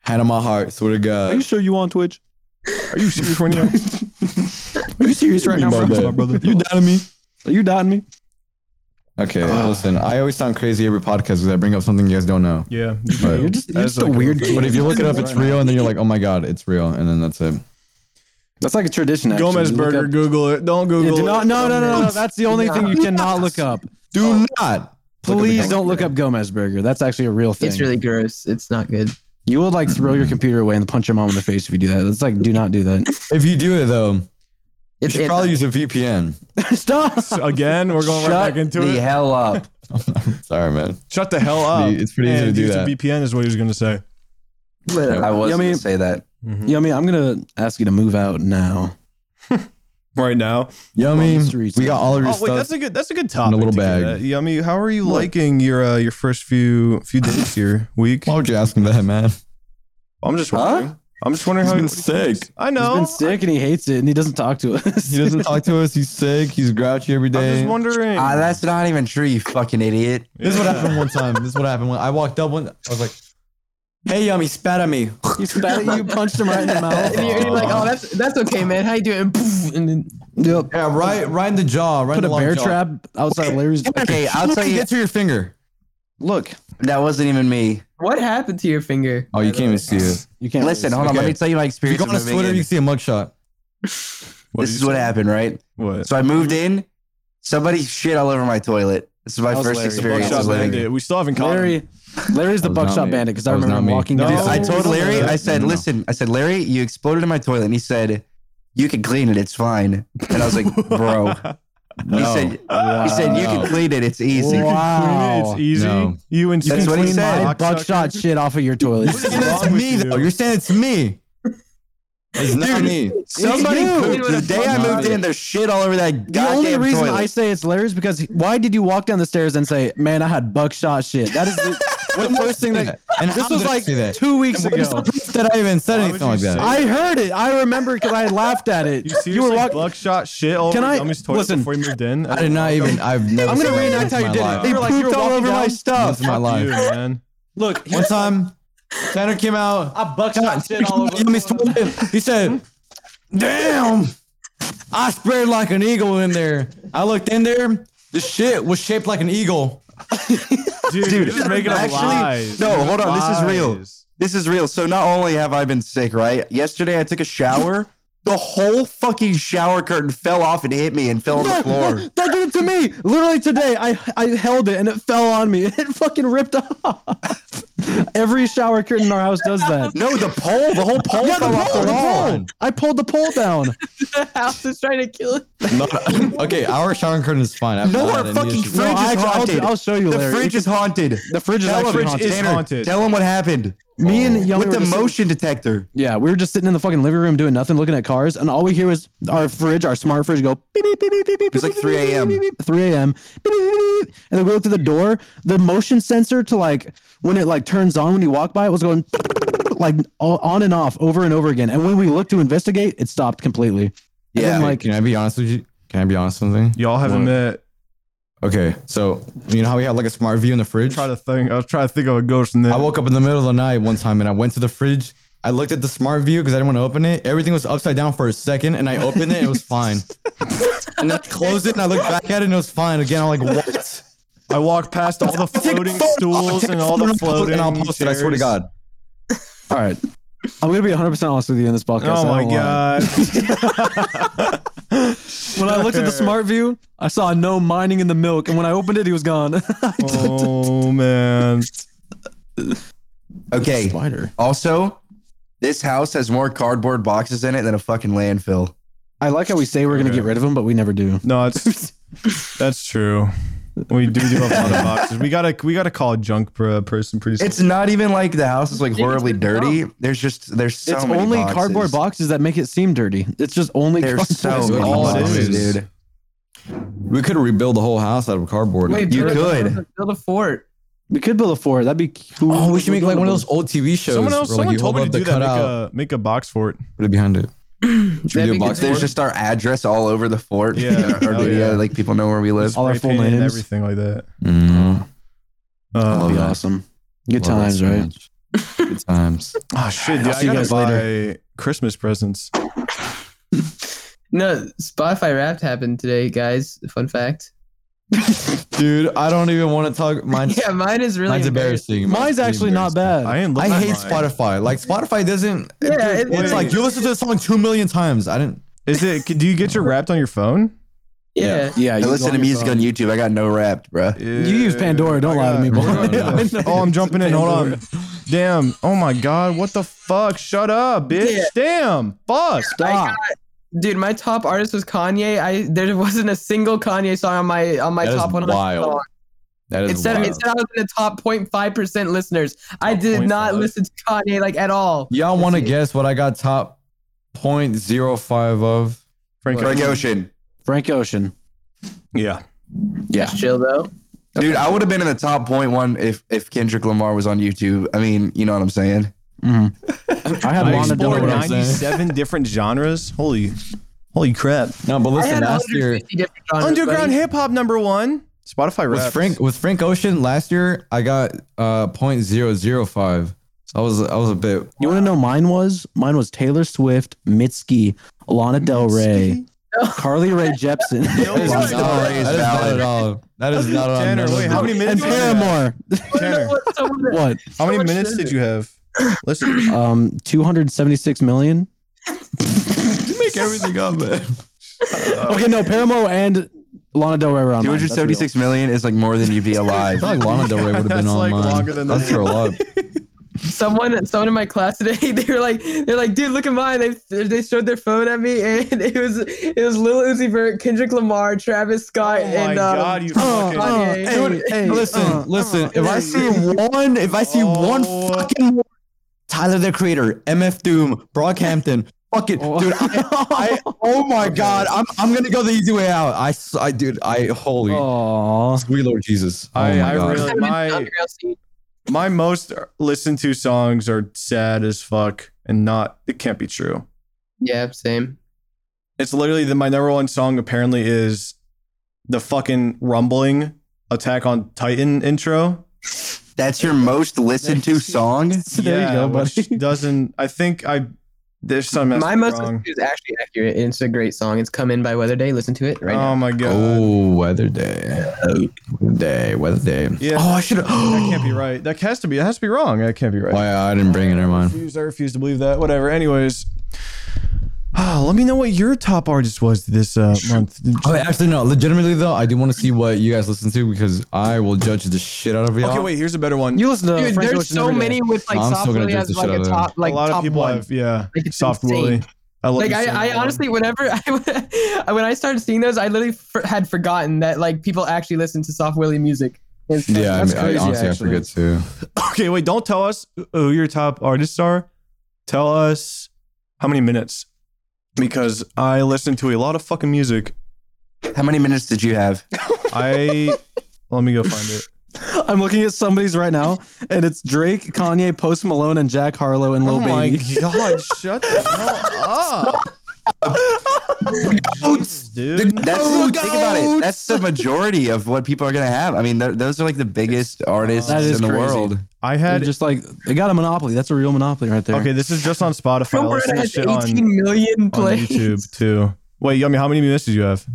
Speaker 3: Hand on my heart, swear to
Speaker 2: Are you
Speaker 3: God.
Speaker 2: sure you on Twitch?
Speaker 1: Are you serious right now?
Speaker 2: Are you serious right now,
Speaker 3: About
Speaker 2: bro?
Speaker 3: that. You doubting me?
Speaker 2: Are you doubting me?
Speaker 3: Okay, listen. I always sound crazy every podcast because I bring up something you guys don't know.
Speaker 1: Yeah.
Speaker 3: But,
Speaker 2: You're just, you're
Speaker 1: That's
Speaker 2: just a
Speaker 1: like a-
Speaker 2: weird
Speaker 3: but if you look it up, it's real, and then you're like, oh my god, it's real, and then that's it.
Speaker 2: That's like a tradition. Actually.
Speaker 1: Gomez
Speaker 2: You look
Speaker 1: Burger.
Speaker 2: up-
Speaker 1: Google it. Don't
Speaker 2: Yeah,
Speaker 1: Google
Speaker 2: do not,
Speaker 1: it.
Speaker 2: no, no, no, no. That's the only thing you cannot look up.
Speaker 3: Do not. look at the
Speaker 2: Please
Speaker 3: Gomez
Speaker 2: don't look up Gomez Burger. That's actually a real thing.
Speaker 5: It's really gross. It's not good.
Speaker 2: you would like throw your computer away and punch your mom in the face if you do that. That's like, do not do that.
Speaker 3: If you do it though, you
Speaker 5: It's
Speaker 3: should probably use a VPN.
Speaker 2: Stop.
Speaker 1: Again, we're going right back into
Speaker 4: the
Speaker 1: it.
Speaker 4: hell up.
Speaker 3: Sorry, man.
Speaker 1: Shut the hell up.
Speaker 3: pretty- it's pretty easy
Speaker 1: And
Speaker 3: to do
Speaker 1: use a
Speaker 3: that.
Speaker 1: VPN is what he was going to say.
Speaker 4: I was
Speaker 2: Yummy.
Speaker 4: gonna say that.
Speaker 2: Yeah, I mean, I'm gonna ask you to move out now.
Speaker 1: Mm-hmm. Right now.
Speaker 3: Yummy.
Speaker 2: On the streets.
Speaker 3: We got all of your
Speaker 1: Oh wait,
Speaker 3: stuff.
Speaker 1: that's a good that's a good topic.
Speaker 3: a little
Speaker 1: to get
Speaker 3: bag.
Speaker 1: at. Yummy. How are you liking your uh, your first few few days here week?
Speaker 3: Why would you ask him that, man?
Speaker 1: I'm just
Speaker 4: Huh?
Speaker 1: wondering. I'm just wondering
Speaker 3: He's
Speaker 1: how
Speaker 3: been
Speaker 1: you
Speaker 3: sick.
Speaker 1: I
Speaker 2: He's
Speaker 1: know.
Speaker 2: been sick and he hates it and he doesn't talk to us.
Speaker 3: He doesn't talk to us. He's sick. He's grouchy every
Speaker 1: I'm
Speaker 3: day.
Speaker 1: just wondering.
Speaker 4: Ah, that's not even true, you fucking idiot.
Speaker 3: This is what happened one time. This is what happened. When I walked up one. I was like, "Hey, yummy, spat at me."
Speaker 2: He spat at you, punched him right in the mouth.
Speaker 5: And you're, you're like, oh, that's that's okay, man. How you doing? And poof, And then
Speaker 2: Yep.
Speaker 3: Yeah, right, right in the jaw. Right in
Speaker 2: Put
Speaker 3: the
Speaker 2: a
Speaker 3: long
Speaker 2: bear
Speaker 3: jaw.
Speaker 2: trap outside Larry's.
Speaker 4: Okay, I'll tell you
Speaker 3: Get to your finger.
Speaker 2: Look,
Speaker 4: that wasn't even me.
Speaker 5: what happened to your finger?
Speaker 3: Oh, you can't even see it.
Speaker 2: you can't
Speaker 4: Listen, hold on.
Speaker 3: Okay.
Speaker 4: Let me tell you my
Speaker 3: If you
Speaker 4: experience.
Speaker 3: go on
Speaker 4: of
Speaker 3: his
Speaker 4: moving
Speaker 3: Twitter,
Speaker 4: in.
Speaker 3: you see a mugshot.
Speaker 4: this is what happened, right?
Speaker 1: What?
Speaker 4: So I moved in. Somebody shit all over my toilet. This is my
Speaker 2: That was
Speaker 4: first
Speaker 2: Larry.
Speaker 4: experience
Speaker 1: Buckshot
Speaker 4: of living.
Speaker 1: Bandit. We still haven't caught him.
Speaker 2: Larry, Larry's the
Speaker 3: That was not
Speaker 2: buckshot
Speaker 3: me.
Speaker 2: bandit because I
Speaker 3: That was
Speaker 2: remember
Speaker 3: not
Speaker 2: him
Speaker 3: me.
Speaker 2: walking
Speaker 1: No.
Speaker 2: down.
Speaker 4: Dude, I
Speaker 1: Oh,
Speaker 4: told
Speaker 1: no,
Speaker 4: Larry,
Speaker 1: no,
Speaker 4: I said,
Speaker 3: no, no.
Speaker 4: listen, I said, Larry, you exploded in my toilet. And he said, you can clean it. It's fine. And I was like, bro. He said, he said, you can clean it. It's easy.
Speaker 2: wow.
Speaker 1: It's easy.
Speaker 3: No.
Speaker 1: You and
Speaker 4: That's
Speaker 1: Steve
Speaker 4: what he
Speaker 1: clean
Speaker 4: said.
Speaker 1: my
Speaker 2: My buckshot shit off of your toilet.
Speaker 3: You're saying that's
Speaker 1: wrong with
Speaker 3: me,
Speaker 1: you?
Speaker 3: though. You're saying it's me. It's not me.
Speaker 4: Somebody
Speaker 2: you.
Speaker 4: pooped. The day I moved in, there's shit all over that
Speaker 2: The
Speaker 4: goddamn
Speaker 2: only reason
Speaker 4: toilet.
Speaker 2: I say it's Larry's because he- why did you walk down the stairs and say, "Man, I had buckshot shit"? That is the,
Speaker 3: When the first thing that, and
Speaker 2: this
Speaker 3: how
Speaker 2: was
Speaker 3: did I
Speaker 2: like
Speaker 3: say that?
Speaker 2: two weeks
Speaker 3: And where's
Speaker 2: ago.
Speaker 3: the proof that I even said
Speaker 1: Why
Speaker 3: anything
Speaker 1: would
Speaker 3: like
Speaker 1: you
Speaker 3: that.
Speaker 1: say
Speaker 2: I heard it. I remember because I laughed at it.
Speaker 1: You
Speaker 2: You,
Speaker 1: seriously
Speaker 2: were walking.
Speaker 1: buckshot shit all
Speaker 2: Can
Speaker 1: over
Speaker 2: I-
Speaker 1: Dummy's toilet
Speaker 2: listen,
Speaker 1: before you moved in?
Speaker 3: I did not even. I've never.
Speaker 2: I'm gonna
Speaker 3: seen that
Speaker 2: reenact
Speaker 3: once
Speaker 2: how
Speaker 3: in
Speaker 2: you
Speaker 3: my
Speaker 2: did
Speaker 3: life.
Speaker 2: it. You were like, you were
Speaker 1: Pooped all
Speaker 2: walking
Speaker 1: over my
Speaker 2: down-
Speaker 1: stuff.
Speaker 3: That's my
Speaker 1: Fuck
Speaker 3: life.
Speaker 1: you, man.
Speaker 2: Look,
Speaker 3: One time, Tanner came out.
Speaker 2: I buckshot shit all over.
Speaker 3: Yummy's toilet. He said, "Damn, I spread like an eagle in there." I looked in there. The shit was shaped like an eagle.
Speaker 1: Dude, you're just making up
Speaker 4: actually-
Speaker 1: lies.
Speaker 4: no,
Speaker 1: You're
Speaker 4: hold on, this is real.
Speaker 1: lies.
Speaker 4: This is real. So not only have I been sick, right? Yesterday I took a shower. The whole fucking shower curtain fell off and hit me and fell on the floor.
Speaker 2: That did it to me. Literally today, I I held it and it fell on me. It fucking ripped off. Every shower curtain in our house does that.
Speaker 4: No, the pole, the whole pole
Speaker 2: Yeah, the
Speaker 4: fell off
Speaker 2: pole,
Speaker 4: the
Speaker 2: the
Speaker 4: wall.
Speaker 2: pole. I pulled the pole down.
Speaker 5: The house is trying to kill it.
Speaker 3: Not- okay, our shower curtain is fine. I've
Speaker 4: No,
Speaker 3: not
Speaker 4: our
Speaker 3: had any
Speaker 4: fucking
Speaker 3: issues.
Speaker 4: fridge
Speaker 2: No, I
Speaker 4: is
Speaker 2: actually- I'll-
Speaker 4: haunted.
Speaker 2: I'll show you,
Speaker 4: The
Speaker 2: Larry.
Speaker 4: fridge
Speaker 2: You
Speaker 4: is haunted.
Speaker 2: The fridge is
Speaker 4: Tell
Speaker 2: actually
Speaker 4: him,
Speaker 1: fridge
Speaker 2: haunted.
Speaker 1: is haunted.
Speaker 4: Tell him what happened
Speaker 2: Me and Young
Speaker 4: with the
Speaker 2: were just-
Speaker 4: motion detector.
Speaker 2: Yeah, we were just sitting in the fucking living room doing nothing, looking at cars, and all we hear was our fridge, our smart fridge, go. Beep, beep, beep, beep, beep, beep,
Speaker 4: was like 3 a.m..
Speaker 2: 3 a.m. Beep, beep, beep, beep. And then we looked to the door. The motion sensor to like when it like turns on when you walk by it was going like all, on and off over and over again. And when we looked to investigate, it stopped completely. And
Speaker 4: Yeah.
Speaker 2: then, like
Speaker 3: Can I be honest with you? Can I be honest with something?
Speaker 1: Y'all haven't met.
Speaker 3: Okay, so you know how we have like a smart view in the fridge?
Speaker 1: Try to think. I was trying to think of a ghost in there.
Speaker 3: I woke up in the middle of the night one time and I went to the fridge. I looked at the smart view because I didn't want to open it. Everything was upside down for a second, and I opened it. It was fine. and I closed it, and I looked back at it, and it was fine again. I'm like, what?
Speaker 1: I walked past all the floating stools and all the floating.
Speaker 3: And I'll post it. I swear to
Speaker 1: chairs.
Speaker 3: God.
Speaker 2: all right. I'm gonna be 100 percent honest with you in this podcast.
Speaker 1: Oh
Speaker 2: I
Speaker 1: my
Speaker 2: won't lie.
Speaker 1: god.
Speaker 2: When I looked at the smart view, I saw no mining in the milk, and when I opened it, he was gone.
Speaker 1: Oh man.
Speaker 4: Okay.
Speaker 2: Spider.
Speaker 4: Also, this house has more cardboard boxes in it than a fucking landfill.
Speaker 2: I like how we say we're gonna get rid of him, but we never do.
Speaker 1: No, it's that's true. We do do a lot of boxes. We gotta we gotta call a junk per, person pretty soon.
Speaker 4: It's not even like the house is like horribly dirty. There's just there's so
Speaker 2: it's
Speaker 4: many
Speaker 2: only cardboard boxes that make it seem dirty. It's just only
Speaker 4: There's so
Speaker 2: cardboard.
Speaker 4: many
Speaker 3: all it
Speaker 4: boxes,
Speaker 3: is.
Speaker 4: dude.
Speaker 3: We could rebuild the whole house out of cardboard.
Speaker 4: you
Speaker 5: build a-
Speaker 4: could.
Speaker 5: build a fort.
Speaker 2: We could build a fort. That'd be cool.
Speaker 3: Oh, we should make like one of those old TV shows.
Speaker 1: Someone else,
Speaker 3: where, like,
Speaker 1: someone
Speaker 3: you
Speaker 1: told me
Speaker 3: hold
Speaker 1: to
Speaker 3: up the
Speaker 1: do that. Make
Speaker 3: cutout,
Speaker 1: a, make a box for it.
Speaker 3: Put it behind it. Should we
Speaker 5: That'd
Speaker 3: do
Speaker 5: be
Speaker 3: a box?
Speaker 5: good.
Speaker 4: There's just our address all over the fort.
Speaker 1: Yeah.
Speaker 4: our
Speaker 1: Oh,
Speaker 4: video,
Speaker 1: yeah.
Speaker 4: like people know where we live.
Speaker 2: All our
Speaker 1: Spray
Speaker 2: full
Speaker 1: paint and
Speaker 2: names.
Speaker 1: everything like that.
Speaker 3: Mm,
Speaker 1: Uh,
Speaker 2: That'd be
Speaker 3: Love that.
Speaker 2: awesome. Good
Speaker 3: love
Speaker 2: times,
Speaker 3: that so
Speaker 2: right?
Speaker 3: much. Good times.
Speaker 1: oh shit! Dude,
Speaker 2: I'll
Speaker 1: I
Speaker 2: see you
Speaker 1: gotta
Speaker 2: guys
Speaker 1: buy
Speaker 2: later.
Speaker 1: Christmas presents.
Speaker 5: No, Spotify Wrapped happened today, guys. Fun fact.
Speaker 3: Dude, I don't even want to talk. Mine's,
Speaker 5: Yeah, mine is really
Speaker 3: mine's
Speaker 5: embarrassing.
Speaker 3: embarrassing.
Speaker 2: Mine's
Speaker 3: pretty
Speaker 2: actually not
Speaker 3: embarrassing.
Speaker 2: bad.
Speaker 1: I ain't.
Speaker 3: I
Speaker 1: looking at
Speaker 3: hate
Speaker 1: mine.
Speaker 3: Spotify. Like Spotify doesn't.
Speaker 5: Yeah,
Speaker 3: dude,
Speaker 5: it-
Speaker 3: it's like you listen to the song two million times. I didn't.
Speaker 1: Is it? Do you get your wrapped on your phone?
Speaker 5: Yeah.
Speaker 2: Yeah,
Speaker 4: I listen to music on YouTube. I got no rap, bro.
Speaker 2: You use Pandora. Don't lie to me, boy.
Speaker 1: oh, I'm jumping in. Hold on. Damn. Oh my god. What the fuck? Shut up, bitch. Damn.
Speaker 3: Oh,
Speaker 1: Fuck.
Speaker 2: Stop.
Speaker 5: Dude, my top artist was Kanye. I there wasn't a single Kanye song on my on my
Speaker 3: That is
Speaker 5: top 100
Speaker 3: wild.
Speaker 5: song.
Speaker 3: That is
Speaker 5: It said,
Speaker 3: wild.
Speaker 5: it said I was in the top 0.5 percent listeners. I did not
Speaker 1: 0.5.
Speaker 5: listen to Kanye like at all.
Speaker 3: Y'all want to guess what I got top 0.05 of?
Speaker 1: Frank.
Speaker 4: Frank Ocean.
Speaker 2: Frank Ocean.
Speaker 1: Yeah.
Speaker 2: Yeah.
Speaker 5: Chill though.
Speaker 4: Dude, I would have been in the top point one if if Kendrick Lamar was on YouTube. I mean, you know what I'm saying?
Speaker 3: Mm-hmm.
Speaker 2: I had Lana
Speaker 3: I explored
Speaker 2: Del
Speaker 1: Explored
Speaker 3: what
Speaker 2: Rey.
Speaker 3: I'm saying.
Speaker 1: 97 different genres. Holy, holy crap.
Speaker 3: No, but
Speaker 5: I
Speaker 3: listen,
Speaker 5: had
Speaker 3: last year
Speaker 5: 150 different genres,
Speaker 1: Underground
Speaker 5: buddy.
Speaker 1: hip hop number one. Spotify
Speaker 3: with
Speaker 1: raps.
Speaker 3: Frank with Frank Ocean last year, I got uh 0.005. So I was I was a bit
Speaker 2: You want to know mine was? Mine was Taylor Swift, Mitski, Lana Del Rey, Carly Rae Jepsen,
Speaker 1: Yo,
Speaker 3: That is
Speaker 1: what?
Speaker 3: not- that
Speaker 4: Rae
Speaker 3: is
Speaker 4: is
Speaker 3: not
Speaker 4: valid.
Speaker 3: at all. That is not at all.
Speaker 1: Tanner, wait, how many
Speaker 2: and
Speaker 1: minutes? do you have?
Speaker 2: Paramore.
Speaker 1: Tanner,
Speaker 5: Someone-
Speaker 2: what?
Speaker 1: how many
Speaker 5: Someone
Speaker 1: minutes
Speaker 5: should.
Speaker 1: did you have? Listen,
Speaker 2: Um, two hundred seventy-six million.
Speaker 3: you make everything up, man?
Speaker 2: Okay, no, Paramore and Lana Del Rey were on. mine. That's real.
Speaker 4: 276 million is like more than you'd be
Speaker 3: I
Speaker 4: alive.
Speaker 3: feel like Lana Del Rey would have been
Speaker 1: That's
Speaker 3: on
Speaker 1: like
Speaker 3: mine.
Speaker 1: longer than
Speaker 3: That's
Speaker 1: the-
Speaker 3: for a lot.
Speaker 5: someone someone in my class today they were like they're like dude look at mine they they showed their phone at me and it was it was Lil Uzi Vert Kendrick Lamar Travis Scott
Speaker 1: oh my
Speaker 5: and um,
Speaker 1: god, you fucking.
Speaker 5: uh,
Speaker 3: Dude,
Speaker 2: Oh, hey,
Speaker 3: listen,
Speaker 2: uh,
Speaker 3: listen. if I see one, if I see one
Speaker 1: Oh.
Speaker 3: fucking word, Tyler the Creator, MF Doom, Brockhampton, fuck it,
Speaker 1: Oh.
Speaker 3: dude. I, I, oh my god, I'm I'm gonna go the easy way out. I, s- I dude, I holy,
Speaker 2: Aw.
Speaker 3: sweet Lord Jesus.
Speaker 1: Oh.
Speaker 3: Oh
Speaker 1: I,
Speaker 3: my
Speaker 1: I
Speaker 3: god.
Speaker 1: really my my most listened to songs are sad as fuck and not. It can't be true.
Speaker 5: yeah same
Speaker 1: It's literally the my number one song apparently is the fucking rumbling Attack on Titan intro.
Speaker 4: That's your most listened to song?
Speaker 2: There you go,
Speaker 1: which
Speaker 2: buddy.
Speaker 1: Doesn't I think I there's some
Speaker 5: my
Speaker 1: my
Speaker 5: most
Speaker 1: wrong.
Speaker 5: is actually accurate and it's a great song it's come in by Weather Day listen to it right
Speaker 1: oh
Speaker 5: now
Speaker 1: my god.
Speaker 3: Oh, weather day, weather day, weather day.
Speaker 1: Yeah.
Speaker 3: Oh, I should. have
Speaker 1: That can't be right. That has to be. That has to be wrong. That can't be right.
Speaker 3: Why I didn't bring it? Never
Speaker 1: I
Speaker 3: mind.
Speaker 1: refuse. I refuse to believe that. Whatever. Anyways, Ah, let me know what your top artist was this uh, month.
Speaker 3: Oh, wait, actually, no. Legitimately, though, I do want to see what you guys listen to because I will judge the shit out of y'all.
Speaker 1: Okay, wait. Here's a better one.
Speaker 2: You listen to
Speaker 5: dude
Speaker 2: Frank
Speaker 5: there's
Speaker 2: Ocean
Speaker 5: so
Speaker 2: every day.
Speaker 5: many with like
Speaker 3: I'm still
Speaker 5: soft
Speaker 3: gonna
Speaker 5: Willie
Speaker 3: judge
Speaker 5: as
Speaker 3: the
Speaker 5: like
Speaker 3: shit out
Speaker 5: a
Speaker 3: of
Speaker 5: top like
Speaker 1: a lot
Speaker 5: top
Speaker 1: of people
Speaker 5: one.
Speaker 1: have yeah.
Speaker 5: Like, it's
Speaker 1: soft
Speaker 5: insane.
Speaker 1: Willie. I love
Speaker 5: like
Speaker 1: the
Speaker 5: I, I
Speaker 1: song.
Speaker 5: honestly whenever I when I started seeing those I literally for, had forgotten that like people actually listen to soft Willie music And stuff.
Speaker 3: Yeah, I,
Speaker 2: That's
Speaker 3: mean,
Speaker 2: crazy,
Speaker 3: I honestly
Speaker 2: actually.
Speaker 3: I forget too.
Speaker 1: Okay, wait. Don't tell us who your top artists are. Tell us how many minutes, because I listen to a lot of fucking music.
Speaker 4: How many minutes did you have?
Speaker 1: I let me go find it.
Speaker 2: I'm looking at somebody's right now, and it's Drake, Kanye, Post Malone, and Jack Harlow and Lil Baby.
Speaker 1: Oh god! Shut the hell up, Jeez, dude.
Speaker 4: That's think about it. That's the majority of what people are gonna have. I mean, th- those are like the biggest artists
Speaker 2: That is
Speaker 4: in the
Speaker 2: crazy.
Speaker 4: world.
Speaker 1: I
Speaker 2: They're
Speaker 1: had
Speaker 2: just like they got a monopoly. That's a real monopoly right there.
Speaker 1: okay. This is just on Spotify. I
Speaker 5: Billboard
Speaker 1: listen to
Speaker 5: has
Speaker 1: shit
Speaker 5: 18
Speaker 1: on, on
Speaker 5: million plays.
Speaker 1: YouTube too. Wait, Yummy, how many minutes did you have?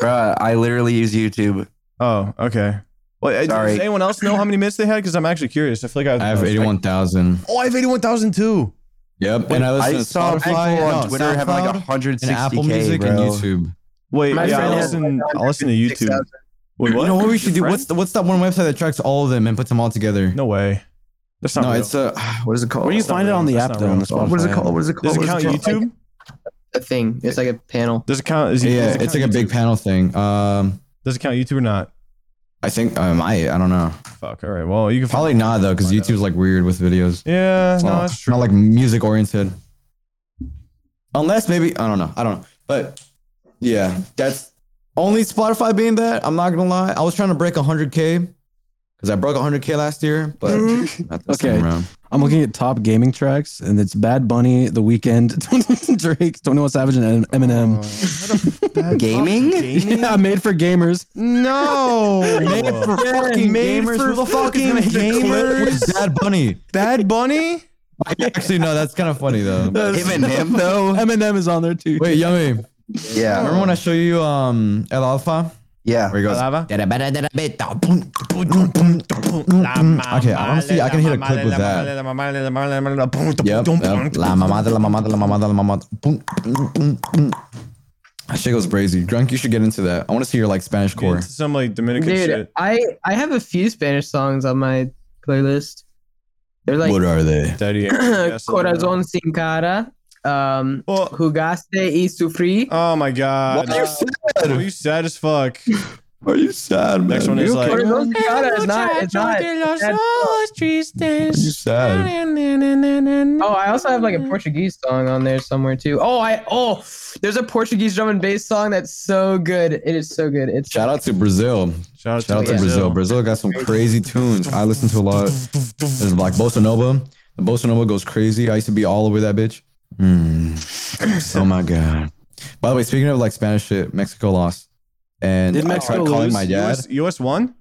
Speaker 4: Bruh, I literally use YouTube.
Speaker 1: Oh, okay. Wait,
Speaker 4: Sorry.
Speaker 1: does anyone else know how many minutes they had? Because I'm actually curious. I feel like I've,
Speaker 3: I have eighty-one thousand.
Speaker 1: Oh, I have eighty-one thousand too.
Speaker 3: Yep, and I listen
Speaker 4: I
Speaker 3: to
Speaker 4: saw people
Speaker 3: Spotify,
Speaker 4: on
Speaker 3: no,
Speaker 4: Twitter having
Speaker 3: SoundCloud,
Speaker 4: like
Speaker 3: and
Speaker 4: 160k,
Speaker 3: Apple Music
Speaker 4: bro.
Speaker 3: and YouTube.
Speaker 1: Wait,
Speaker 5: My
Speaker 1: yeah,
Speaker 5: friend
Speaker 1: I'll
Speaker 5: has
Speaker 1: listen. I'll listen to YouTube.
Speaker 5: 6,000.
Speaker 1: Wait, what?
Speaker 3: You know what we should do? What's the, what's that one website that tracks all of them and puts them all together?
Speaker 1: no way. That's not.
Speaker 3: no,
Speaker 1: real.
Speaker 3: it's a what is it called?
Speaker 2: Where do you find it on the
Speaker 1: That's
Speaker 2: app
Speaker 1: not
Speaker 2: though? On the
Speaker 1: real.
Speaker 2: Spotify.
Speaker 3: What is it called? What is it
Speaker 1: Does
Speaker 3: called?
Speaker 1: it count
Speaker 3: What is it called?
Speaker 1: YouTube?
Speaker 5: a thing. It's like a panel.
Speaker 1: Does it count? Is it,
Speaker 3: Yeah,
Speaker 1: does it
Speaker 3: it's like a
Speaker 1: count
Speaker 3: big
Speaker 1: YouTube?
Speaker 3: panel thing. Um,
Speaker 1: Does it count YouTube or not?
Speaker 3: I think I might. I don't know.
Speaker 1: Fuck. All right. Well, you can
Speaker 3: Probably not though, because
Speaker 1: Find out.
Speaker 3: YouTube's like weird with videos.
Speaker 1: Yeah,
Speaker 3: It's
Speaker 1: no,
Speaker 3: not-
Speaker 1: that's true.
Speaker 3: Not like music oriented. Unless maybe I don't know. I don't know. But yeah, that's only Spotify being that. I'm not gonna lie. I was trying to break 100k, because I broke 100k last year, but not this
Speaker 2: Okay.
Speaker 3: time around.
Speaker 2: I'm looking at top gaming tracks, and it's Bad Bunny, The Weeknd, Drake, 21 Savage, and
Speaker 1: Uh,
Speaker 2: Eminem.
Speaker 4: Gaming?
Speaker 2: yeah, made for gamers.
Speaker 1: No.
Speaker 3: Fucking
Speaker 1: made for fucking gamers.
Speaker 3: Bad Bunny.
Speaker 1: Bad Bunny.
Speaker 3: Actually, no, that's kind of funny though.
Speaker 4: Him and him though?
Speaker 2: Eminem is on there too.
Speaker 3: Wait, Yummy,
Speaker 4: Yeah.
Speaker 3: remember when I show you um El Alfa?
Speaker 4: Yeah.
Speaker 3: Where he goes.
Speaker 1: Lava.
Speaker 3: Mm, Okay, honestly, I can hit a clip with that. Yep. yep. La mamada, la mamada, la mamada, la mamada. Boom, boom, boom, boom. That shit goes crazy. Drunk, you should get into that. I want to see your like Spanish core.
Speaker 1: Into Some like Dominican
Speaker 5: Dude,
Speaker 1: shit.
Speaker 5: I I have a few Spanish songs on my playlist. They're like
Speaker 3: what are they?
Speaker 1: Daddy. yes, I know.
Speaker 5: Corazón sin cara, um,
Speaker 1: Well,
Speaker 5: Jugaste y sufrí.
Speaker 1: oh my god.
Speaker 3: Why are you sad?
Speaker 1: Oh, you sad as fuck.
Speaker 3: Why Are you sad, man?
Speaker 1: Next one is
Speaker 3: You
Speaker 1: like-
Speaker 3: okay?
Speaker 5: Corazón sin cara is not. It's not. it's not-
Speaker 3: Why are you sad.
Speaker 5: Oh, I also have like
Speaker 1: Mm.
Speaker 5: a Portuguese song on there somewhere too. Oh, I oh, there's a Portuguese drum and bass song that's so good. It is so good. It's
Speaker 3: Shout out to Brazil.
Speaker 1: Shout out
Speaker 3: Shout out to Brazil. Brazil got some crazy tunes. I listen to a lot. There's like Bossa Nova. The Bossa Nova goes crazy. I used to be all over that bitch. Mm. Oh my god. By the way, speaking of like Spanish shit, Mexico lost. And
Speaker 2: Did
Speaker 3: I
Speaker 2: Mexico
Speaker 3: tried calling
Speaker 2: lose?
Speaker 3: my dad.
Speaker 1: US, US one?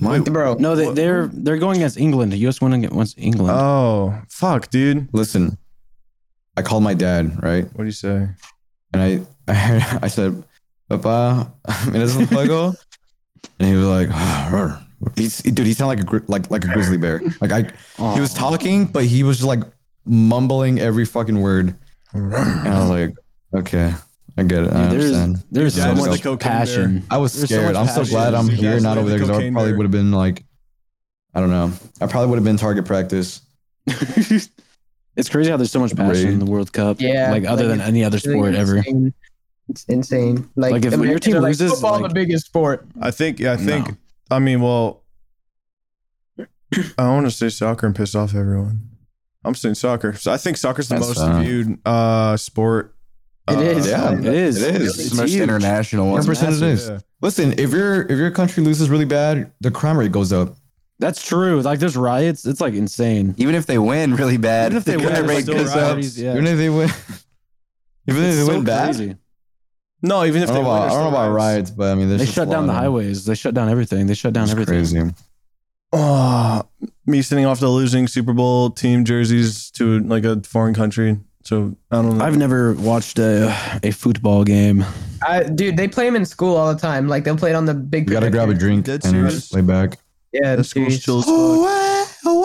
Speaker 3: My,
Speaker 5: bro.
Speaker 2: No, they, they're they're going against England. The U.S. won against England.
Speaker 1: Oh, fuck, dude.
Speaker 3: listen, I called my dad, right?
Speaker 1: What do you say?
Speaker 3: And I I, heard, I said, Papa, eres un fuego? and he was like, "Rrr." He's, dude, he sounded like a gri- like like a grizzly bear. Like I, he was talking, but he was just like mumbling every fucking word. And I was like, okay, I get it. I understand.
Speaker 2: Uh-huh. there's there's
Speaker 1: Yeah,
Speaker 2: so
Speaker 1: just
Speaker 2: much
Speaker 1: the cocaine
Speaker 2: passion.
Speaker 3: I was
Speaker 2: there's so
Speaker 3: scared.
Speaker 2: much
Speaker 3: I'm so
Speaker 2: passion.
Speaker 3: glad I'm
Speaker 1: There's
Speaker 3: here, not
Speaker 1: definitely
Speaker 3: over there, because I
Speaker 1: cocaine
Speaker 3: probably
Speaker 1: bear.
Speaker 3: would have been like, I don't know. I probably would have been target practice.
Speaker 2: it's crazy how there's so much passion in the World Cup.
Speaker 5: Yeah,
Speaker 2: like other
Speaker 5: like,
Speaker 2: than any other
Speaker 5: It's really
Speaker 2: sport ever.
Speaker 5: insane. It's insane. Like,
Speaker 2: Like, if your
Speaker 5: Americans
Speaker 2: team
Speaker 5: are
Speaker 2: loses,
Speaker 5: football
Speaker 2: like-
Speaker 5: the biggest sport.
Speaker 1: I think, yeah, I think, I mean, well, I want to say soccer and piss off everyone. I'm saying soccer. So I think soccer's the
Speaker 3: That's
Speaker 1: most
Speaker 3: fine.
Speaker 1: viewed uh, sport.
Speaker 5: It
Speaker 1: uh,
Speaker 5: is.
Speaker 3: yeah,
Speaker 2: It is.
Speaker 3: It is.
Speaker 4: It's the most international one.
Speaker 3: 100% it is.
Speaker 1: Yeah.
Speaker 3: Listen, if your if your country loses really bad, the crime rate goes up.
Speaker 2: That's true. Like there's riots. It's like insane.
Speaker 4: Even if they win really bad.
Speaker 2: Even if they
Speaker 4: the
Speaker 2: win,
Speaker 4: crime
Speaker 1: it's
Speaker 4: rate
Speaker 1: still
Speaker 4: goes
Speaker 1: right.
Speaker 4: up.
Speaker 2: Parties, yeah.
Speaker 3: Even if they win, even if
Speaker 2: It's
Speaker 3: they
Speaker 2: so
Speaker 3: win bad,
Speaker 2: crazy.
Speaker 1: No, even
Speaker 3: I
Speaker 1: if
Speaker 3: don't
Speaker 1: they
Speaker 3: know
Speaker 1: win,
Speaker 3: about, I
Speaker 1: there's
Speaker 3: don't know
Speaker 1: still
Speaker 3: about
Speaker 1: riots.
Speaker 3: riots, but I mean, there's
Speaker 2: They
Speaker 3: just a
Speaker 2: shut
Speaker 3: lot
Speaker 2: down the
Speaker 3: of them.
Speaker 2: highways. They shut down everything. They shut down
Speaker 3: It's
Speaker 2: everything.
Speaker 3: crazy.
Speaker 1: Oh, me sending off the losing Super Bowl team jerseys to like a foreign country. So I don't know.
Speaker 2: I've never watched a a football game.
Speaker 5: I, dude, they play them in school all the time. Like they'll play it on the big.
Speaker 3: You gotta grab a
Speaker 5: projector.
Speaker 3: drink
Speaker 1: Dead
Speaker 3: and
Speaker 1: serious.
Speaker 3: just lay back.
Speaker 5: Yeah,
Speaker 1: that school's
Speaker 5: dude.
Speaker 1: chill as fuck.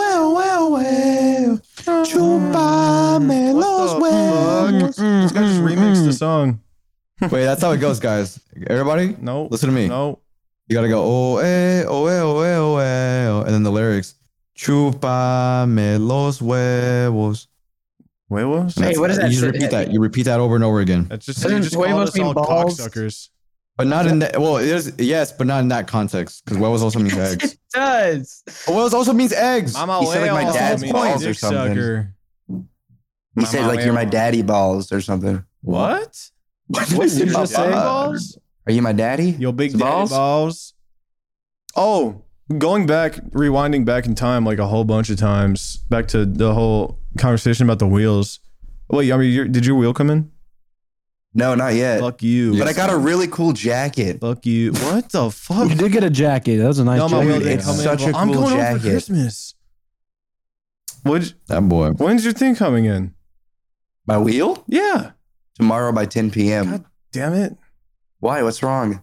Speaker 4: Mm,
Speaker 1: This guy just remixed the song.
Speaker 3: Wait, that's how it goes, guys. Everybody,
Speaker 1: No,
Speaker 3: listen to me.
Speaker 1: no.
Speaker 3: You gotta go, oh, eh, oh, eh, oh, eh, oh, eh, oh, and then the lyrics. Chupame los huevos.
Speaker 1: Huevos?
Speaker 5: Hey, what does that
Speaker 3: You
Speaker 5: shit-
Speaker 3: repeat that. You repeat that over and over again.
Speaker 1: That's just,
Speaker 5: Doesn't
Speaker 1: you just called
Speaker 5: huevos
Speaker 1: us
Speaker 5: mean
Speaker 1: all
Speaker 5: balls?
Speaker 1: cocksuckers.
Speaker 3: But not in that. Well, it is, yes, but not in that context. Because huevos also means eggs. Oh,
Speaker 5: It does.
Speaker 3: Huevos also means eggs.
Speaker 1: Mama
Speaker 4: You sound like my
Speaker 1: huevos
Speaker 4: dad's
Speaker 1: means
Speaker 4: balls
Speaker 1: dick
Speaker 4: or something.
Speaker 1: sucker.
Speaker 4: He said, like, you're my daddy balls or something.
Speaker 1: What?
Speaker 3: What
Speaker 1: What did you
Speaker 3: just
Speaker 1: just say? Balls?
Speaker 4: Are you my daddy?
Speaker 1: Yo, big
Speaker 4: It's
Speaker 1: daddy balls?
Speaker 4: balls?
Speaker 1: Oh, going back, rewinding back in time like a whole bunch of times, back to the whole conversation about the wheels. Wait, I mean, your, did your wheel come in?
Speaker 4: No, not yet.
Speaker 1: Fuck you.
Speaker 4: Uh, But I got a really cool jacket.
Speaker 1: Fuck you. What the fuck?
Speaker 2: You did get a jacket. That was a nice
Speaker 1: No, my
Speaker 2: jacket.
Speaker 1: wheel didn't
Speaker 4: It's
Speaker 1: come
Speaker 4: such
Speaker 1: in.
Speaker 4: a
Speaker 1: but I'm
Speaker 4: cool
Speaker 1: going over for
Speaker 4: jacket.
Speaker 1: Christmas. What?
Speaker 3: That boy.
Speaker 1: When's your thing coming in?
Speaker 4: My wheel?
Speaker 1: Yeah.
Speaker 4: Tomorrow by 10 p.m.
Speaker 1: God. Damn it.
Speaker 4: Why? What's wrong?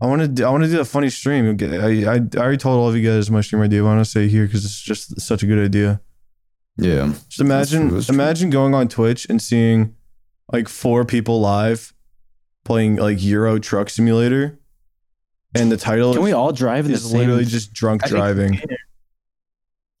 Speaker 1: I want to. Do, I want to do a funny stream. You'll get- I, I, I already told all of you guys my stream idea. but I want to say here because it's just such a good idea.
Speaker 3: Yeah.
Speaker 1: Just imagine,
Speaker 3: true, that's true.
Speaker 1: imagine going on Twitch and seeing like four people live playing like Euro Truck Simulator, and the title
Speaker 2: Can we all drive in the
Speaker 1: is
Speaker 2: same?
Speaker 1: literally just drunk
Speaker 5: I think-
Speaker 1: driving.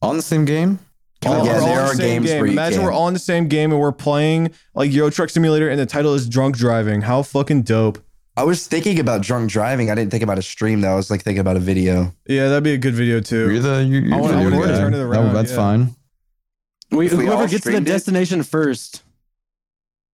Speaker 3: On the same game?
Speaker 1: All,
Speaker 4: Yeah,
Speaker 1: we're all
Speaker 4: there
Speaker 1: on the
Speaker 4: are
Speaker 1: same
Speaker 4: games
Speaker 1: game.
Speaker 4: where you
Speaker 1: Imagine
Speaker 4: can.
Speaker 1: we're all in the same game and we're playing like Euro Truck Simulator, and the title is Drunk Driving. How fucking dope!
Speaker 4: I was thinking about drunk driving. I didn't think about a stream though. I was like thinking about a video.
Speaker 1: Yeah, that'd be a good video too.
Speaker 3: You're the you, you're
Speaker 1: I wanna- I
Speaker 3: the
Speaker 1: wanna
Speaker 3: guy.
Speaker 1: turn it around,
Speaker 3: That- that's
Speaker 1: yeah.
Speaker 3: fine.
Speaker 2: We,
Speaker 4: If we all
Speaker 2: whoever gets to the
Speaker 4: streamed it?
Speaker 2: destination first.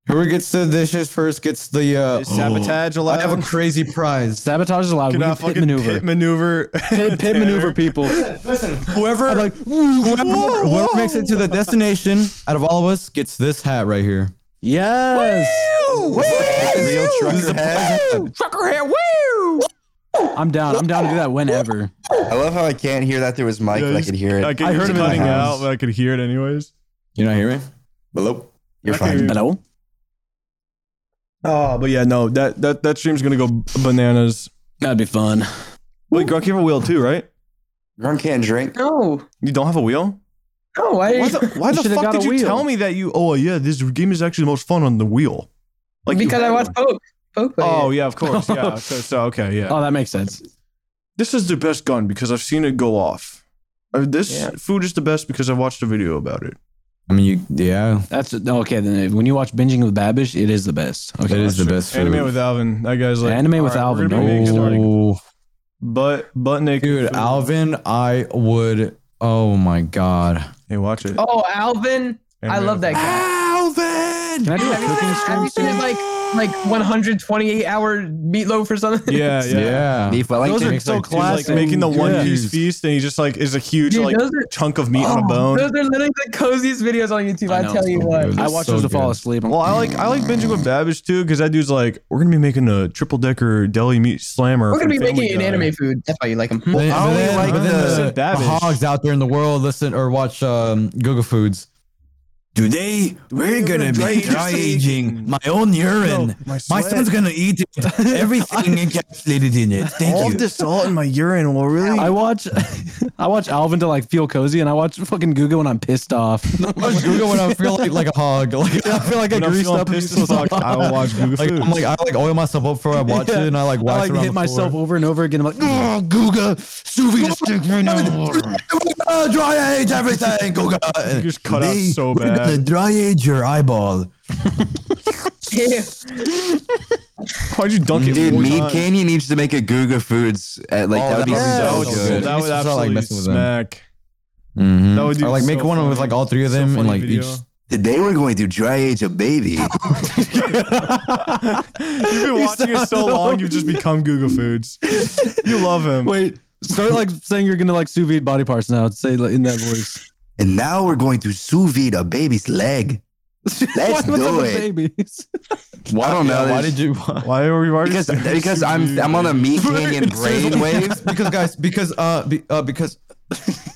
Speaker 3: Whoever gets the dishes first gets the. Uh,
Speaker 1: Is sabotage
Speaker 3: I
Speaker 1: allowed?
Speaker 3: have a crazy prize.
Speaker 2: Sabotage is allowed.
Speaker 1: Can
Speaker 2: we
Speaker 1: I
Speaker 2: can pit
Speaker 1: fucking
Speaker 2: maneuver.
Speaker 1: pit maneuver?
Speaker 2: pit, pit maneuver people.
Speaker 3: Whoever,
Speaker 2: I'm like,
Speaker 3: whoever, whoever makes it to the destination out of all of us gets this hat right here.
Speaker 2: yes.
Speaker 3: Real trucker hat.
Speaker 5: Trucker hair, woo!
Speaker 2: I'm down. I'm down to do that whenever.
Speaker 4: I love how I can't hear that through his mic, but I
Speaker 1: Yes.
Speaker 4: can hear it.
Speaker 1: I, can,
Speaker 2: I heard
Speaker 1: heard
Speaker 2: him
Speaker 1: it
Speaker 2: in my
Speaker 1: cutting
Speaker 2: house.
Speaker 1: out, but I could hear it anyways.
Speaker 3: You not hear me? Hello.
Speaker 4: You're
Speaker 1: I can
Speaker 4: fine.
Speaker 1: hear-
Speaker 2: Hello.
Speaker 1: Oh, but yeah, no, that that that stream's gonna go bananas.
Speaker 2: That'd be fun.
Speaker 1: Wait, Grunk, you have a wheel too, right?
Speaker 4: Grunk can't drink.
Speaker 5: No,
Speaker 1: You don't have a wheel?
Speaker 5: no, why?
Speaker 1: Why the, why
Speaker 2: You
Speaker 1: the
Speaker 2: should've
Speaker 1: fuck
Speaker 2: got
Speaker 1: did
Speaker 2: a
Speaker 1: you
Speaker 2: wheel.
Speaker 1: tell me that you? Oh yeah, this game is actually the most fun on the wheel. Like you
Speaker 5: because I
Speaker 1: had
Speaker 5: watched
Speaker 1: one.
Speaker 5: Poke. Poke play
Speaker 1: Oh
Speaker 5: it. Uh,
Speaker 1: yeah, of course. Yeah. so, so okay, yeah.
Speaker 2: Oh, that makes sense.
Speaker 1: this is the best gun because I've seen it go off. Or this
Speaker 5: Yeah.
Speaker 1: food is the best because I watched a video about it.
Speaker 3: I mean, you. Yeah.
Speaker 2: That's okay. Then when you watch binging with Babish, it is the best.
Speaker 3: That
Speaker 2: Okay.
Speaker 3: is the best food.
Speaker 1: Anime with Alvin. That guy's like
Speaker 2: Anime with
Speaker 1: "All we're
Speaker 2: Alvin,
Speaker 1: gonna be
Speaker 2: no.
Speaker 1: making starting
Speaker 3: Oh,
Speaker 1: Butt butt naked.
Speaker 3: dude,
Speaker 1: food.
Speaker 3: Alvin, I would. Oh my god.
Speaker 1: Hey, watch it.
Speaker 5: Oh, Alvin, I
Speaker 1: Anime
Speaker 5: love
Speaker 1: with
Speaker 5: that guy.
Speaker 3: Alvin.
Speaker 2: Can I do a Ah, cooking
Speaker 5: Have
Speaker 2: stream
Speaker 5: you seen
Speaker 2: soon?
Speaker 5: his, like like 128 hour meatloaf or something?
Speaker 1: Yeah, yeah.
Speaker 3: Yeah.
Speaker 4: Beef
Speaker 2: Those
Speaker 4: Wellington.
Speaker 2: are
Speaker 3: Makes,
Speaker 2: so
Speaker 3: like, two,
Speaker 1: He's like
Speaker 2: classic.
Speaker 1: making the one piece
Speaker 3: Yes.
Speaker 1: feast, and he just like is a huge
Speaker 5: Dude,
Speaker 1: like
Speaker 5: those are- oh,
Speaker 1: chunk of meat on a bone.
Speaker 5: Those are literally the coziest videos on YouTube.
Speaker 2: I
Speaker 5: I,
Speaker 2: know.
Speaker 5: tell you what.
Speaker 2: I
Speaker 3: That's
Speaker 2: watch
Speaker 3: so
Speaker 2: those to fall
Speaker 3: good.
Speaker 2: asleep. I'm-
Speaker 1: Well, I like I like binging with Babbage too because that dude's like, we're gonna be making a triple decker deli meat slammer.
Speaker 5: We're gonna be
Speaker 1: for Family
Speaker 5: making an
Speaker 1: Guy.
Speaker 5: anime food. That's why you like them.
Speaker 3: But
Speaker 4: I
Speaker 3: but
Speaker 4: only
Speaker 3: then,
Speaker 4: like
Speaker 3: but then
Speaker 1: the-
Speaker 3: the, the
Speaker 1: Babish.
Speaker 3: hogs out there in the world listen or watch um, Google Foods. Today we're gonna be dry aging my own urine.
Speaker 1: my
Speaker 3: son's gonna eat it. Everything encapsulated in it. Thank
Speaker 1: All of the salt in my urine will really.
Speaker 2: I watch, I watch Alvin to like feel cozy, and I watch fucking Guga when I'm pissed off.
Speaker 3: watch Google when I feel like, like a hog. Like I feel like
Speaker 1: when
Speaker 3: a
Speaker 1: I'm
Speaker 3: greased
Speaker 1: feeling
Speaker 3: up
Speaker 1: pissed
Speaker 3: piece of
Speaker 1: as fuck, I will watch Google
Speaker 3: Like, I'm
Speaker 1: Foods.
Speaker 3: like I like oil myself up before I watch it, and I like
Speaker 2: Oh, I
Speaker 3: wax
Speaker 2: like
Speaker 3: around
Speaker 2: hit
Speaker 3: the
Speaker 2: myself
Speaker 3: floor.
Speaker 2: over and over again. I'm like, "Ugh."
Speaker 3: Google, sous vide stick right Dry age everything, Google.
Speaker 1: You just cut out
Speaker 3: Today,
Speaker 1: so
Speaker 3: we're gonna
Speaker 1: bad.
Speaker 3: dry age your eyeball.
Speaker 5: Yeah.
Speaker 1: Why'd you dunk it?
Speaker 4: Dude,
Speaker 1: four
Speaker 4: Meat
Speaker 1: times?
Speaker 4: Canyon needs to make a Guga Foods. At, like
Speaker 3: Oh,
Speaker 4: that would be
Speaker 3: that
Speaker 4: so
Speaker 1: That
Speaker 3: would
Speaker 1: would,
Speaker 4: good.
Speaker 3: be so good.
Speaker 1: that would
Speaker 3: I used to
Speaker 1: absolutely
Speaker 3: like messing with them.
Speaker 1: smack.
Speaker 3: Mm-hmm.
Speaker 1: That would do
Speaker 3: or like
Speaker 1: so
Speaker 3: make one
Speaker 1: funny.
Speaker 3: with like all three of
Speaker 1: So
Speaker 3: them and
Speaker 1: funny
Speaker 3: like
Speaker 1: video.
Speaker 3: each.
Speaker 4: Today we're going to dry age a baby.
Speaker 1: You've been watching it so long, you've just become Google Foods. You love him.
Speaker 2: wait, start like saying you're gonna like sous vide body parts now. Say like, in that voice.
Speaker 4: and now we're going to sous vide a baby's leg. Let's
Speaker 2: What's up
Speaker 4: do
Speaker 2: with
Speaker 4: it.
Speaker 2: babies?
Speaker 4: I don't know.
Speaker 3: Why
Speaker 4: there's-
Speaker 3: did you?
Speaker 1: Why are we already
Speaker 4: Because
Speaker 1: saying
Speaker 4: because
Speaker 1: Sous
Speaker 4: I'm
Speaker 1: Vide?
Speaker 4: I'm on the Meat Canyon brainwave.
Speaker 3: because guys, because uh, be, uh because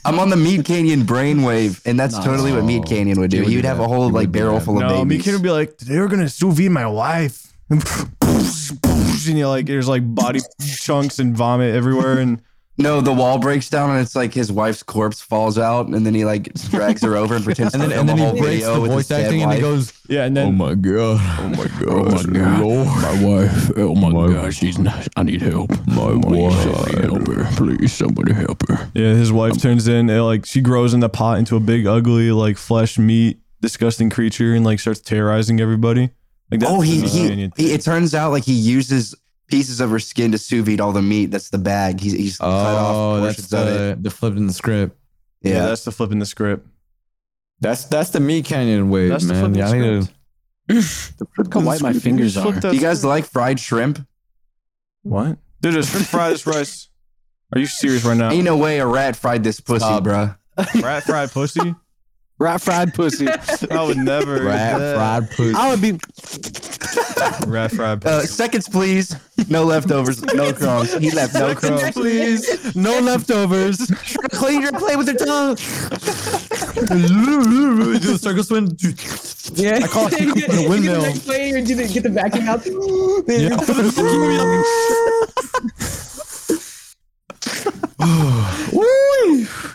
Speaker 4: I'm on the Meat Canyon brainwave, and that's
Speaker 2: Nice.
Speaker 4: totally what Meat Canyon would do.
Speaker 3: He
Speaker 4: He
Speaker 3: would
Speaker 4: would,
Speaker 3: do
Speaker 4: have
Speaker 3: that.
Speaker 4: a whole
Speaker 3: He
Speaker 4: like
Speaker 3: would do
Speaker 4: barrel
Speaker 3: that.
Speaker 4: full of
Speaker 1: No, me
Speaker 4: babies.
Speaker 1: kid would be like, they were gonna sous vide my wife. And you're like, there's like body chunks and vomit everywhere, and
Speaker 4: no, the wall breaks down, and it's like his wife's corpse falls out, and then he like drags her over and pretends
Speaker 3: and
Speaker 4: to
Speaker 3: then
Speaker 4: film
Speaker 3: and
Speaker 4: a
Speaker 3: then
Speaker 4: whole
Speaker 3: he breaks
Speaker 4: video
Speaker 3: the
Speaker 4: with his
Speaker 3: voice
Speaker 4: dead
Speaker 3: acting and he
Speaker 4: wife.
Speaker 3: goes,
Speaker 1: yeah, and then
Speaker 7: Oh my god. Oh my god. Oh my god. My wife. Oh my, god. She's not. I need help. My wife. Somebody help her. Please, somebody help her.
Speaker 1: yeah, his wife turns in, it, like she grows in the pot into a big, ugly, like flesh meat, disgusting creature, and like starts terrorizing everybody. Like that's
Speaker 4: Oh, he,
Speaker 1: the
Speaker 4: he,
Speaker 1: Canyon
Speaker 4: he
Speaker 1: thing.
Speaker 4: it turns out like he uses pieces of her skin to sous vide all the meat. That's the bag. He's, he's cut off
Speaker 3: oh, that's
Speaker 4: portions of it.
Speaker 3: the the flipped in the script.
Speaker 1: yeah.
Speaker 4: Yeah.
Speaker 1: that's the flip in the script.
Speaker 3: That's that's the meat canyon way,
Speaker 1: That's the
Speaker 3: man.
Speaker 1: flipping
Speaker 3: yeah, I need to,
Speaker 1: script.
Speaker 2: Look how white my fingers are.
Speaker 1: Flip that
Speaker 4: you guys
Speaker 1: script.
Speaker 4: like fried shrimp?
Speaker 1: what? Dude, there's french fry this rice. Are you serious right now?
Speaker 4: Ain't no way a rat fried this pussy,
Speaker 3: Stop.
Speaker 4: bruh. Uh,
Speaker 1: Rat fried pussy?
Speaker 2: Rat fried pussy.
Speaker 1: I would never.
Speaker 3: rat fried pussy.
Speaker 2: I would be.
Speaker 1: Rat fried
Speaker 4: Uh,
Speaker 1: pussy.
Speaker 4: seconds, please. No leftovers. no crumbs. He left no crumbs.
Speaker 2: Please, no leftovers.
Speaker 4: Clean your plate with your tongue.
Speaker 3: do the circle swing.
Speaker 5: Yeah.
Speaker 3: I call it
Speaker 5: You get-
Speaker 3: the
Speaker 5: you
Speaker 3: windmill.
Speaker 5: Get the, back plane or do the- get the vacuum out.
Speaker 3: Yeah.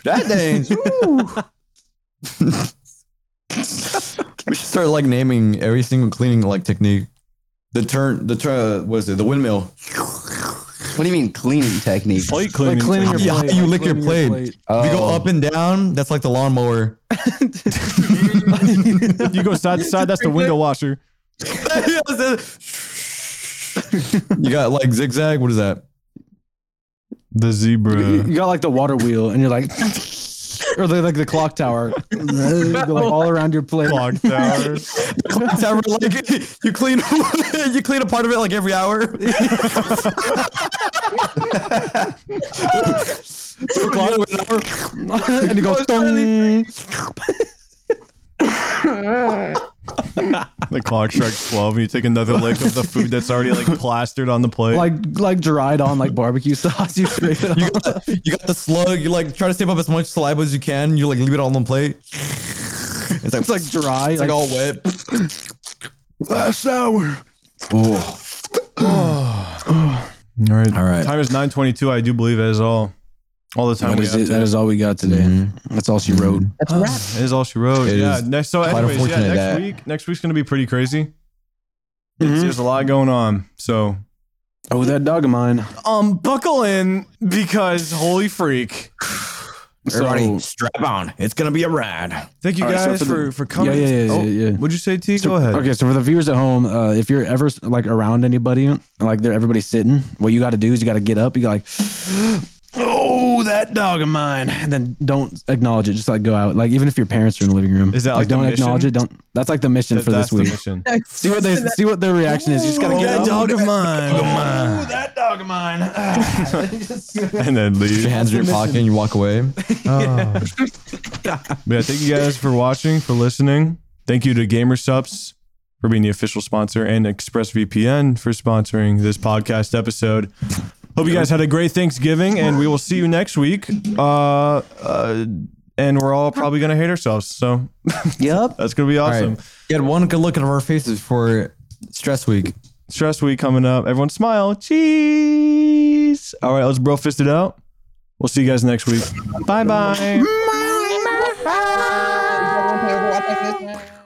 Speaker 3: that thing. we should start like naming every single cleaning like technique. The turn, the turn, what is it? The windmill.
Speaker 4: What do you mean cleaning technique?
Speaker 1: Plate
Speaker 2: Like
Speaker 1: cleaning.
Speaker 2: cleaning your
Speaker 3: Yeah,
Speaker 2: plate.
Speaker 3: you
Speaker 2: like
Speaker 3: lick your
Speaker 2: cleaning
Speaker 3: plate. We go up and down. That's like the lawnmower.
Speaker 1: you go side to side. That's the window washer.
Speaker 3: You got like zigzag. What is that?
Speaker 1: The
Speaker 2: You,
Speaker 1: zebra.
Speaker 2: you got like the water wheel, and you're like, or they like the clock tower, They go, like, all around your plate.
Speaker 1: Clock towers.
Speaker 3: It's ever like you clean you clean a part of it like every hour. Two o'clock to an hour.
Speaker 2: and you go, "Dong."
Speaker 1: The clock strikes 12 and you take another lick of the food that's already like plastered on the plate.
Speaker 2: like like dried on like barbecue sauce. You scrape it.
Speaker 3: You
Speaker 2: off.
Speaker 3: got, you got the slug. You like try to save up as much saliva as you can. You like leave it all on the plate. It's like
Speaker 2: It's like dry.
Speaker 3: it's like all wet.
Speaker 2: last hour.
Speaker 1: all right.
Speaker 3: All right.
Speaker 1: Time is 922. I do believe it is all. All the time
Speaker 2: That
Speaker 1: we
Speaker 2: is
Speaker 1: have
Speaker 2: it. That
Speaker 1: today.
Speaker 2: is all we got today. That's all she wrote.
Speaker 1: It is all she wrote.
Speaker 3: It
Speaker 1: yeah.
Speaker 3: is
Speaker 1: Next, so
Speaker 3: quite
Speaker 1: anyways, yeah,
Speaker 3: unfortunate
Speaker 1: next
Speaker 3: that-
Speaker 1: week, next week's gonna be pretty crazy.
Speaker 2: Mm-hmm.
Speaker 1: It's- There's a lot going on. So
Speaker 2: Oh, that dog of mine.
Speaker 1: um buckle in because holy freak.
Speaker 2: So,
Speaker 3: strap on. It's gonna be a ride.
Speaker 1: Thank you
Speaker 2: All right, so
Speaker 1: guys
Speaker 2: for the-
Speaker 1: for, for coming.
Speaker 2: Yeah, yeah, yeah,
Speaker 1: Oh,
Speaker 2: yeah, yeah.
Speaker 1: What'd you say, T? Go ahead.
Speaker 2: okay, so for the viewers at home, uh, if you're ever like around anybody, and, like they're everybody's sitting, what you got to do is you got to get up. You got like, oh, that dog of mine, and then don't acknowledge it. Just like go out. Like even if your parents are in the living room,
Speaker 1: Is that, like, the
Speaker 2: don't acknowledge
Speaker 1: mission?
Speaker 2: it. Don't. That's like the mission
Speaker 1: That-
Speaker 2: for
Speaker 1: that's
Speaker 2: this
Speaker 1: the mission.
Speaker 2: week. See what they see what their reaction is. You just gotta get up.
Speaker 1: of mine.
Speaker 2: Ooh, that dog of mine.
Speaker 1: and then leave.
Speaker 3: Your hands in your pocket and you walk away.
Speaker 1: But yeah, thank you guys for watching, for listening. Thank you to GamerSubs for being the official sponsor and ExpressVPN for sponsoring this podcast episode. Hope you guys had a great Thanksgiving, and we will see you next week. Uh, uh, and we're all probably gonna hate ourselves, so
Speaker 2: yep.
Speaker 1: that's gonna be
Speaker 3: All
Speaker 1: awesome.
Speaker 3: right. Get one good look at our faces for stress week.
Speaker 1: Stress week coming up. Everyone smile. Cheese. All right, let's bro fist it out. We'll see you guys next week. Bye bye.
Speaker 5: Bye.